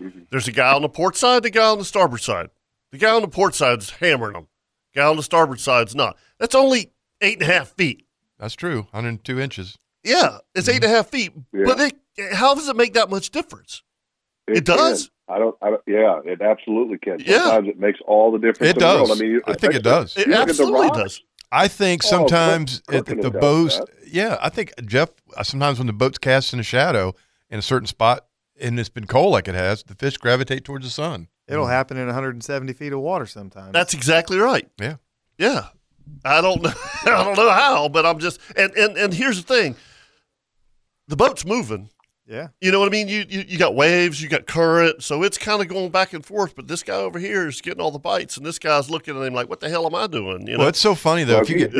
Mm-hmm.
There's a guy on the port side, the guy on the starboard side. The guy on the port side's hammering them. Guy on the starboard side's not. That's only eight and a half feet.
That's true. 102 inches.
Yeah, it's eight and a half feet. But it, how does it make that much difference? It does?
can. I don't, I don't. Yeah, it absolutely can.
Yeah.
Sometimes it makes all the difference.
It
in the world.
does.
I mean, you-
I think it does.
you look at the rock,
I think
Oh, Kirk-
sometimes at
Kirkland
the
does
boat's
that.
yeah, I think Jeff. uh, Sometimes when the boat's cast in a shadow in a certain spot, and it's been cold like it has, the fish gravitate towards the sun.
It'll
Mm-hmm.
happen in 170 feet of water sometimes.
That's exactly right.
Yeah.
Yeah. I don't know. <laughs> I don't know how, but I'm just and and and here's the thing. The boat's moving.
<laughs>
Yeah.
You know what I mean? You you, you got waves, you got current, so it's kind of going back and forth. But this guy over here is getting all the bites, and this guy's looking at him like, "What the hell am I doing?" You know.
Well, it's so funny though.
Well,
if you get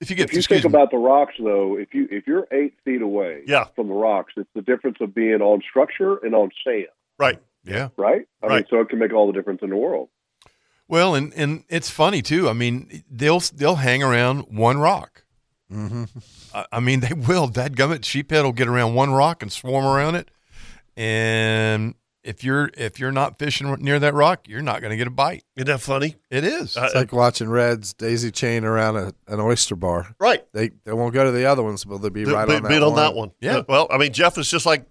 if you get
you
excuse
think
me.
about the rocks, though, if you if you're eight feet away
Yeah.
from the rocks, it's the difference of being on structure and on sand,
right,
yeah,
right? I mean,
Right.
so it can make all the difference in the world.
Well, and and it's funny too. I mean, they'll they'll hang around one rock. Mm-hmm. I, I mean, <laughs> they will. Dadgummit, sheephead will get around one rock and swarm around it. And if you're if you're not fishing near that rock, you're not going to get a bite.
Isn't that funny?
It is.
Uh,
It's like watching Reds daisy chain around a, an oyster bar.
Right.
They they won't go to the other ones, but they'll be right
Bit-
on that
bit
one.
on that one. Well, I mean, Jeff is just like,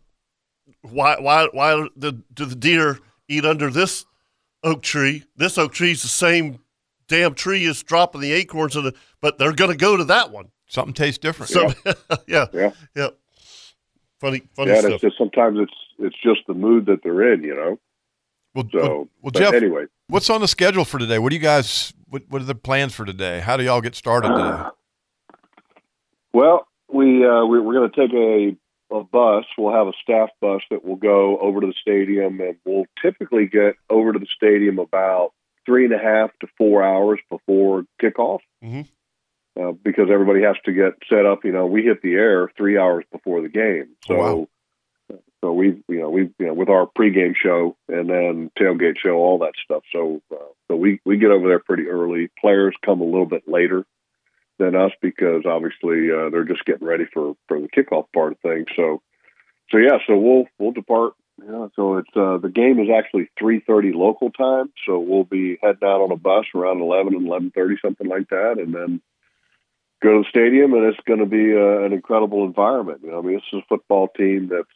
why why why the, do the deer eat under this oak tree? This oak tree is the same damn tree is dropping the acorns in the, but they're going to go to that one.
Something tastes different.
So, <laughs> yeah.
Yeah.
Yeah. Funny, funny
Yeah, and
stuff.
it's just sometimes it's it's just the mood that they're in, you know.
Well,
so
Well,
but
Jeff,
anyway,
what's on the schedule for today? What do you guys? What, what are the plans for today? How do y'all get started
Uh.
today?
Well, we uh, we- we're going to take a, a bus. We'll have a staff bus that will go over to the stadium, and we'll typically get over to the stadium about three and a half to four hours before kickoff,
Mhm.
uh, because everybody has to get set up. You know, we hit the air three hours before the game, so. So we, you know, we, you know, with our pregame show and then tailgate show, all that stuff. So, uh, so we we get over there pretty early. Players come a little bit later than us because obviously uh, they're just getting ready for for the kickoff part of things. So, so yeah, so we'll we'll depart. Yeah, so it's uh, the game is actually three thirty local time. So we'll be heading out on a bus around eleven and eleven thirty, something like that, and then go to the stadium. And it's going to be uh, an incredible environment. You know, I mean, this is a football team that's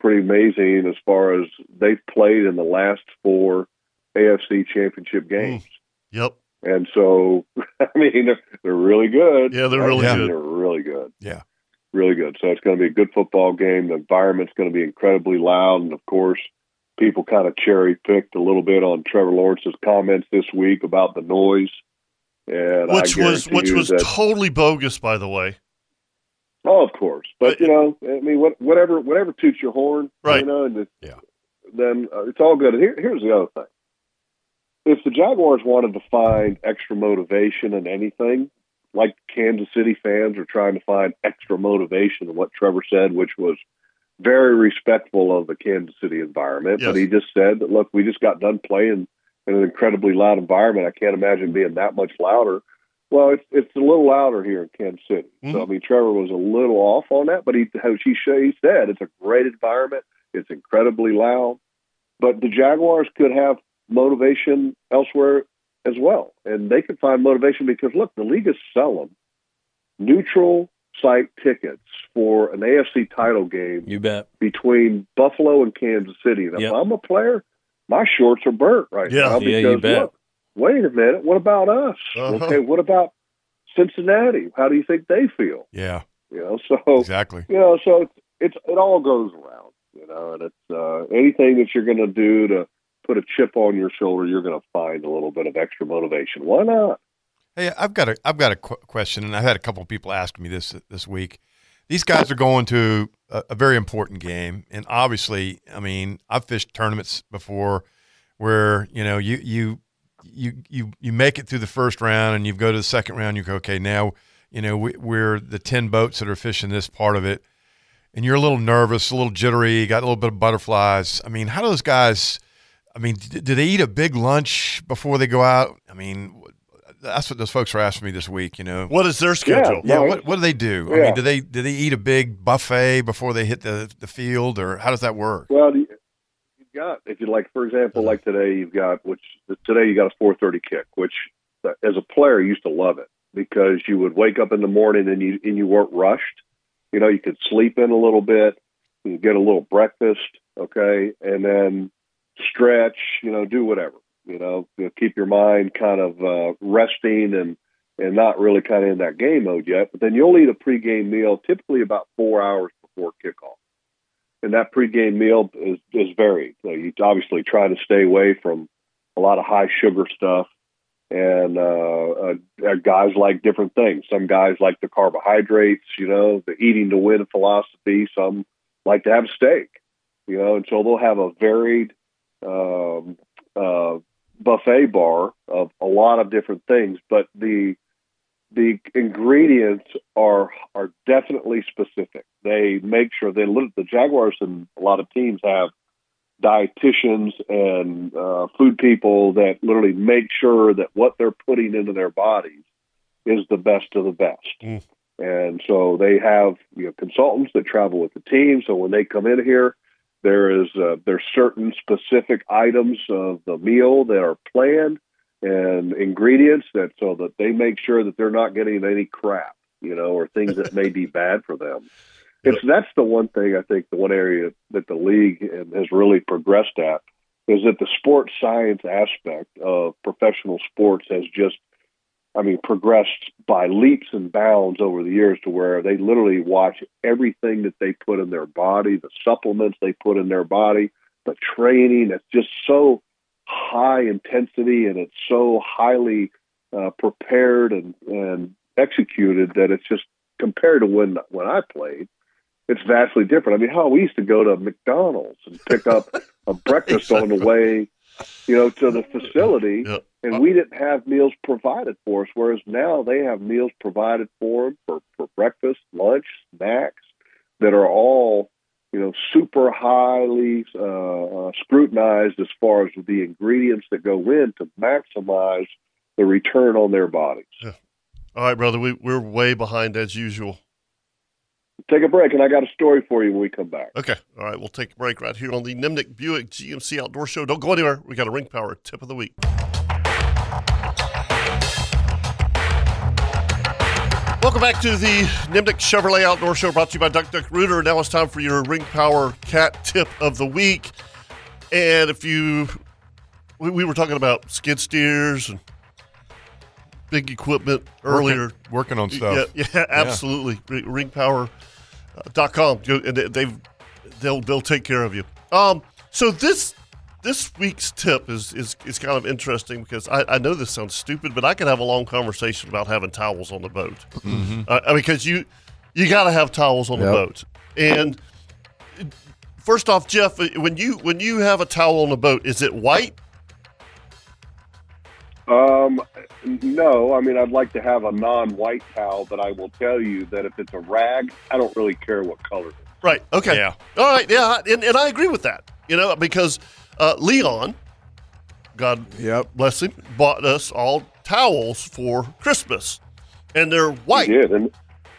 pretty amazing as far as they've played in the last four AFC championship games.
Yep.
And so, <laughs> I mean, they're, they're really good.
Yeah, they're really
I mean,
good.
They're really good.
Yeah.
Really good. So it's going to be a good football game. The environment's going to be incredibly loud. And of course, people kind of cherry picked a little bit on Trevor Lawrence's comments this week about the noise. And I
which was
guarantee
which
you
was
that-
totally bogus, by the way.
Oh, of course, but you know, I mean, what, whatever, whatever toots your horn,
Right.
You know, and yeah. then uh, it's all good. And Here, here's the other thing: if the Jaguars wanted to find extra motivation in anything, like Kansas City fans are trying to find extra motivation in what Trevor said, which was very respectful of the Kansas City environment, but he just said that look, we just got done playing in an incredibly loud environment. I can't imagine being that much louder. Well, it's it's a little louder here in Kansas City. So I mean, Trevor was a little off on that, but he how she he said it's a great environment. It's incredibly loud, but the Jaguars could have motivation elsewhere as well, and they could find motivation because look, the league is selling neutral site tickets for an AFC title game
You bet.
between Buffalo and Kansas City. And if
Yep.
I'm a player, my shorts are burnt right
Yeah.
now
Yeah,
because
you bet.
look, wait a minute, what about us?
Uh-huh.
Okay, what about Cincinnati? How do you think they feel?
Yeah.
You know, so
exactly.
You know, so it's, it's it all goes around. You know, and it's uh, anything that you're going to do to put a chip on your shoulder, you're going to find a little bit of extra motivation. Why not?
Hey, I've got a I've got a qu- question, and I've had a couple of people ask me this this week. These guys are going to a, a very important game, and obviously, I mean, I've fished tournaments before where you know you you you you you make it through the first round, and you go to the second round. You go, okay, now you know we, we're the ten boats that are fishing this part of it, and you're a little nervous, a little jittery, got a little bit of butterflies. I mean, how do those guys? I mean, d- do they eat a big lunch before they go out? I mean, that's what those folks are asking me this week. You know,
What is their
Yeah,
schedule? Yeah, no,
what, what do they do? I
yeah.
mean, do they do they eat a big buffet before they hit the, the field, or how does that work?
Well, you- you've got if you like, for example, like today you've got which today you got a 4:30 kick, which uh, as a player I used to love it. because you would wake up in the morning and you and you weren't rushed. You know, you could sleep in a little bit, you could get a little breakfast, okay, and then stretch. You know, do whatever. You know, you know, keep your mind kind of uh, resting and and not really kind of in that game mode yet. But then you'll eat a pregame meal, typically about four hours before kickoff. And that pregame meal is, is varied. So you obviously try to stay away from a lot of high sugar stuff. And uh, uh, guys like different things. Some guys like the carbohydrates, you know, the eating to win philosophy. Some like to have steak, you know, and so they'll have a varied um, uh, buffet bar of a lot of different things. But the the ingredients are are definitely specific. They make sure they look. The Jaguars and a lot of teams have dietitians and uh, food people that literally make sure that what they're putting into their bodies is the best of the best. And so they have you know consultants that travel with the team. So when they come in here, there is uh, there's certain specific items of the meal that are planned and ingredients that so that they make sure that they're not getting any crap, you know, or things that may be bad for them. It's that's the one thing I think the one area that the league has really progressed at is that the sports science aspect of professional sports has just I mean progressed by leaps and bounds over the years to where they literally watch everything that they put in their body, the supplements they put in their body, the training. It's just so high intensity and it's so highly uh, prepared and, and executed that it's just compared to when when I played, it's vastly different. I mean, how we used to go to McDonald's and pick up a breakfast on the way, you know, to the facility, and we didn't have meals provided for us. Whereas now they have meals provided for 'em for for breakfast, lunch, snacks that are all you know, super highly uh, uh, scrutinized as far as the ingredients that go in to maximize the return on their bodies.
All right, brother, we, we're way behind as usual.
Take a break, and I got a story for you when we come back.
Okay. All right, we'll take a break right here on the Nimnik Buick GMC Outdoor Show. Don't go anywhere. We got a Ring Power tip of the week. Welcome back to the Nimnik Chevrolet Outdoor Show brought to you by Duck Duck Rooter. Now it's time for your Ring Power Cat Tip of the Week. And if you, we, we were talking about skid steers and big equipment earlier.
working on stuff.
Yeah, yeah
Yeah.
absolutely. uh, Ring- Ringpower.com. You- and they- They've, they'll, they'll take care of you. Um, so this this week's tip is, is, is kind of interesting because I, I know this sounds stupid, but I could have a long conversation about having towels on the boat.
Mm-hmm.
Mhm.
Uh, I mean, because you you got to have towels on the
Yep.
boat. And first off, Jeff, uh, when you when you have a towel on the boat, is it white?
Um, no, I mean, I'd like to have a non-white towel, but I will tell you that if it's a rag, I don't really care what color. it is.
Right. Okay.
Yeah.
All right. Yeah. And, and I agree with that. You know, because uh, Leon, God bless him, bought us all towels for Christmas, and they're white.
and,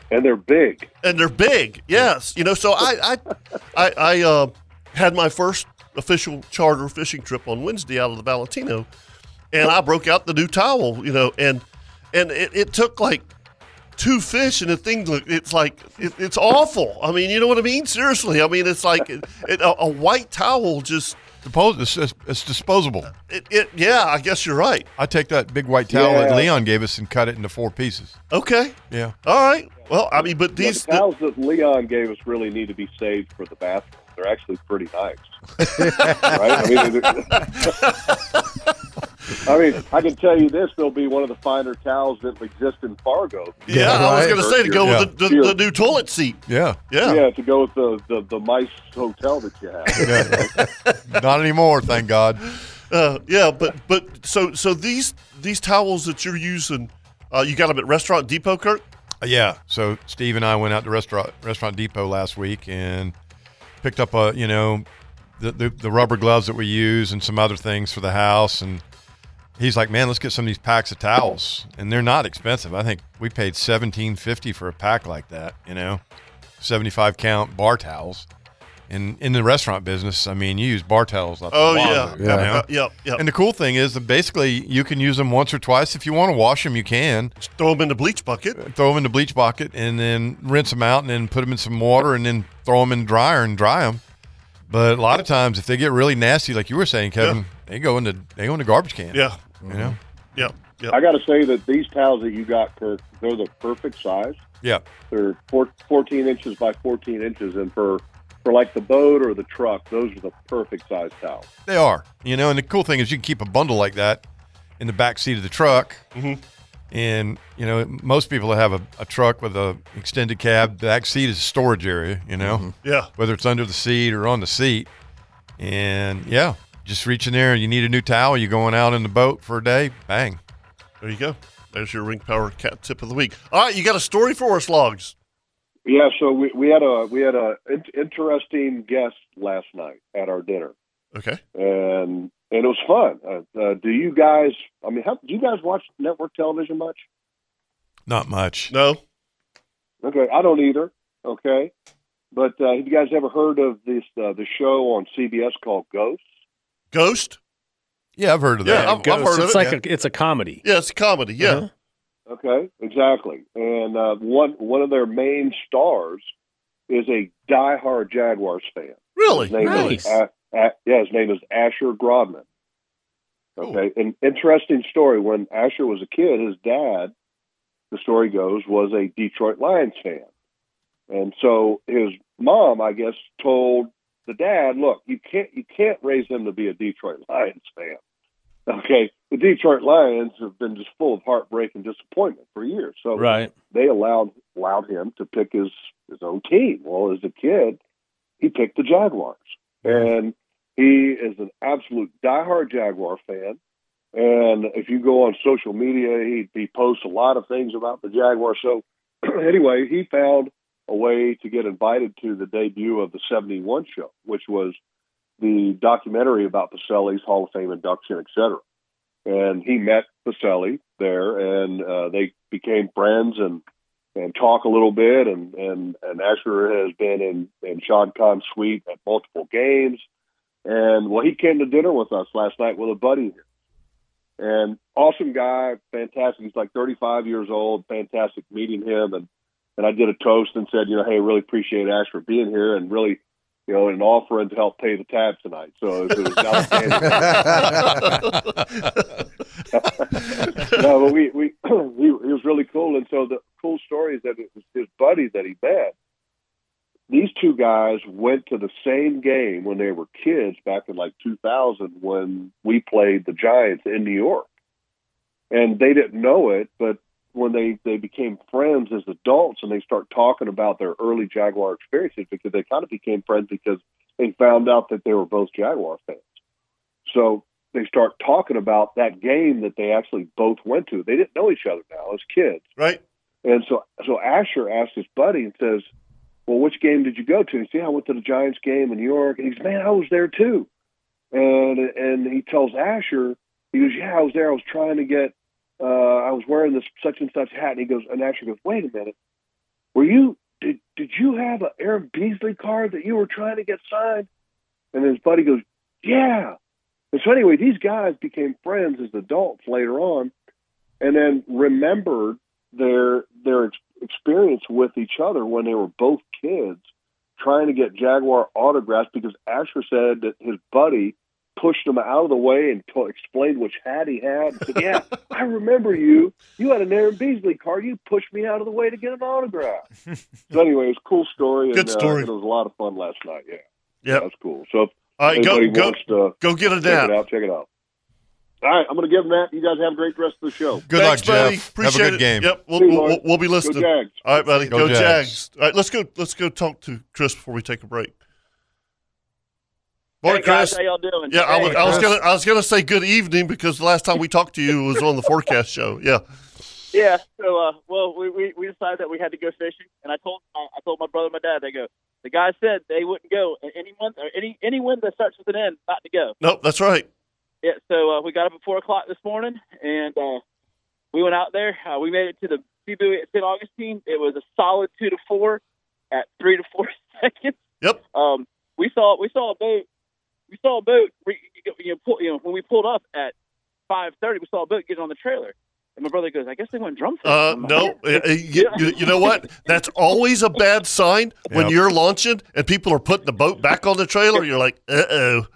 and they're big.
And they're big. Yes. You know. So I I I, I uh, had my first official charter fishing trip on Wednesday out of the Valentino, and I broke out the new towel. You know, and and it, it took like two fish and the thing look it's like it, it's awful i mean you know what i mean seriously i mean it's like it, it, a, a white towel just
It's, it's, it's disposable.
it, it yeah i guess you're right
I take that big white towel that
Yeah.
Leon gave us and cut it into four pieces.
okay
Yeah.
all right well i mean but these
the towels that Leon gave us really need to be saved for the bathroom. They're actually pretty
<laughs>
nice, right? I mean, it- <laughs> I mean, I can tell you this: they'll be one of the finer towels that exist in Fargo.
yeah, i was going to say to go with the, the, the new toilet seat
Yeah.
yeah.
yeah, to go with the, the, the mice hotel that you
<laughs>
<laughs>
have.
Not anymore, thank God.
Uh, yeah, but but so so these these towels that you're using, uh, you got them at Restaurant Depot, Kirk.
Uh, Yeah. So Steve and I went out to restaurant Restaurant Depot last week and picked up a you know the, the the rubber gloves that we use and some other things for the house and he's like, man, let's get some of these packs of towels and they're not expensive. I think we paid seventeen fifty for a pack like that. You know, seventy five count bar towels in in the restaurant business, I mean, you use bar towels. Like
Oh,
the
yeah.
laundry,
Yeah.
you know?
Uh, yep, yep.
And the cool thing is that basically you can use them once or twice. If you <laughs> want to wash them, you can. Just
throw them in the bleach bucket.
Throw them in the bleach bucket, and then rinse them out, and then put them in some water, and then throw them in the dryer and dry them. But a lot of times, if they get really nasty, like you were saying, Kevin, they go into they go in the garbage can.
Yeah.
You know.
Yep. Yep.
I got to say that these towels that you got, Kirk, they're the perfect size.
Yeah.
They're four, 14 inches by 14 inches, and for for like the boat or the truck, those are the perfect size towels.
They are, you know. And the cool thing is, you can keep a bundle like that in the back seat of the truck. Mm-hmm. And you know, most people that have a, a truck with a extended cab, the back seat is a storage area. You know,
Mhm. Yeah.
whether it's under the seat or on the seat. And yeah, just reach in there. You need a new towel. You're going out in the boat for a day. Bang.
There you go. There's your Ring Power Cat Tip of the Week. All right, you got a story for us, Logs.
Yeah, so we, we had a we had a in- interesting guest last night at our dinner,
Okay.
and and it was fun. Uh, uh, do you guys? I mean, how, do you guys watch network television much?
Not much.
No.
Okay, I don't either. Okay, but uh, have you guys ever heard of this uh, the show on CBS called Ghost?
Ghost?
Yeah, I've heard of
Yeah,
that.
I've- I've heard of
it's
it,
Like
yeah.
a, it's a comedy. Uh-huh.
Yeah, it's a comedy. Yeah.
Okay, exactly. And uh, one one of their main stars is a diehard Jaguars fan.
Really?
His name
Nice.
Is, A- A- yeah, his name is Asher Grodman. Okay, an interesting story. When Asher was a kid, his dad, the story goes, was a Detroit Lions fan. And so his mom, I guess, told the dad, "Look, you can't you can't raise him to be a Detroit Lions fan." <laughs> Okay, the Detroit Lions have been just full of heartbreak and disappointment for years. So
Right.
they allowed allowed him to pick his his own team. Well, as a kid, he picked the Jaguars, and he is an absolute diehard Jaguar fan. And if you go on social media, he, he posts a lot of things about the Jaguar. So <clears throat> anyway, he found a way to get invited to the debut of the 71 show, which was the documentary about Pacelli's Hall of Fame induction, et cetera. And he met Pacelli there, and uh, they became friends and and talk a little bit. And and, and Asher has been in in Sean Khan's suite at multiple games. And well, he came to dinner with us last night with a buddy here. And awesome guy, fantastic. He's like 35 years old. Fantastic meeting him, and and I did a toast and said, you know, hey, really appreciate Ash for being here, and really, you know, an offering to help pay the tab tonight. So it was outstanding. no, but we <clears throat> we he, he was really cool, and so the cool story is that it was his buddy that he met. These two guys went to the same game when they were kids back in like 2000 when we played the Giants in New York, and they didn't know it, but when they they became friends as adults and they start talking about their early Jaguar experiences because they kind of became friends because they found out that they were both Jaguar fans. So they start talking about that game that they actually both went to. They didn't know each other now as kids.
Right.
And so so Asher asks his buddy and says, Well, which game did you go to? And he said, I went to the Giants game in New York. And he goes, Man, I was there too. And and he tells Asher, he goes, Yeah, I was there. I was trying to get uh, I was wearing this such and such hat, and he goes, and Asher goes, wait a minute, were you did did you have an Aaron Beasley card that you were trying to get signed? And his buddy goes, yeah. And so anyway, these guys became friends as adults later on, and then remembered their their ex- experience with each other when they were both kids trying to get Jaguar autographs because Asher said that his buddy pushed him out of the way and t- explained which hat he had. And said, yeah, I remember you. You had an Aaron Beasley card. You pushed me out of the way to get
<laughs>
an autograph. So anyway, it's a cool story. And,
Good story.
Uh, it was a lot of fun last night. Yeah,
Yeah.
that's cool. So if
All right, go
anybody
go
wants to
go get a
check
nap.
it out. Check it out. All right, I'm going to give them that. You guys have a great rest of the show.
Thanks, buddy. Appreciate it. Yep, we'll,
See you,
we'll,
Lord.
we'll, we'll be
Go
listening.
Jags.
All right, buddy. Go,
Go
Jags.
Jags.
All right, let's go. Let's go talk to Chris before we take a break.
Hey,
Morning,
guys,
Chris.
how y'all doing?
Yeah, I
Hey,
was, I was
Chris.
gonna I was gonna say good evening because the last time we talked to you was on the forecast show. Yeah.
Yeah. So, uh, well, we, we we decided that we had to go fishing, and I told I I told my brother, and my dad, they go. The guy said they wouldn't go and any month or any any wind that starts with an N, not to go.
Nope, that's right.
Yeah. So uh, we got up at four o'clock this morning, and uh, we went out there. Uh, we made it to the sea buoy at St. Augustine. It was a solid two to four at three to four <laughs> seconds.
Yep.
Um, we saw we saw a boat we saw a boat re- you know, pull, you know when we pulled up at five thirty we saw a boat get on the trailer and my brother goes I guess they went drum fishing.
Uh,
I'm like, <laughs>
no, Uh, uh, you, you- you know what? That's always a bad sign when
Yep.
you're launching and people are putting the boat back on the trailer. You're like, uh oh.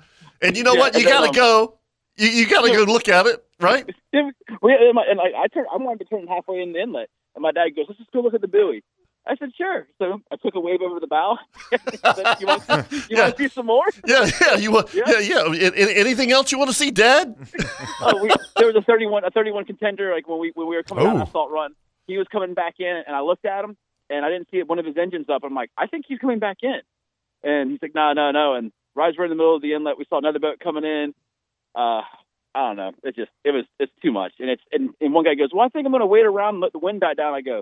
And you know
Yeah,
what? You
and then,
gotta
um,
go. You, you gotta go look at it, right?
Yeah, we, and, my, and like, I turned, I wanted to turn halfway in the inlet, and my dad goes, "Let's just go look at the buoy." I said, "Sure." So I took a wave over to the bow. <laughs> He said,
<laughs>
you want, you want to see some more?
Yeah, yeah. You want? Yeah, yeah. And- and anything else you want to see, Dad?
<laughs> Oh, we, there was a thirty-one, a thirty-one contender. Like when we when we were coming out
Oh.
on assault run, he was coming back in, and I looked at him, and I didn't see one of his engines up. I'm like, I think he's coming back in, and he's like, No, no, no. And right as we're in the middle of the inlet, we saw another boat coming in. Uh, I don't know. It's just it was it's too much, and it's and, and one guy goes, Well, I think I'm going to wait around and let the wind die down. I go,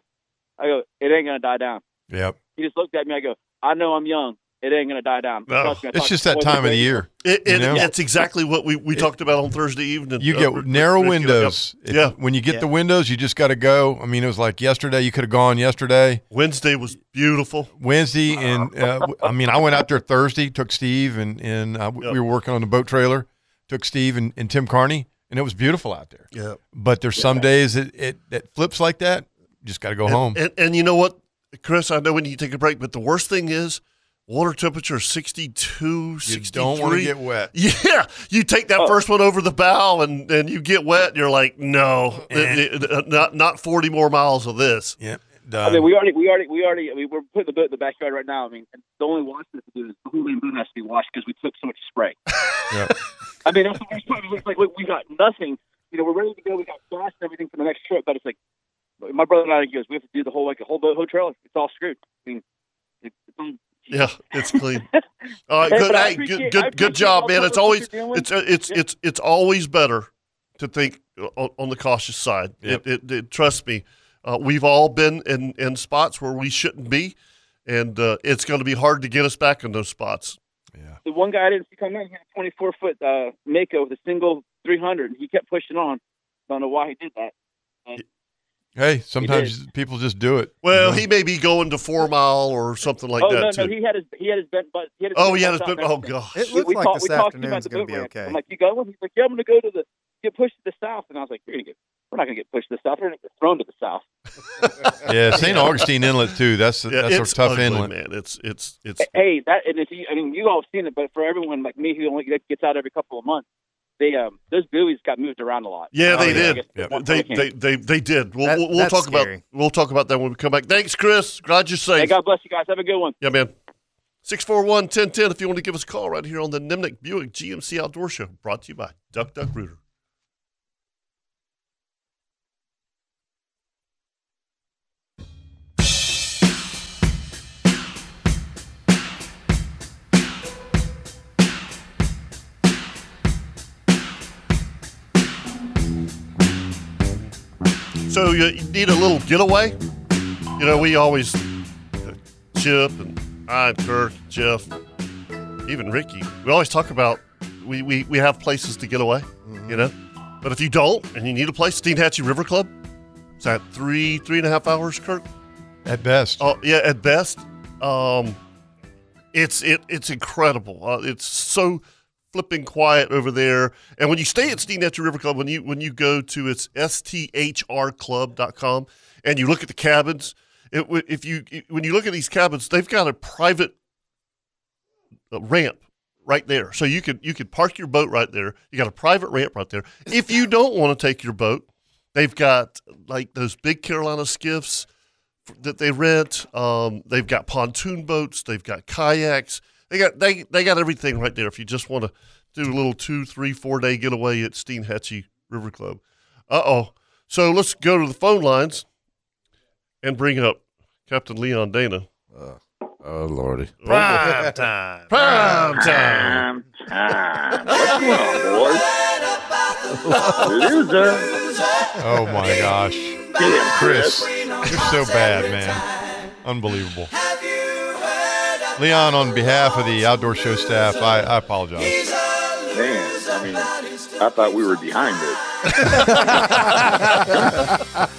I go, it ain't going to die down.
Yep.
He just looked at me. I go, I know I'm young. It ain't going to die down. Trust me, I
It's
talked
just
to
that
boys
time of the
today.
year.
Oh. It,
you
it,
know?
It's exactly what we, we talked about on Thursday evening.
You
Uh,
get
Rick-
narrow
Rick- Rick-
windows.
Yep.
If-
Yeah.
When you get the windows, you just got to go. I mean, it was like yesterday. You could have gone yesterday.
Wednesday was beautiful.
Wednesday and uh, w- I mean, I went out there Thursday. Took Steve and and uh, w we were working on the boat trailer. Took Steve and, and Tim Carney, and it was beautiful out there.
Yeah.
But there's some days it it, it flips like that. You just got to go
and,
home.
And, and you know what, Chris? I know we need to take a break, but the worst thing is water temperature is 62, 63.
don't wanna get wet.
Yeah. You take
Oh.
that first one over the bow and, and you get wet, and you're like, no, th- th- not, not 40 more miles of this.
Eh. Yeah.
I mean, we
um,
already, we already, we already, I mean, we're putting the boat in the backyard right now. I mean, and the only wash that to do is the whole main boat has to be washed because we took so much
<laughs>
spray. I mean, that's the worst part. It's like we, we got nothing. You know, we're ready to go. We got gas and everything for the next trip, but it's like my brother and I he goes, we have to do the whole like the whole boat, whole trailer. It's all screwed. I mean, it's, it's all
Yeah, it's
<laughs>
clean. All right,
Hey,
good,
but I
hey, good,
appreciate- I
good,
appreciate
good job,
all
man.
the
It's
work
always
you're doing.
it's uh, it's it's it's always better to think on, on the cautious side.
Yep.
It, it, it, trust me, uh, we've all been in in spots where we shouldn't be, and uh, it's going to be hard to get us back in those spots.
the one guy I didn't see come in, he had a 24 foot uh, Mako with a single 300. He kept pushing on. Don't know why he did that. And
Hey, sometimes people just do it.
Well,
you know?
he may be going to four mile or something like
oh
that
no,
too.
no, he had his he had his bent butt. He had his
Oh,
bent
he had
butts
his
out
bent-
and
oh,
everything.
gosh. It looked
we
like
talked,
this
we talked to him
afternoon's
about the
gonna
boat
be
ramp.
okay.
I'm like, you going? He's like, yeah, I'm gonna go to the get pushed to the south. And I was like, you're gonna get we're not gonna get pushed to the south. We're gonna get thrown to the
<laughs>
south.
yeah, St. Augustine Inlet too. That's
Yeah,
that's
it's
a tough
ugly,
inlet.
man. It's it's it's
<laughs> Hey, that and if you, I mean, you all have seen it, but for everyone like me who only gets out every couple of months, they um those buoys got moved around a lot.
Yeah,
Oh,
they
I
did.
guess at one
They,
point I
they
can't.
they they did. We'll
That-
we'll, we'll
that's
talk about
scary.
we'll talk about that when we come back. Thanks, Chris. Glad you're safe.
Hey, God bless you guys. Have a good one.
Yeah, man. 641 1010 if you want to give us a call right here on the Nimnik Buick GMC Outdoor Show, brought to you by Duck Duck Rooter. So you you need a little getaway? You know, we always Chip and I and Kirk, Jeff, even Ricky. We always talk about we, we, we have places to get away,
Mm-hmm.
you know. But if you don't and you need a place, Dean Hatchie River Club, it's at three three and a half hours, Kirk.
At best.
Oh yeah, at best. Um, it's it it's incredible. Uh, it's so flipping quiet over there. And when you stay at Steam Natural River Club, when you when you go to its sthrclub.com and you look at the cabins, it, w- if you when you look at these cabins, they've got a private uh, ramp right there. So you could you could park your boat right there. You got a private ramp right there. If you don't want to take your boat, they've got like those big Carolina skiffs that they rent. Um, they've got pontoon boats. They've got kayaks. They got they they got everything right there. If you just want to do a little two, three, four day getaway at Steenhatchee River Club. Uh oh. So let's go to the phone lines and bring up Captain Leon Dana.
Oh lordy.
<laughs>
Prime
time.
Prime time.
<laughs>
Loser.
Oh my gosh, Chris, you're so bad, man. Unbelievable. Leon, on behalf of the outdoor show staff, I, I apologize.
Man, I mean, I thought we were behind it.
<laughs>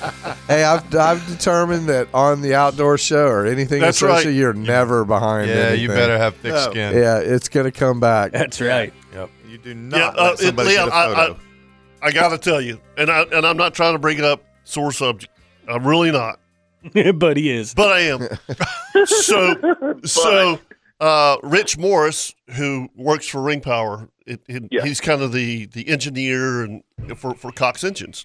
Hey, I've, I've determined that on the outdoor show or anything
That's
associated,
right.
you're never behind.
Yeah, you
anything.
better have thick No. skin.
Yeah, it's gonna come back.
<laughs>
right.
Yep.
You do
Yeah,
not
uh,
let somebody
Leon,
get a photo.
I, <laughs> I, I gotta tell you, and I and I'm not trying to bring it up sore subject. I'm really not.
<laughs> but he is.
But I
<laughs>
am. so so uh, Rich Morris, who works for Ring Power, it, it- he's kind of the the engineer and for for Cox Engines.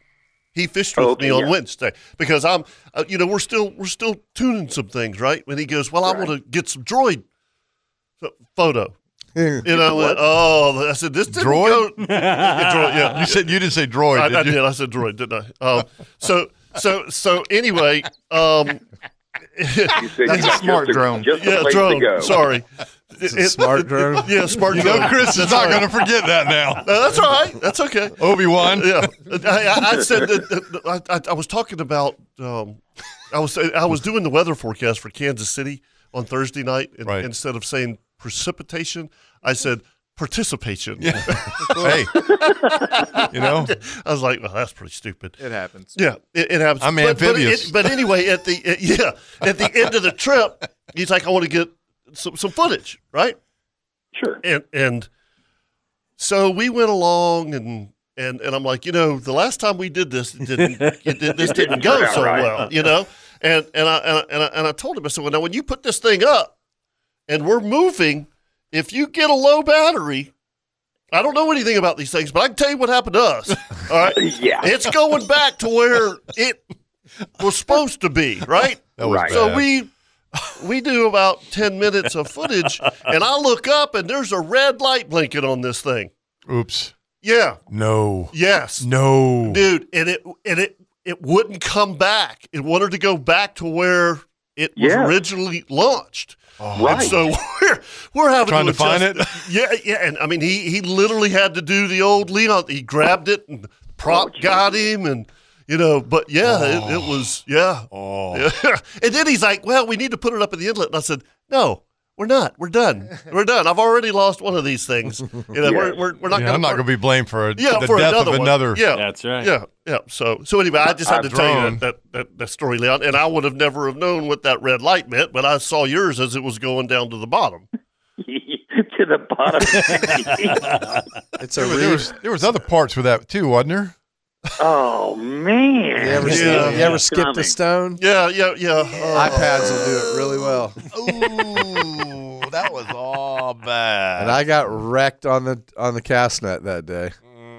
He fished with
Oh, okay,
me on
yeah.
Wednesday because I'm, uh, you know, we're still we're still tuning some things, right? When he goes, well, I want to get some droid
<laughs>
photo.
You
know, I went, oh, I said this
<laughs>
didn't
<laughs> Droid?
go- Droid, <laughs>
<laughs>
yeah.
You said- you didn't say droid,
I,
did
I
you?
did. I said droid, didn't I? Um, so so so anyway, um, <laughs>
you <laughs> That's a got smart just a- drone. just a
yeah,
place to
drone.
go.
Sorry.
It's a smart drone.
<laughs> Yeah, smart
You know
drone.
Chris is not gonna forget that now.
No, that's all right. That's okay.
Obi-Wan.
Yeah, I, I, I said that, that- I, I, I was talking about. Um, I was I was doing the weather forecast for Kansas City on Thursday night, and instead of saying precipitation, I said participation. <laughs>
Hey. You know?
I was like, well, that's pretty stupid.
It happens.
Yeah, it, it happens.
I'm
But- but it-
amphibious.
<laughs> But, anyway, at the uh, yeah, at the end of the trip, he's like, I want to get some some footage, right?
Sure.
And and so we went along and. And, and I'm like, you know, the last time we did this,
<laughs>
it didn't, it, did- this
It didn't
didn't go
turn out
so
right.
well, you know? And, and, I, and, I, and, I, and I told him, I said, well, now when you put this thing up and we're moving, if you get a low battery, I don't know anything about these things, but I can tell you what happened to us. All right.
Yeah.
It's going back to where it was supposed to be, right?
<laughs> That was
So
bad.
we we do about 10 minutes of footage and I look up and there's a red light blinking on this thing.
Oops.
Yeah.
No.
Yes.
No.
Dude, and it and it it wouldn't come back. It wanted to go back to where it was
Yeah.
originally launched.
Oh.
And so <laughs> we're we're having
Trying to find
adjust- Yeah, <laughs> yeah, and I mean he he literally had to do the old Leon. He grabbed it and prop
Oh,
got him, and you know. But yeah, it, it was yeah.
Oh.
<laughs> and then he's like, "Well, we need to put it up in the inlet," and I said, "No." We're not. We're done. We're done. I've already lost one of these things. You know, we're, we're, we're not
Yeah,
gonna
I'm not
work-
going to be blamed for a,
yeah,
the
for
death
another
of
one.
another.
Yeah, Yeah, yeah. So, so anyway, I just had
A
to tell you
drone.
that, that, that story, Leon, and I would have never have known what that red light meant, but I saw yours as it was going down to the bottom.
to
<laughs>
the bottom.
it's
there, was, there was there was other parts with that too, wasn't there?
Oh man!
You ever, skip- you ever skipped a stone?
Yeah, yeah, yeah.
iPads will do it really well.
Ooh, that was all bad.
And I got wrecked on the on the cast net that day.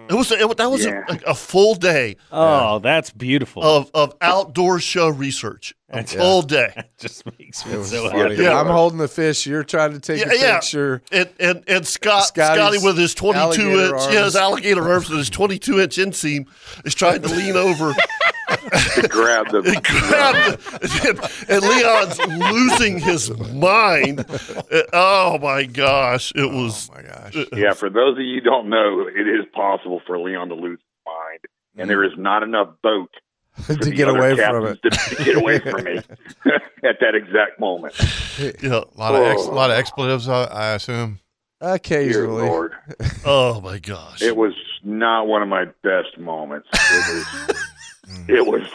It was it, that was a- like a, full day
Oh, that's beautiful.
of, of outdoor show research. A
That's-
full day.
just makes
It was
so
funny.
happy.
I'm holding the fish. You're trying to take a picture.
And and, and Scott
Scotty's
Scotty with his twenty two
alligator
inch yeah,
arms.
his alligator arms and his twenty two inch inseam is trying to
<laughs>
lean over <laughs>
to grab the
and <laughs> grab the, and Leon's losing his mind. Uh, Oh my gosh. It was
my gosh.
yeah, for those of you who don't know, it is possible for Leon to lose his mind, and there is not enough
<laughs>
boat
to
the
get
other
away from
captains To, to get away from me <laughs> at that exact moment.
Yeah,
a lot of ex,
Oh.
lot of expletives, I, I assume.
Occasionally.
Dear Lord.
Oh my gosh.
It was not one of my best moments. It
<laughs>
was, it was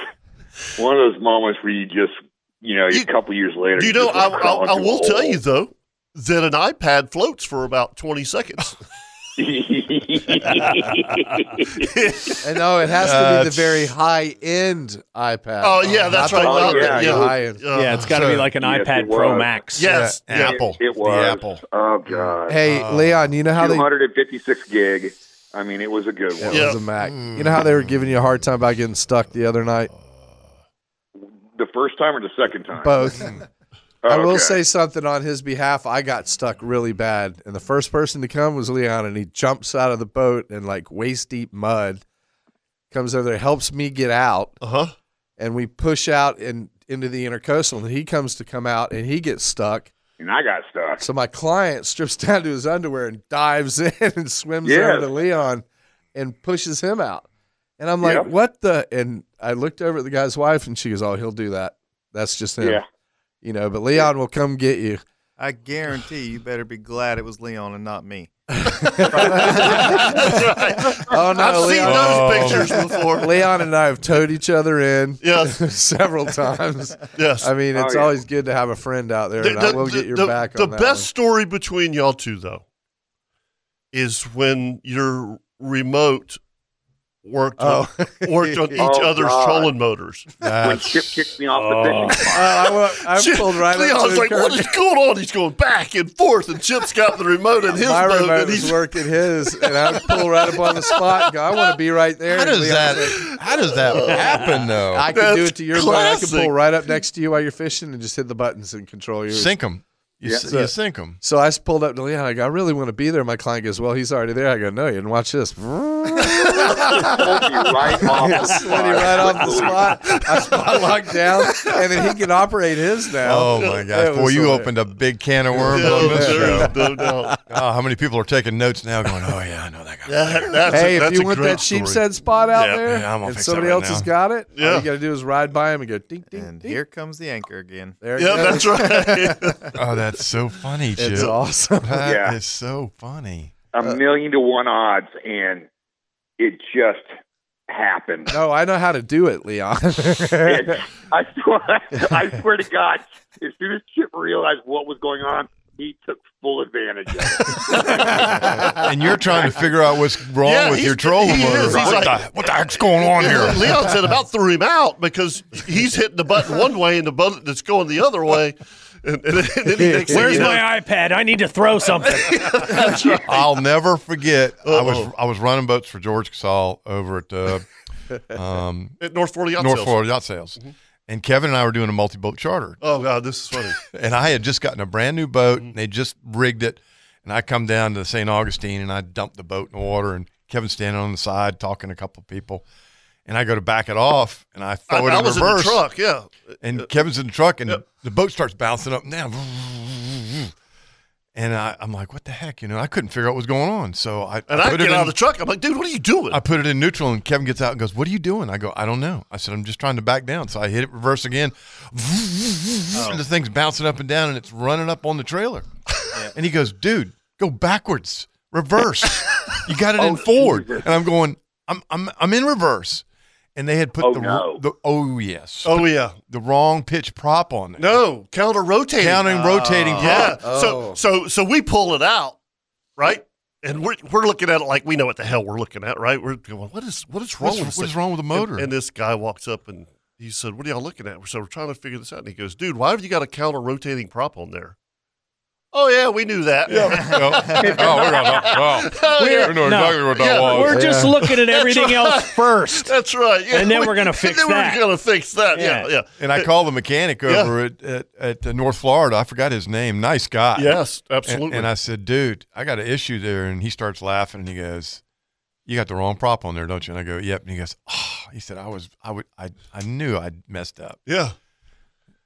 one of those moments where you just, you know, a couple years later.
You know,
just
I,
wanna crawl
I, I
into a
will tell
hole.
you though that an iPad floats for about twenty seconds. <laughs>
And no, it has to be the
That's-
very high end iPad.
Oh, yeah, that's
Uh, Not the
right.
low
Oh,
end,
yeah,
the
yeah.
high end.
Yeah, Yeah, it's gotta be like an
Yes,
iPad
it
Pro
was.
Max. Yes,
Yeah,
yeah.
it-
Apple.
It, was.
The Apple. Um,
Oh god.
Hey,
Uh,
Leon, you know how they
256 gig. I mean, it was a good
it
one.
was a Mac.
Hmm.
You know how they were giving you a hard time about getting stuck the other night?
the first time or the second time?
Both.
Hmm.
Oh,
I will
okay.
say something on his behalf. I got stuck really bad, and the first person to come was Leon, and he jumps out of the boat in like waist deep mud, comes over there, helps me get out,
uh-huh.
and we push out and into the intercoastal, and he comes to come out, and he gets stuck.
And I got stuck.
So my client strips <laughs> down to his underwear and dives in and swims
Yes.
over to Leon and pushes him out. And I'm like,
Yep.
what the? And I looked over at the guy's wife and she goes, oh, he'll do that. That's just him.
Yeah.
You know, but Leon will come get you.
<laughs>
I guarantee you better be glad it was Leon and not me.
Oh no!
<laughs> I've seen
Leon-
those pictures before.
<laughs> Leon and I have towed each other in,
yes,
<laughs> several times.
Yes.
I mean
Oh,
it's
yeah.
always good to have a friend out there,
The-
and
the-
I will
the-
get your
the-
back
The
on that.
best story between y'all two, though, is when your remote worked
Oh.
on, <laughs> worked on each
Oh,
other's
God. <laughs>
trolling motors.
When
Chip
kicked me
off the fishing Oh, I wa- I pulled right up to
Leon's
the
like, what
curb.
is going on? He's going back and forth, and Chip's got the remote in his
My
boat,
remote
and
was
he's
working his, and I pull right up on the spot. And go, I want to be right there.
How
And
does
Leon's
that- how does that happen, though?
I can do
That's
it to your boat. I can
classic.
pull right up next to you while you're fishing and just hit the buttons and control yours.
Sink 'em. You s- you sink 'em.
So I just pulled up to Leon. I go, I really want to be there. My client goes, Well, he's already there. I go, No, you didn't watch this.
right off the
<laughs> Slid him right off the spot. I spot locked down, and then he can operate his now.
Oh my
It
gosh! Boy,
was
you
hilarious.
opened a big can of worms
No
on this
doubt,
show.
no doubt.
Oh, how many people are taking notes now? Going, oh yeah, I know that guy.
That-
hey, if you want that sheep's head spot out
Yeah,
there,
yeah, I'm gonna
and
fix
somebody
that right
else has
now.
got it, all
Yeah.
you got to do is ride by him and go ding ding.
And here comes the anchor again.
There it Yeah, goes. that's
<laughs>
right.
Oh, that's so funny,
It's
Chip.
awesome.
That
Yeah.
is so funny.
a
Uh,
million to one odds, and it just happened.
No, I know how to do it,
<laughs>
Leon. <laughs>
It- I swear, I swear to God, as soon as Chip realized what was going on, he took full advantage of it.
And you're trying to figure out what's wrong
Yeah,
with
he's-
your trolling
he
motor.
is. He's
What,
like-
the, what the heck's going on here?
<laughs> Leon said about threw him out because he's hitting the button one way and the button that's going the other way. <laughs> And, and, then he thinks,
Where's
you know,
my iPad? I need to throw
<laughs>
something. <laughs>
I'll never forget. I was I was running boats for George Casal over at uh, um,
<laughs> At North Florida Yacht
North
Sales. Mm-hmm.
Florida Yacht Sales, and Kevin and I were doing a multi boat charter.
Oh God, this is funny.
<laughs>
Mm-hmm.
and I had just gotten a brand new boat, and they just rigged it, and I come down to St. Augustine, and I dumped the boat in the water, and Kevin's standing on the side talking to a couple people, and I go to back it off, and I throw it
I- I
in
was in the
reverse.
truck, yeah.
and Kevin's in the truck, and the, the boat starts bouncing up and down. And I, I'm like, what the heck? You know, I couldn't figure out what was going on. So I
And I
put it
get out
in-
of the truck. I'm like, dude, what are you doing?
I put it in neutral, and Kevin gets out and goes, "What are you doing?" I go, "I don't know." I said, "I'm just trying to back down." So I hit it reverse again.
Oh.
And the thing's bouncing up and down, and it's running up on the trailer. And he goes, "Dude, go backwards,
<laughs>
reverse. you got
Oh,
it in forward." And I'm going, "I'm I'm I'm in reverse." And they had put the,
no.
the oh yes
Oh, yeah.
the wrong pitch prop on it.
No, counter rotating. Ah.
Counter and rotating
Yeah.
prop. Oh.
So so so we pull it out, right? And we're we're looking at it like we know what the hell we're looking at, right? We're going, what is what is wrong
What's-
with this
what
thing?
is wrong with the motor?
And, and this guy walks up and he said, "What are y'all looking at?" So we're trying to figure this out. And he goes, "Dude, why have you got a counter rotating prop on there?" Oh yeah, we knew that. <laughs>
<laughs> oh,
<laughs>
we're not- oh. We know exactly what that was.
we're just looking at
That's
everything
right.
else first.
That's right. Yeah,
And then we're gonna
<laughs> and
fix
then
that.
We're going to fix that. Yeah, yeah.
And I called the mechanic
Yeah.
over at, at, at uh, North Florida. I forgot his name. Nice guy.
Yes,
And- And,
absolutely.
I said, dude, I got an issue there. And he starts laughing and he goes, you got the wrong prop on there, don't you? And I go, yep. And he goes, oh, he said, I was, I would, I, I knew I'd messed up.
Yeah.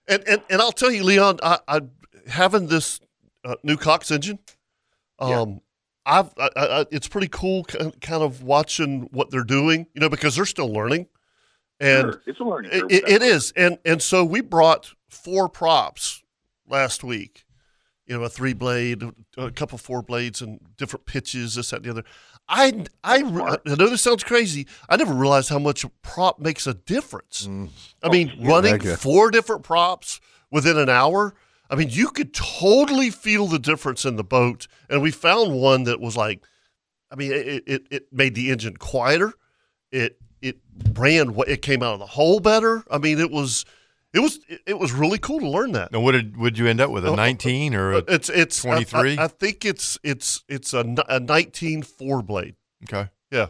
And and, and I'll tell you, Leon, I, I having this uh, new Cox engine, um, I've I, I, I- it's pretty cool, ki- kind of watching what they're doing, you know, because they're still learning, and
Sure. It's a learning curve,
It, it
definitely.
is, and and so we brought four props last week, you know, a three blade, a couple four blades, and different pitches, this that and the other. I I, re- I know this sounds crazy. I never realized how much a prop makes a difference.
Mm.
I mean,
Oh,
running
Mega.
four different props within an hour. I mean, you could totally feel the difference in the boat. And we found one that was like, I mean, it it, it made the engine quieter. It it ran. wa- It came out of the hole better. I mean, it was it was it- it was really cool to learn that.
Now, what did, would you end up with? A
Oh,
19 or a
But it's it's I- I-
23?
I, think it's it's it's a, ni- a 19 four blade.
Okay.
Yeah.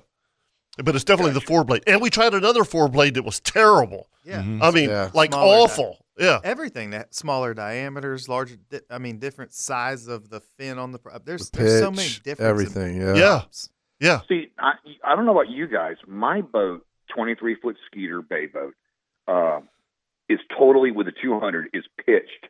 But it's definitely the four blade. And we tried another four blade that was terrible.
Yeah.
Mm-hmm.
I mean, like
Smaller di-
awful. yeah.
Everything that smaller diameters, larger. Di- I mean, different size of the fin on the. Pro- there's
The
there's so many
pitch,
differences.
everything, yeah.
Yeah. <laughs> Yeah.
See, I, I don't know about you guys. My boat, 23 foot Skeeter Bay boat, uh, is totally with the 200 is pitched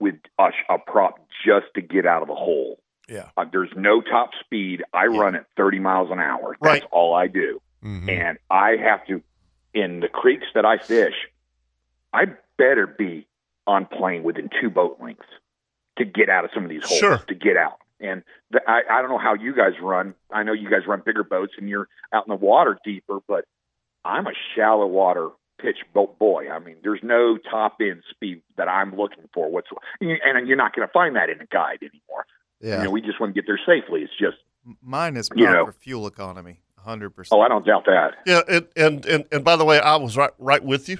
with a, sh- a prop just to get out of the hole.
Yeah.
Uh, there's no top speed. I run at 30 miles an hour. That's all I do.
Mm-hmm.
And I have to, in the creeks that I fish, I better be on plane within two boat lengths to get out of some of these holes,
Sure.
to get out. And the, I, I don't know how you guys run. I know you guys run bigger boats and you're out in the water deeper, but I'm a shallow water pitch boat boy. I mean, there's no top end speed that I'm looking for whatsoever. And you're not going to find that in a guide anymore.
Yeah.
You know, we just want to get there safely. It's just,
Mine is
You
proper
know.
fuel economy, 100%.
oh, I don't doubt that.
Yeah, and, and and and by the way, I was right right with you,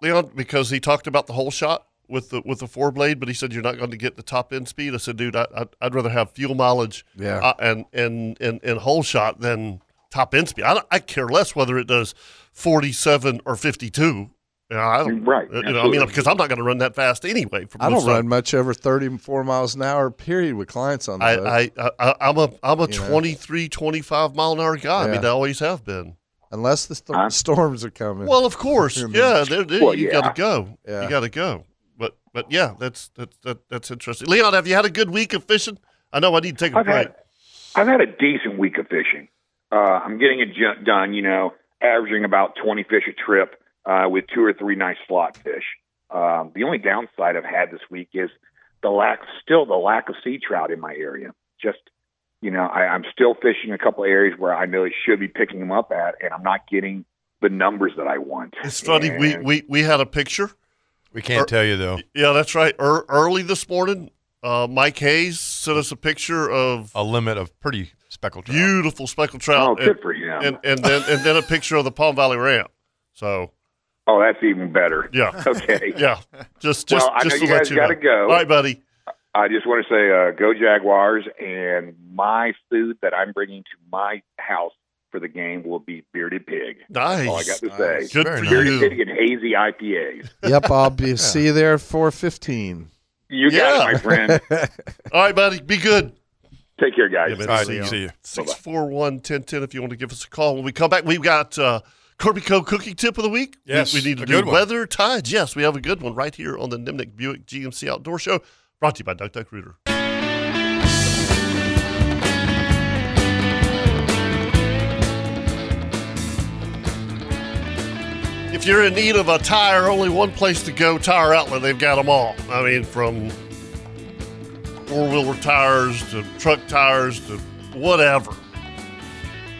Leon, because he talked about the whole shot with the with the four blade, but he said you're not going to get the top end speed. I said, dude, I, I'd, I'd rather have fuel mileage,
Yeah.
uh, and, and and and whole shot than top end speed. I, don't- I care less whether it does 47 or 52. You know, I don't,
right?
You know, I mean,
absolutely.
because I'm not going to run that fast anyway. uh, For
I
most
don't
of-
run much over 34 miles an hour, period, with clients on the boat.
I, I, I I'm a I'm a
You know.
23, 25 mile an hour guy. I mean,
Yeah.
I always have been.
Unless the st- storms are coming.
Well, of
<laughs>
course,
I mean-
yeah. There, there- you got to go.
Yeah.
You got to go. But but yeah, that's that's that, that's interesting. Leon, have you had a good week of fishing? I know I need to take a
I've
break.
had- I've had a decent week of fishing. Uh, I'm getting it ju- done, you know, averaging about 20 fish a trip uh, with two or three nice slot fish. Um, the only downside I've had this week is the lack, still the lack of sea trout in my area. Just, you know, I, I'm still fishing a couple areas where I know I should be picking them up at, and I'm not getting the numbers that I want.
It's funny. We,
And-
we we had a picture.
We can't
Or-
tell you though.
Yeah, that's right. Ear early this morning, uh, Mike Hayes sent us a picture of
a limit of pretty speckled trout.
beautiful speckled trout.
Oh, good for you.
And and then and then a picture of the Palm Valley Ramp. So
Oh, that's even better.
Yeah.
<laughs> Okay.
yeah, just just
well, I
just
know
to
you
let
guys
you
got
know.
to go.
All right, buddy.
I just want to say, uh, go Jaguars! And my food that I'm bringing to my house for the game will be bearded pig. That's all I
Nice.
got to
Nice.
say.
Good Very for
bearded
you.
pig and hazy IPAs.
yep, I'll
<laughs>
be, see you there at 415.
You got it, my friend.
<laughs> All right, buddy. Be good.
Take care, guys.
All right, see you. 641 1010 if you want to give us a call. When we come back, we've got uh, Kirby Co. cooking tip of the week. We-
Yes,
We, need to
a
do
good one.
weather tides. Yes, we have a good one right here on the Nimnik Buick GMC Outdoor Show, brought to you by Duck Duck Rooter. If you're in need of a tire, only one place to go, Tire Outlet. They've got them all. I mean, from four wheeler tires to truck tires to whatever.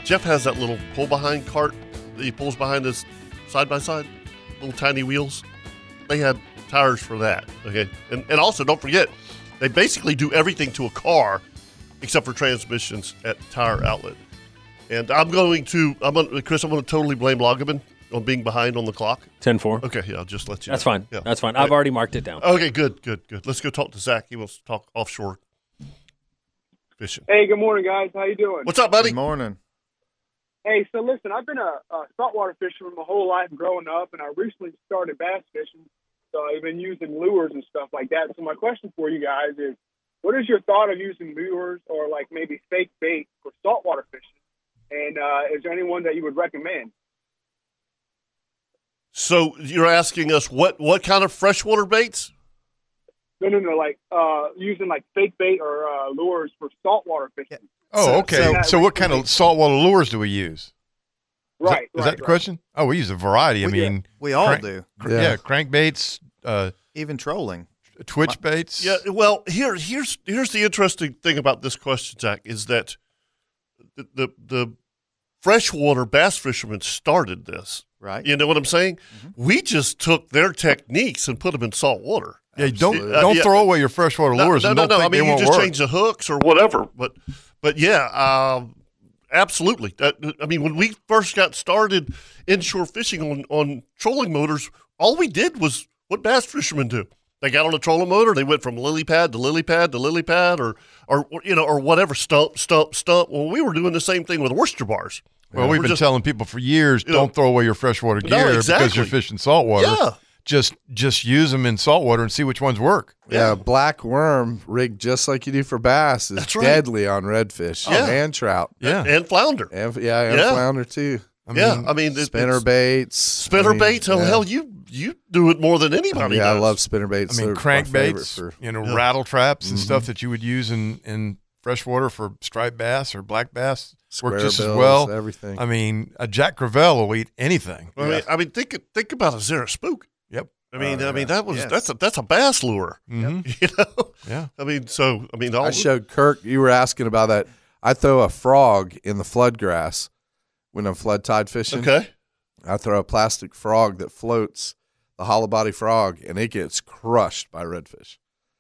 Jeff has that little pull behind cart that he pulls behind his side by side, little tiny wheels. They had tires for that. Okay. And, and also, don't forget, they basically do everything to a car except for transmissions at Tire Outlet. And I'm going to, I'm going to, Chris, I'm going to totally blame Loggeman on being behind on the clock.
10 4.
Okay. Yeah. I'll just let you
That's
know.
fine.
Yeah.
That's fine. I've already marked it down.
Okay, good, good, good. Let's go talk to Zach. He wants to talk offshore fishing.
Hey, good morning, guys. How you doing?
What's up, buddy?
Good morning.
Hey, so listen, I've been a, a saltwater fisherman my whole life growing up, and I recently started bass fishing, so I've been using lures and stuff like that. So my question for you guys is, what is your thought of using lures or like maybe fake bait for saltwater fishing? And uh, is there anyone that you would recommend?
So you're asking us what what kind of freshwater baits?
No, no, no, like uh, using like fake bait or uh, lures for saltwater fishing.
Oh, okay. So, what kind of saltwater lures do we use? Is that-
Right,
Is that
right,
the
right.
question? Oh, we use a variety. I
We-
mean,
we all
crank-
do.
cr-
Yeah.
yeah. crankbaits, uh,
Even trolling.
twitch baits.
Yeah. Well, here here's here's the interesting thing about this question, Zach, is that the the, the freshwater bass fishermen started this.
Right. Mm-hmm.
You know what I'm saying? We just took their techniques and put them in salt water.
Yeah, don't
Uh,
don't
yeah.
throw away your freshwater
No,
lures
no,
and
no,
don't
no.
think
I mean,
they
you
won't
just
work.
change the hooks or whatever. But, but yeah, um, absolutely. That, I mean, when we first got started inshore fishing on on trolling motors, all we did was what bass fishermen do. They got on a trolling motor. They went from lily pad to lily pad to lily pad, or or you know, or whatever stump, stump, stump. Well, we were doing the same thing with oyster bars.
Well,
We're
we've been
just-
telling people for years,
know-
don't throw away your freshwater
No,
gear because
exactly.
you're fishing saltwater.
Yeah.
Just just use them in saltwater and see which ones work.
Yeah, black worm rigged just like you do for bass is
right.
deadly on redfish
Yeah.
and trout.
Yeah.
and flounder.
And, yeah, and
Yeah.
flounder too.
yeah, I mean, it-
spinner
it's-
baits.
spinner
I mean,
baits. Oh,
yeah.
hell, you you do it more than anybody.
Yeah, I
does.
love spinner baits.
I mean,
They're my
crankbaits,
favorite for-
you know,
Yeah.
rattle traps
Mm-hmm.
and stuff that you would use in in freshwater for striped bass or black bass work
Square
just as
bills,
well.
everything.
I mean, a Jack Crevel will eat anything.
I mean, I mean, think think about a zero spook.
Yep.
I mean, I mean that was
Yes.
that's a that's a bass lure. <laughs> You know.
Yeah.
I mean, so I mean, all
I showed Kirk. You were asking about that. I throw a frog in the flood grass when I'm flood tide fishing.
Okay.
I throw a plastic frog that floats, the hollow body frog, and it gets crushed by redfish.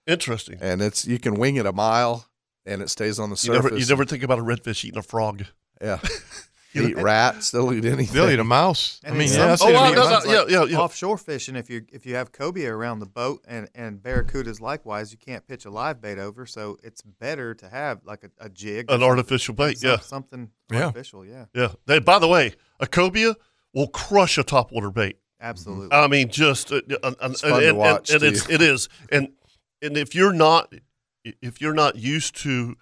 Interesting.
And it's you can wing it a mile, and it stays on the
You
surface.
never, you never think about a redfish eating a frog.
Yeah.
<laughs>
eat rats. They'll eat anything.
They'll eat a mouse.
And in some
oh, I,
places,
no, no,
like
yeah, yeah, yeah.
Offshore fishing, if you if you have cobia around the boat and and barracudas likewise, you can't pitch a live bait over. So it's better to have like a, a jig, or
An
something-
artificial bait,
some-
yeah.
something
Yeah.
artificial, yeah.
Yeah. They, by the way, a cobia will crush a topwater bait.
Absolutely.
I mean, just uh, uh, uh,
It's fun to
and, and-
watch,
and
too.
it's it is, and and if you're not if you're not used to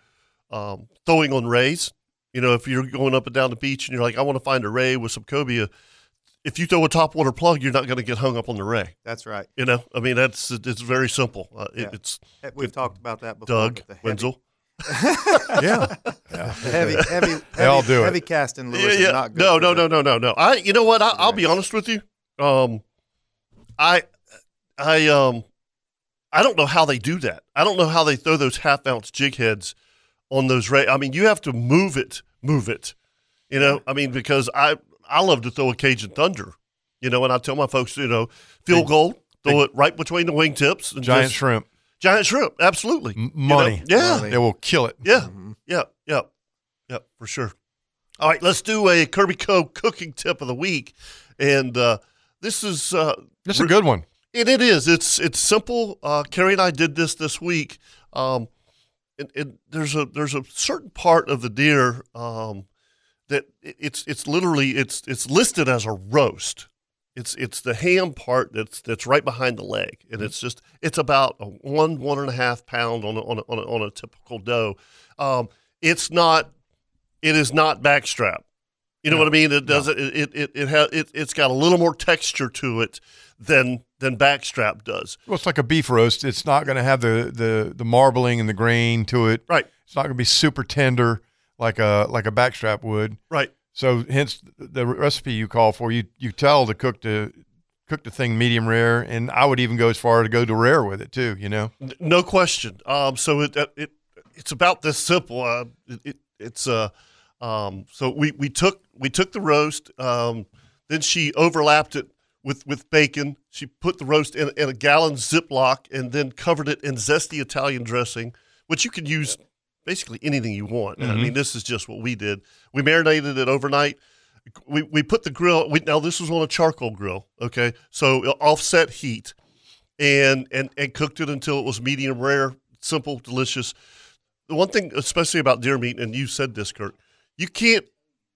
um, throwing on rays, you know, if you're going up and down the beach and you're like, I want to find a ray with some cobia. If you throw a topwater plug, you're not going to get hung up on the ray.
That's right.
You know, I mean, that's it's very simple. Uh, it,
Yeah.
It's
Eh, We've talked about that before.
Doug
but the heavy-
Wenzel.
<laughs> yeah. Heavy, heavy,
<laughs> They all
heavy-
do it.
heavy casting lures
Yeah, yeah.
are not good.
No, no, no, no, no, no. I, you know what? I, I'll be honest with you. Um, I, I, um, I don't know how they do that. I don't know how they throw those half ounce jig heads on those ray. I mean, you have to move it, move it. You know, I mean, because I, I love to throw a Cajun Thunder. You know, and I tell my folks, you know, field goal, throw it right between the wingtips. And
Giant
just-
shrimp.
Giant shrimp, absolutely. You know,
money.
yeah.
Money. It will kill it.
Yeah. Yeah. Yeah. Yeah. For sure. All right. Let's do a Kirby Co. cooking tip of the week. And uh, this is. Uh,
That's a good one.
And it is. It's it's simple. Uh, Carrie and I did this this week. Um, and, and there's a there's a certain part of the deer um, that it- it's it's literally it's it's listed as a roast. It's it's the ham part that's that's right behind the leg, and it's just it's about a one one and a half pound on a, on a, on, a, on a typical doe. Um, it's not it is not backstrap. You know what I mean? It doesn't. It it it, it has it, it's got a little more texture to it than than backstrap does.
Well, it's like a beef roast. It's not going to have the, the the marbling and the grain to it.
Right.
It's not going to be super tender like a like a backstrap would.
Right.
So hence the recipe you call for you you tell to cook the cook the thing medium rare, and I would even go as far to go to rare with it too. You know.
N- No question. Um, so it uh, it it's about this simple. Uh, it, it it's uh, um, so we we took we took the roast. Um, then she overlapped it with with bacon. She put the roast in, in a gallon Ziploc and then covered it in zesty Italian dressing, which you can use basically anything you want. I
Mhm.
mean, this is just what we did. We marinated it overnight. We, we put the grill. We, now this was on a charcoal grill, okay? So uh, offset heat, and and and cooked it until it was medium rare, simple, delicious. The one thing, especially about deer meat, and you said this, Kurt, you can't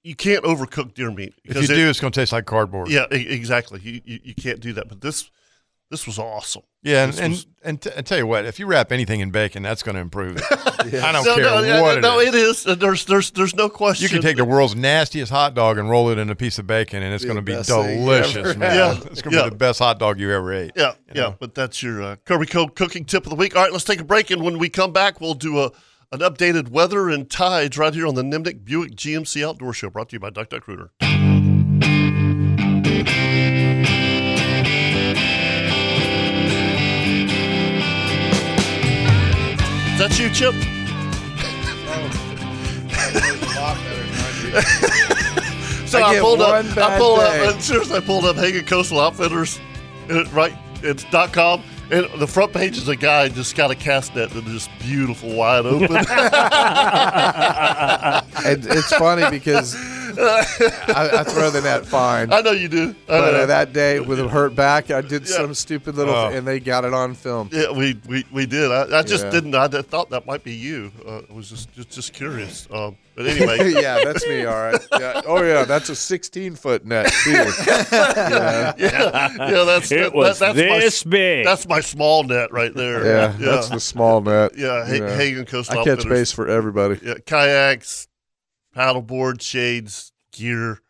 you can't overcook deer meat.
If you
because it-
do, it's going to taste like cardboard.
yeah, e- exactly. You, you you can't do that. But this this was awesome.
Yeah, and
This
and,
was-
and, t- and tell you what, if you wrap anything in bacon, that's going to
<laughs>
improve it. I don't
No,
care
no, yeah,
what it is.
no, it is. Uh, There's there's there's no question.
You can take the world's nastiest hot dog and roll it in a piece of bacon, and it's
Be
going to
the
be
best thing you ever
delicious, man.
had. Yeah,
It's going to
yeah.
be the best hot dog you ever ate.
Yeah,
you
yeah,
know?
but that's your uh, Kirby Code cooking tip of the week. All right, let's take a break, and when we come back, we'll do a an updated weather and tides right here on the Nimnik Buick GMC Outdoor Show, brought to you by DuckDuckRooter. Is that you,
<laughs>
Chip? <laughs> so
I
I,
get
pulled up.
one
I
bad
pulled up.
day.
uh, Seriously, I pulled up Hagen Coastal Outfitters, uh, right? It's dot com, and the front page is a guy just got a cast net that is beautiful, wide
<laughs>
<laughs>
open.
And it's funny
<laughs>
because I, I throw the net fine.
I know you do. I
But
know.
uh, that day with a hurt back, I did some stupid little,
Oh.
and they got it on film.
Yeah, we we, we did. I, I just
Yeah.
didn't. I did- thought that might be you. Uh, I was just just, just curious. Um,
<laughs>
but anyway,
yeah, that's me. All right. Yeah. Oh yeah,
<laughs>
that's a 16 foot net too.
yeah, yeah, that's
It
that,
was
that's
this
my,
big.
That's my small net right there.
Yeah, that's the small net.
Yeah, Ha-
You know.
Hagen Coastal
I catch
Outfitters.
base for everybody.
Yeah, uh, kayaks, paddleboard, shades, gear,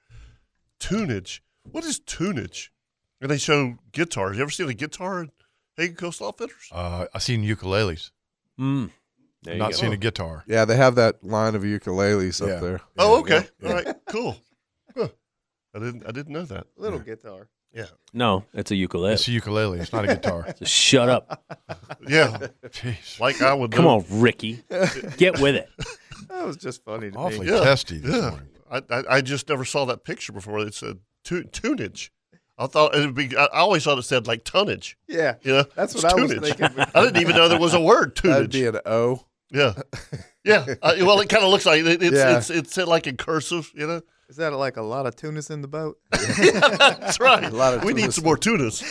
tunage. What is tunage? And they show guitars. You ever seen a guitar at Hagen Coastal Outfitters?
Uh, I've seen ukuleles.
Mm.
I've not seen a guitar.
Yeah, they have that line of ukuleles
Yeah.
up there.
Oh, okay.
Yeah.
All right, cool. Huh. I didn't I didn't know that.
Little guitar.
No, it's a ukulele.
It's a ukulele. It's not a guitar.
Just <laughs> shut up.
Yeah.
<laughs>
Jeez.
Like I would
Come
do.
on, Ricky. Get with it.
<laughs> That was just funny to
Awfully
me.
Yeah,
testy this
yeah. I, I I just never saw that picture before. It said tu- tunage. I thought it'd be. I I always thought it said like tonnage.
Yeah,
you know,
that's
it's
what I was
tunage.
thinking. Uh,
I didn't even know there was a
<laughs>
word tunage.
That'd be an O.
Yeah, yeah. Uh, well, it kind of looks like it, it's,
Yeah.
it's it's like in cursive. You know,
Is that like a lot of tunas in the
<laughs>
boat? <laughs>
that's right.
A lot of
we need
tunas.
some more tunas.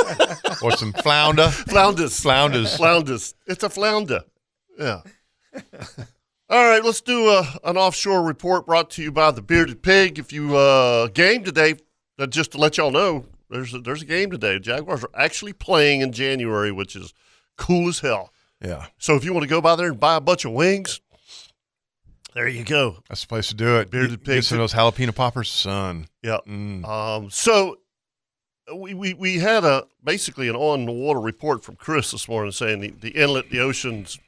<laughs> or some flounder.
Flounders.
Flounders.
Flounders. It's a flounder. Yeah. All right, let's do uh an offshore report brought to you by the Bearded Pig. If you uh, game today, uh, just to let y'all know, there's a, there's a game today. Jaguars are actually playing in January, which is cool as hell.
Yeah.
So if you want to go by there and buy a bunch of wings, there you go.
That's the place to do it.
Bearded
Get
pigs.
some of those jalapeno poppers, son.
Yeah. Um, so we, we, we had a basically an on the water report from Chris this morning saying the, the inlet, the oceans,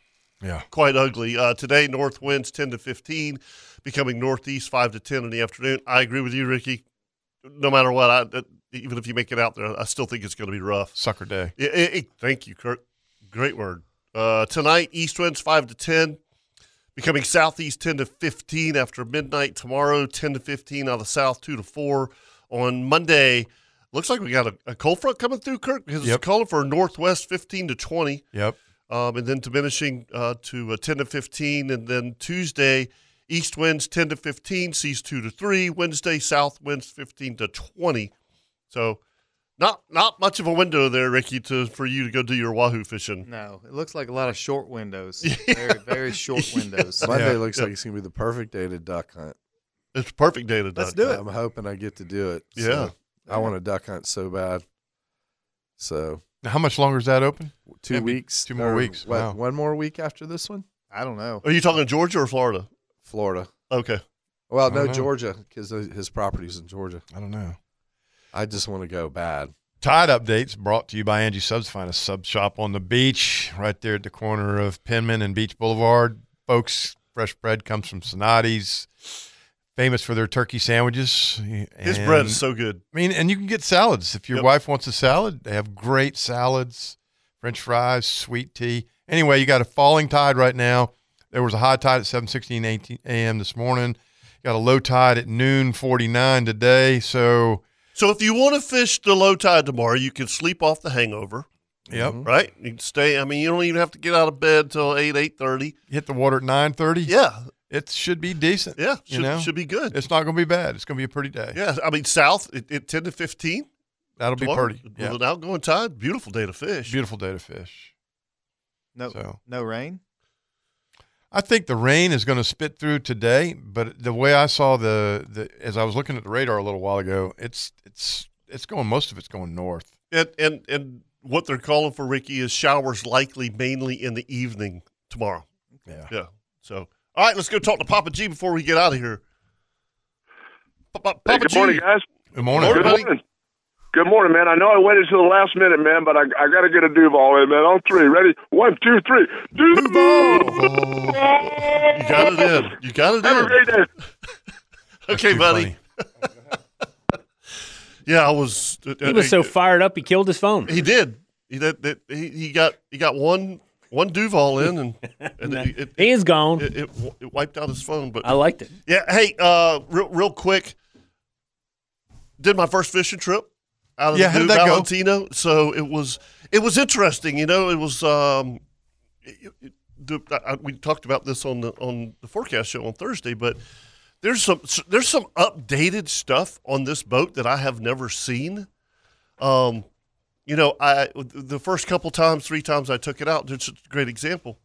Yeah.
quite ugly. Uh, today, north winds 10 to 15, becoming northeast 5 to 10 in the afternoon. I agree with you, Ricky. No matter what, I, that- even if you make it out there, I still think it's going to be rough.
Sucker day.
Yeah, it- it- thank you, Kurt. Great word. Uh, tonight, east winds 5 to 10, becoming southeast 10 to 15 after midnight. Tomorrow, 10 to 15 out of the south, 2 to 4. On Monday, looks like we got a, a cold front coming through, Kirk, because
Yep.
it's calling for northwest 15 to 20
Yep.
um, and then diminishing uh, to uh, 10 to 15. And then Tuesday, east winds 10 to 15, seas 2 to 3. Wednesday, south winds 15 to 20. So not not much of a window there, Ricky, to for you to go do your wahoo fishing.
No, it <laughs> looks like a lot of short
<laughs>
windows. Very, very short windows.
Monday looks like
Yeah.
it's gonna be the perfect day to duck hunt.
It's a perfect day to
Let's duck do hunt. it.
I'm hoping I get to do it. so
Yeah.
I want to duck hunt so bad. So
Now, how much longer is that open?
2
That'd be
weeks.
Two more
or
weeks.
what,
Wow. Oh,
One more week after this one? I don't know.
Are you talking Georgia or Florida?
Florida.
Okay.
Well,
I
no,
don't know.
Georgia, because his property's in Georgia.
I don't know.
I just want to go bad.
Tide updates brought to you by Angie Subs. Find a sub shop on the beach right there at the corner of Penman and Beach Boulevard. Folks, fresh bread comes from Sonati's, famous for their turkey sandwiches.
His
And-
bread is so good.
I mean, and you can get salads. If your
Yep.
wife wants a salad, they have great salads, french fries, sweet tea. Anyway, you got a falling tide right now. There was a high tide at 7:16 a.m. this morning. Got a low tide at noon 49 today. So,
So if you want to fish the low tide tomorrow, you can sleep off the hangover.
Yep.
Mm-hmm.
Right? You can stay. I mean, you don't even have to get out of bed till 8, 8.30.
hit the water at 9:30.
Yeah.
It should be decent.
Yeah.
you
Should,
know?
should be good.
It's not going to be bad. It's going to be a pretty day.
Yeah, I mean south it, it ten to fifteen.
That'll be
Tomorrow,
pretty.
With
Yeah.
an outgoing tide, beautiful day to fish.
Beautiful day to fish.
No,
So.
no rain.
I think the rain is going to spit through today, but the way I saw the, the as I was looking at the radar a little while ago, it's it's it's going most of it's going north.
And and and what they're calling for, Ricky, is showers likely mainly in the evening tomorrow.
Yeah.
Yeah. So all right, let's go talk to Papa G before we get out of here. Pa- pa-
Hey,
Papa
good
G.
morning, guys.
Good
Good morning. Good morning, man. I know I waited till the last minute, man, but I, I got to get a Duval in, man. On three. Ready? One, two, three. Duval! You
got
<laughs>
it in. <laughs> You got it
Have
in.
a great
<laughs>
day.
Okay, buddy. <laughs> yeah, I was. uh,
He was so fired up, he killed his phone.
He did. He did. did- He, he got he got one one Duval
<laughs>
in, and, and it, it,
he is gone.
It, it, it wiped out his phone, but
I liked it.
Yeah. Hey, uh, real real quick, did my first fishing trip out of
Yeah,
the
how'd
New
that go?
Valentino. So it was it was interesting. You know, it was um, it- it- the, I, I- we talked about this on the on the forecast show on Thursday, but there's some there's some updated stuff on this boat that I have never seen. Um, you know, I the first couple times, three times I took it out. That's a great example.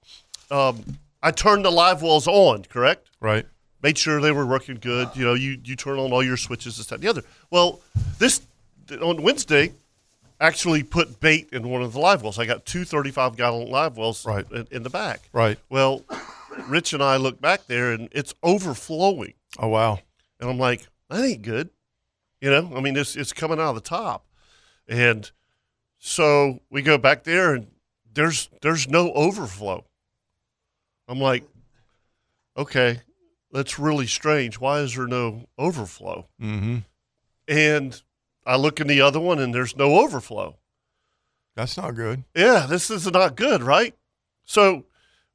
Um, I turned the live wells on, correct?
Right.
Made sure they were working good. You know, you you turn on all your switches, this, that, and the other. Well, this on Wednesday, actually put bait in one of the live wells. I got two 35 gallon live wells in, in the back.
Right.
Well, Rich and I look back there, and it's overflowing.
Oh wow.
And I'm like, that ain't good. You know, I mean, it's it's coming out of the top, and so we go back there, and there's there's no overflow. I'm like, okay, that's really strange. Why is there no overflow?
Mm-hmm.
And I look in the other one and there's no overflow.
That's not good.
Yeah, this is not good, right? So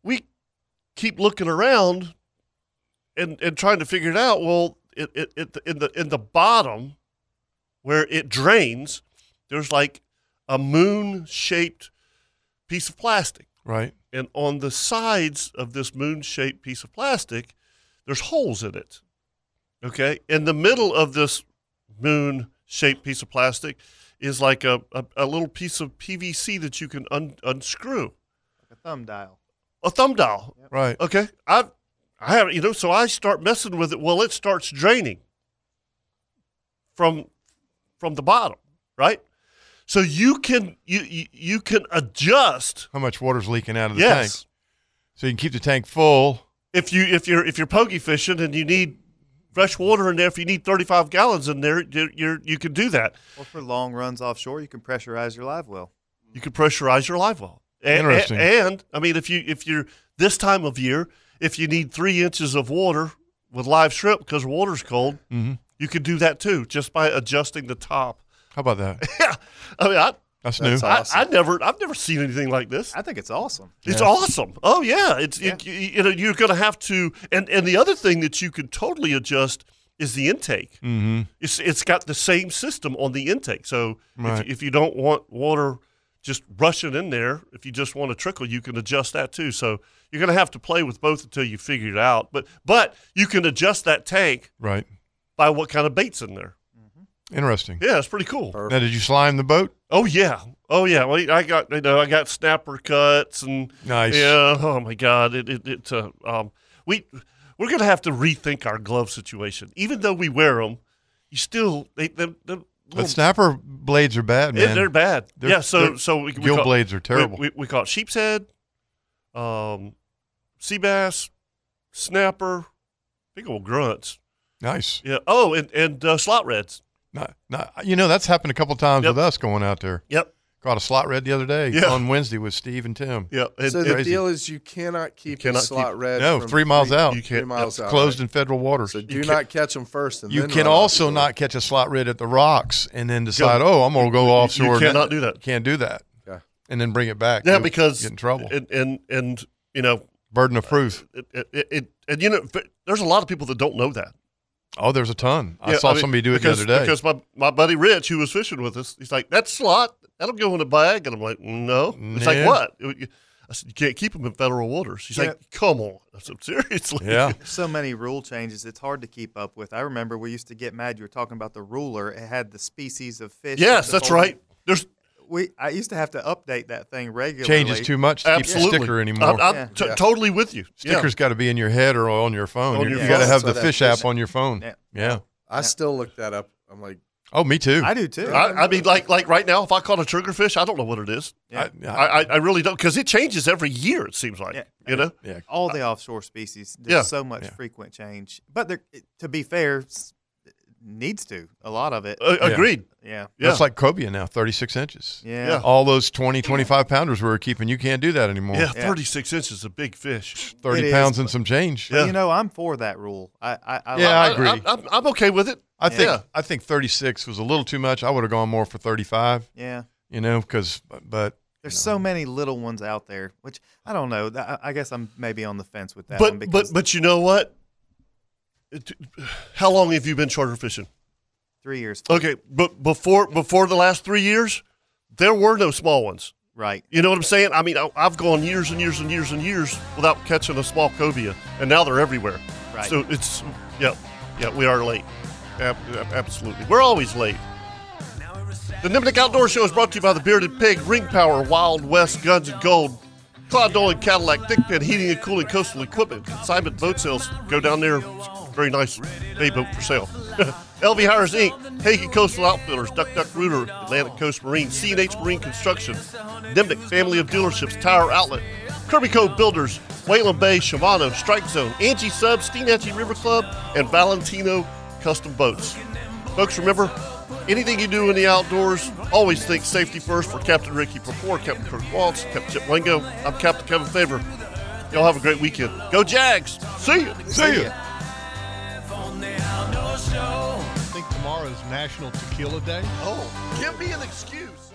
we keep looking around and and trying to figure it out. Well, it, it, it in the in the bottom where it drains, there's like a moon shaped piece of plastic.
Right.
And on the sides of this moon shaped piece of plastic, there's holes in it. Okay. In the middle of this moon shaped piece of plastic is like a, a, a little piece of PVC that you can un, unscrew.
A thumb dial.
A thumb dial.
Right.
Okay. I I have you know, so I start messing with it. Well, it starts draining from from the bottom, right? So you can you you, you can adjust
How much water's leaking out of the
Yes.
tank? So you can keep the tank full.
if you if you're if you're pokey fishing and you need fresh water in there. If you need 35 gallons in there, you're, you're you can do that.
Or for long runs offshore, you can pressurize your live well.
You can pressurize your live well. And,
Interesting.
And, and, I mean, if you if you're this time of year, if you need three inches of water with live shrimp because water's cold,
Mhm.
you could do that too just by adjusting the top.
How about that?
<laughs> yeah, I mean, I,
That's new. That's
I-
awesome.
I, never I've never seen anything like this.
I think it's awesome.
It's
Yeah.
awesome. Oh yeah, it's it- you, you know you're going to have to and and the other thing that you can totally adjust is the intake.
Mm-hmm.
It's it's got the same system on the intake. So
Right.
if, if you don't want water just rushing in there, if you just want to trickle, you can adjust that too. So you're going to have to play with both until you figure it out. But but you can adjust that tank
Right.
by what kind of baits in there.
Interesting.
Yeah, it's pretty cool.
Now, did you slime the boat?
Oh yeah, oh yeah. Well, I got you know I got snapper cuts and
Nice.
Yeah. Oh my God. It it, it uh, um we we're gonna have to rethink our glove situation. Even though we wear them, you still they they. they
But snapper blades are bad, man.
They're bad.
They're-
yeah. So
they're-
so we, we
gill
caught-
blades
we-
are terrible.
We, we caught sheep's head, um, sea bass, snapper, big old grunts.
Nice.
Yeah. Oh, and and uh, slot reds.
Not, not, you know, that's happened a couple times with us going out there.
Yep.
Caught a slot red the other day
Yeah.
on Wednesday with Steve and Tim.
Yeah.
so the deal is you cannot keep your
cannot
slot
keep-
red.
no,
from
three miles out. You
Three
can't-
miles
it's
out.
closed in federal waters.
So
You
do
can't-
not catch them first. And
You
then
can
run
also not catch a slot red at the rocks and then decide, oh, I'm going to go
You- you
offshore. and-
cannot do that.
Can't do that.
Yeah.
And then bring it back.
Yeah,
You'll
because
get in trouble.
And and, and you know, uh,
burden of proof.
It, it, it, it- and you know, but there's a lot of people that don't know that.
Oh, there's a ton. I
Yeah,
saw
mean,
somebody do it
because,
the other day.
Because my, my buddy Rich, who was fishing with us, he's like, "That slot that'll go in a bag," and I'm like, "No." It's like
Yeah.
what? I said, "You can't keep them in federal waters." He's
Yeah.
like, "Come on." I said, "Seriously?" <laughs>
So many rule changes, it's hard to keep up with. I remember we used to get mad. You were talking about the ruler. It had the species of fish.
Yes,
the
that's
whole-
right. There's
We I used to have to update that thing regularly.
Changes too much to keep the
Absolutely.
sticker anymore.
I'm, I'm t-
Yeah.
totally with you. Yeah.
Sticker's got to be in your head or on your phone.
On
You-
your
you got to
phone.
have
So
the
that
fish
fish-
app on your phone. Yeah.
I still look that up. I'm like,
Oh, me too.
I do too.
I, I mean, like like right now, if I caught a triggerfish, I don't know what it is.
Yeah.
I, I, I really don't because it changes every year. It seems like you know.
Yeah.
all the offshore species. There's
Yeah.
so much
Yeah.
frequent change. But there, it- to be fair, s- it needs to a lot of it.
Yeah.
Yeah.
That's like cobia now, 36 inches.
Yeah. Yeah.
All those 20, 25 pounders we were keeping, you can't do that anymore.
Yeah, 36 inches is a big fish.
30 pounds and some change.
But You know, I'm for that rule. I I, I
Yeah, I
like it.
agree.
I'm, I'm okay with it.
I think
Yeah.
I think 36 was a little too much. I would have gone more for 35.
Yeah.
You know, because but
There's so many little ones out there, which I don't know. Th- I, I guess I'm maybe on the fence with that one
But
because
but but you know what? It- <sighs> how long have you been charter fishing?
three years.
Okay, but before before the last three years, there were no small ones.
Right.
You know what I'm saying? I mean, I, I've gone years and years and years and years without catching a small cobia, and now they're everywhere.
Right.
So it's yeah, yeah. We are late. Ab- ab- absolutely, we're always late. The Nimnik Outdoor Show is brought to you by the Bearded Pig, Ring Power, Wild West Guns and Gold, Clyde Dolan Cadillac, Dick Pin Heating and Cooling Coastal Equipment, Consignment Boat Sales. Go down there. It's a very nice day boat for sale. <laughs> LV Hires Inc., Hagen Coastal Outfitters, Duck Duck Rooter, Atlantic Coast Marine, CNH Marine Construction, Nimnik Family of Dealerships, Tire Outlet, Kirby Cove Builders, Whalen Bay, Shimano, Strike Zone, Angie Subs, Steenatchee River Club, and Valentino Custom Boats. Folks, remember, anything you do in the outdoors, always think safety first for Captain Ricky Perfor, Captain Kirk Waltz, Captain Chip Lingo. I'm Captain Kevin Favor. Y'all have a great weekend. Go Jags! See ya! See ya!
Outdoor show.
I think tomorrow
tomorrow's National Tequila Day.
Oh, give me an excuse.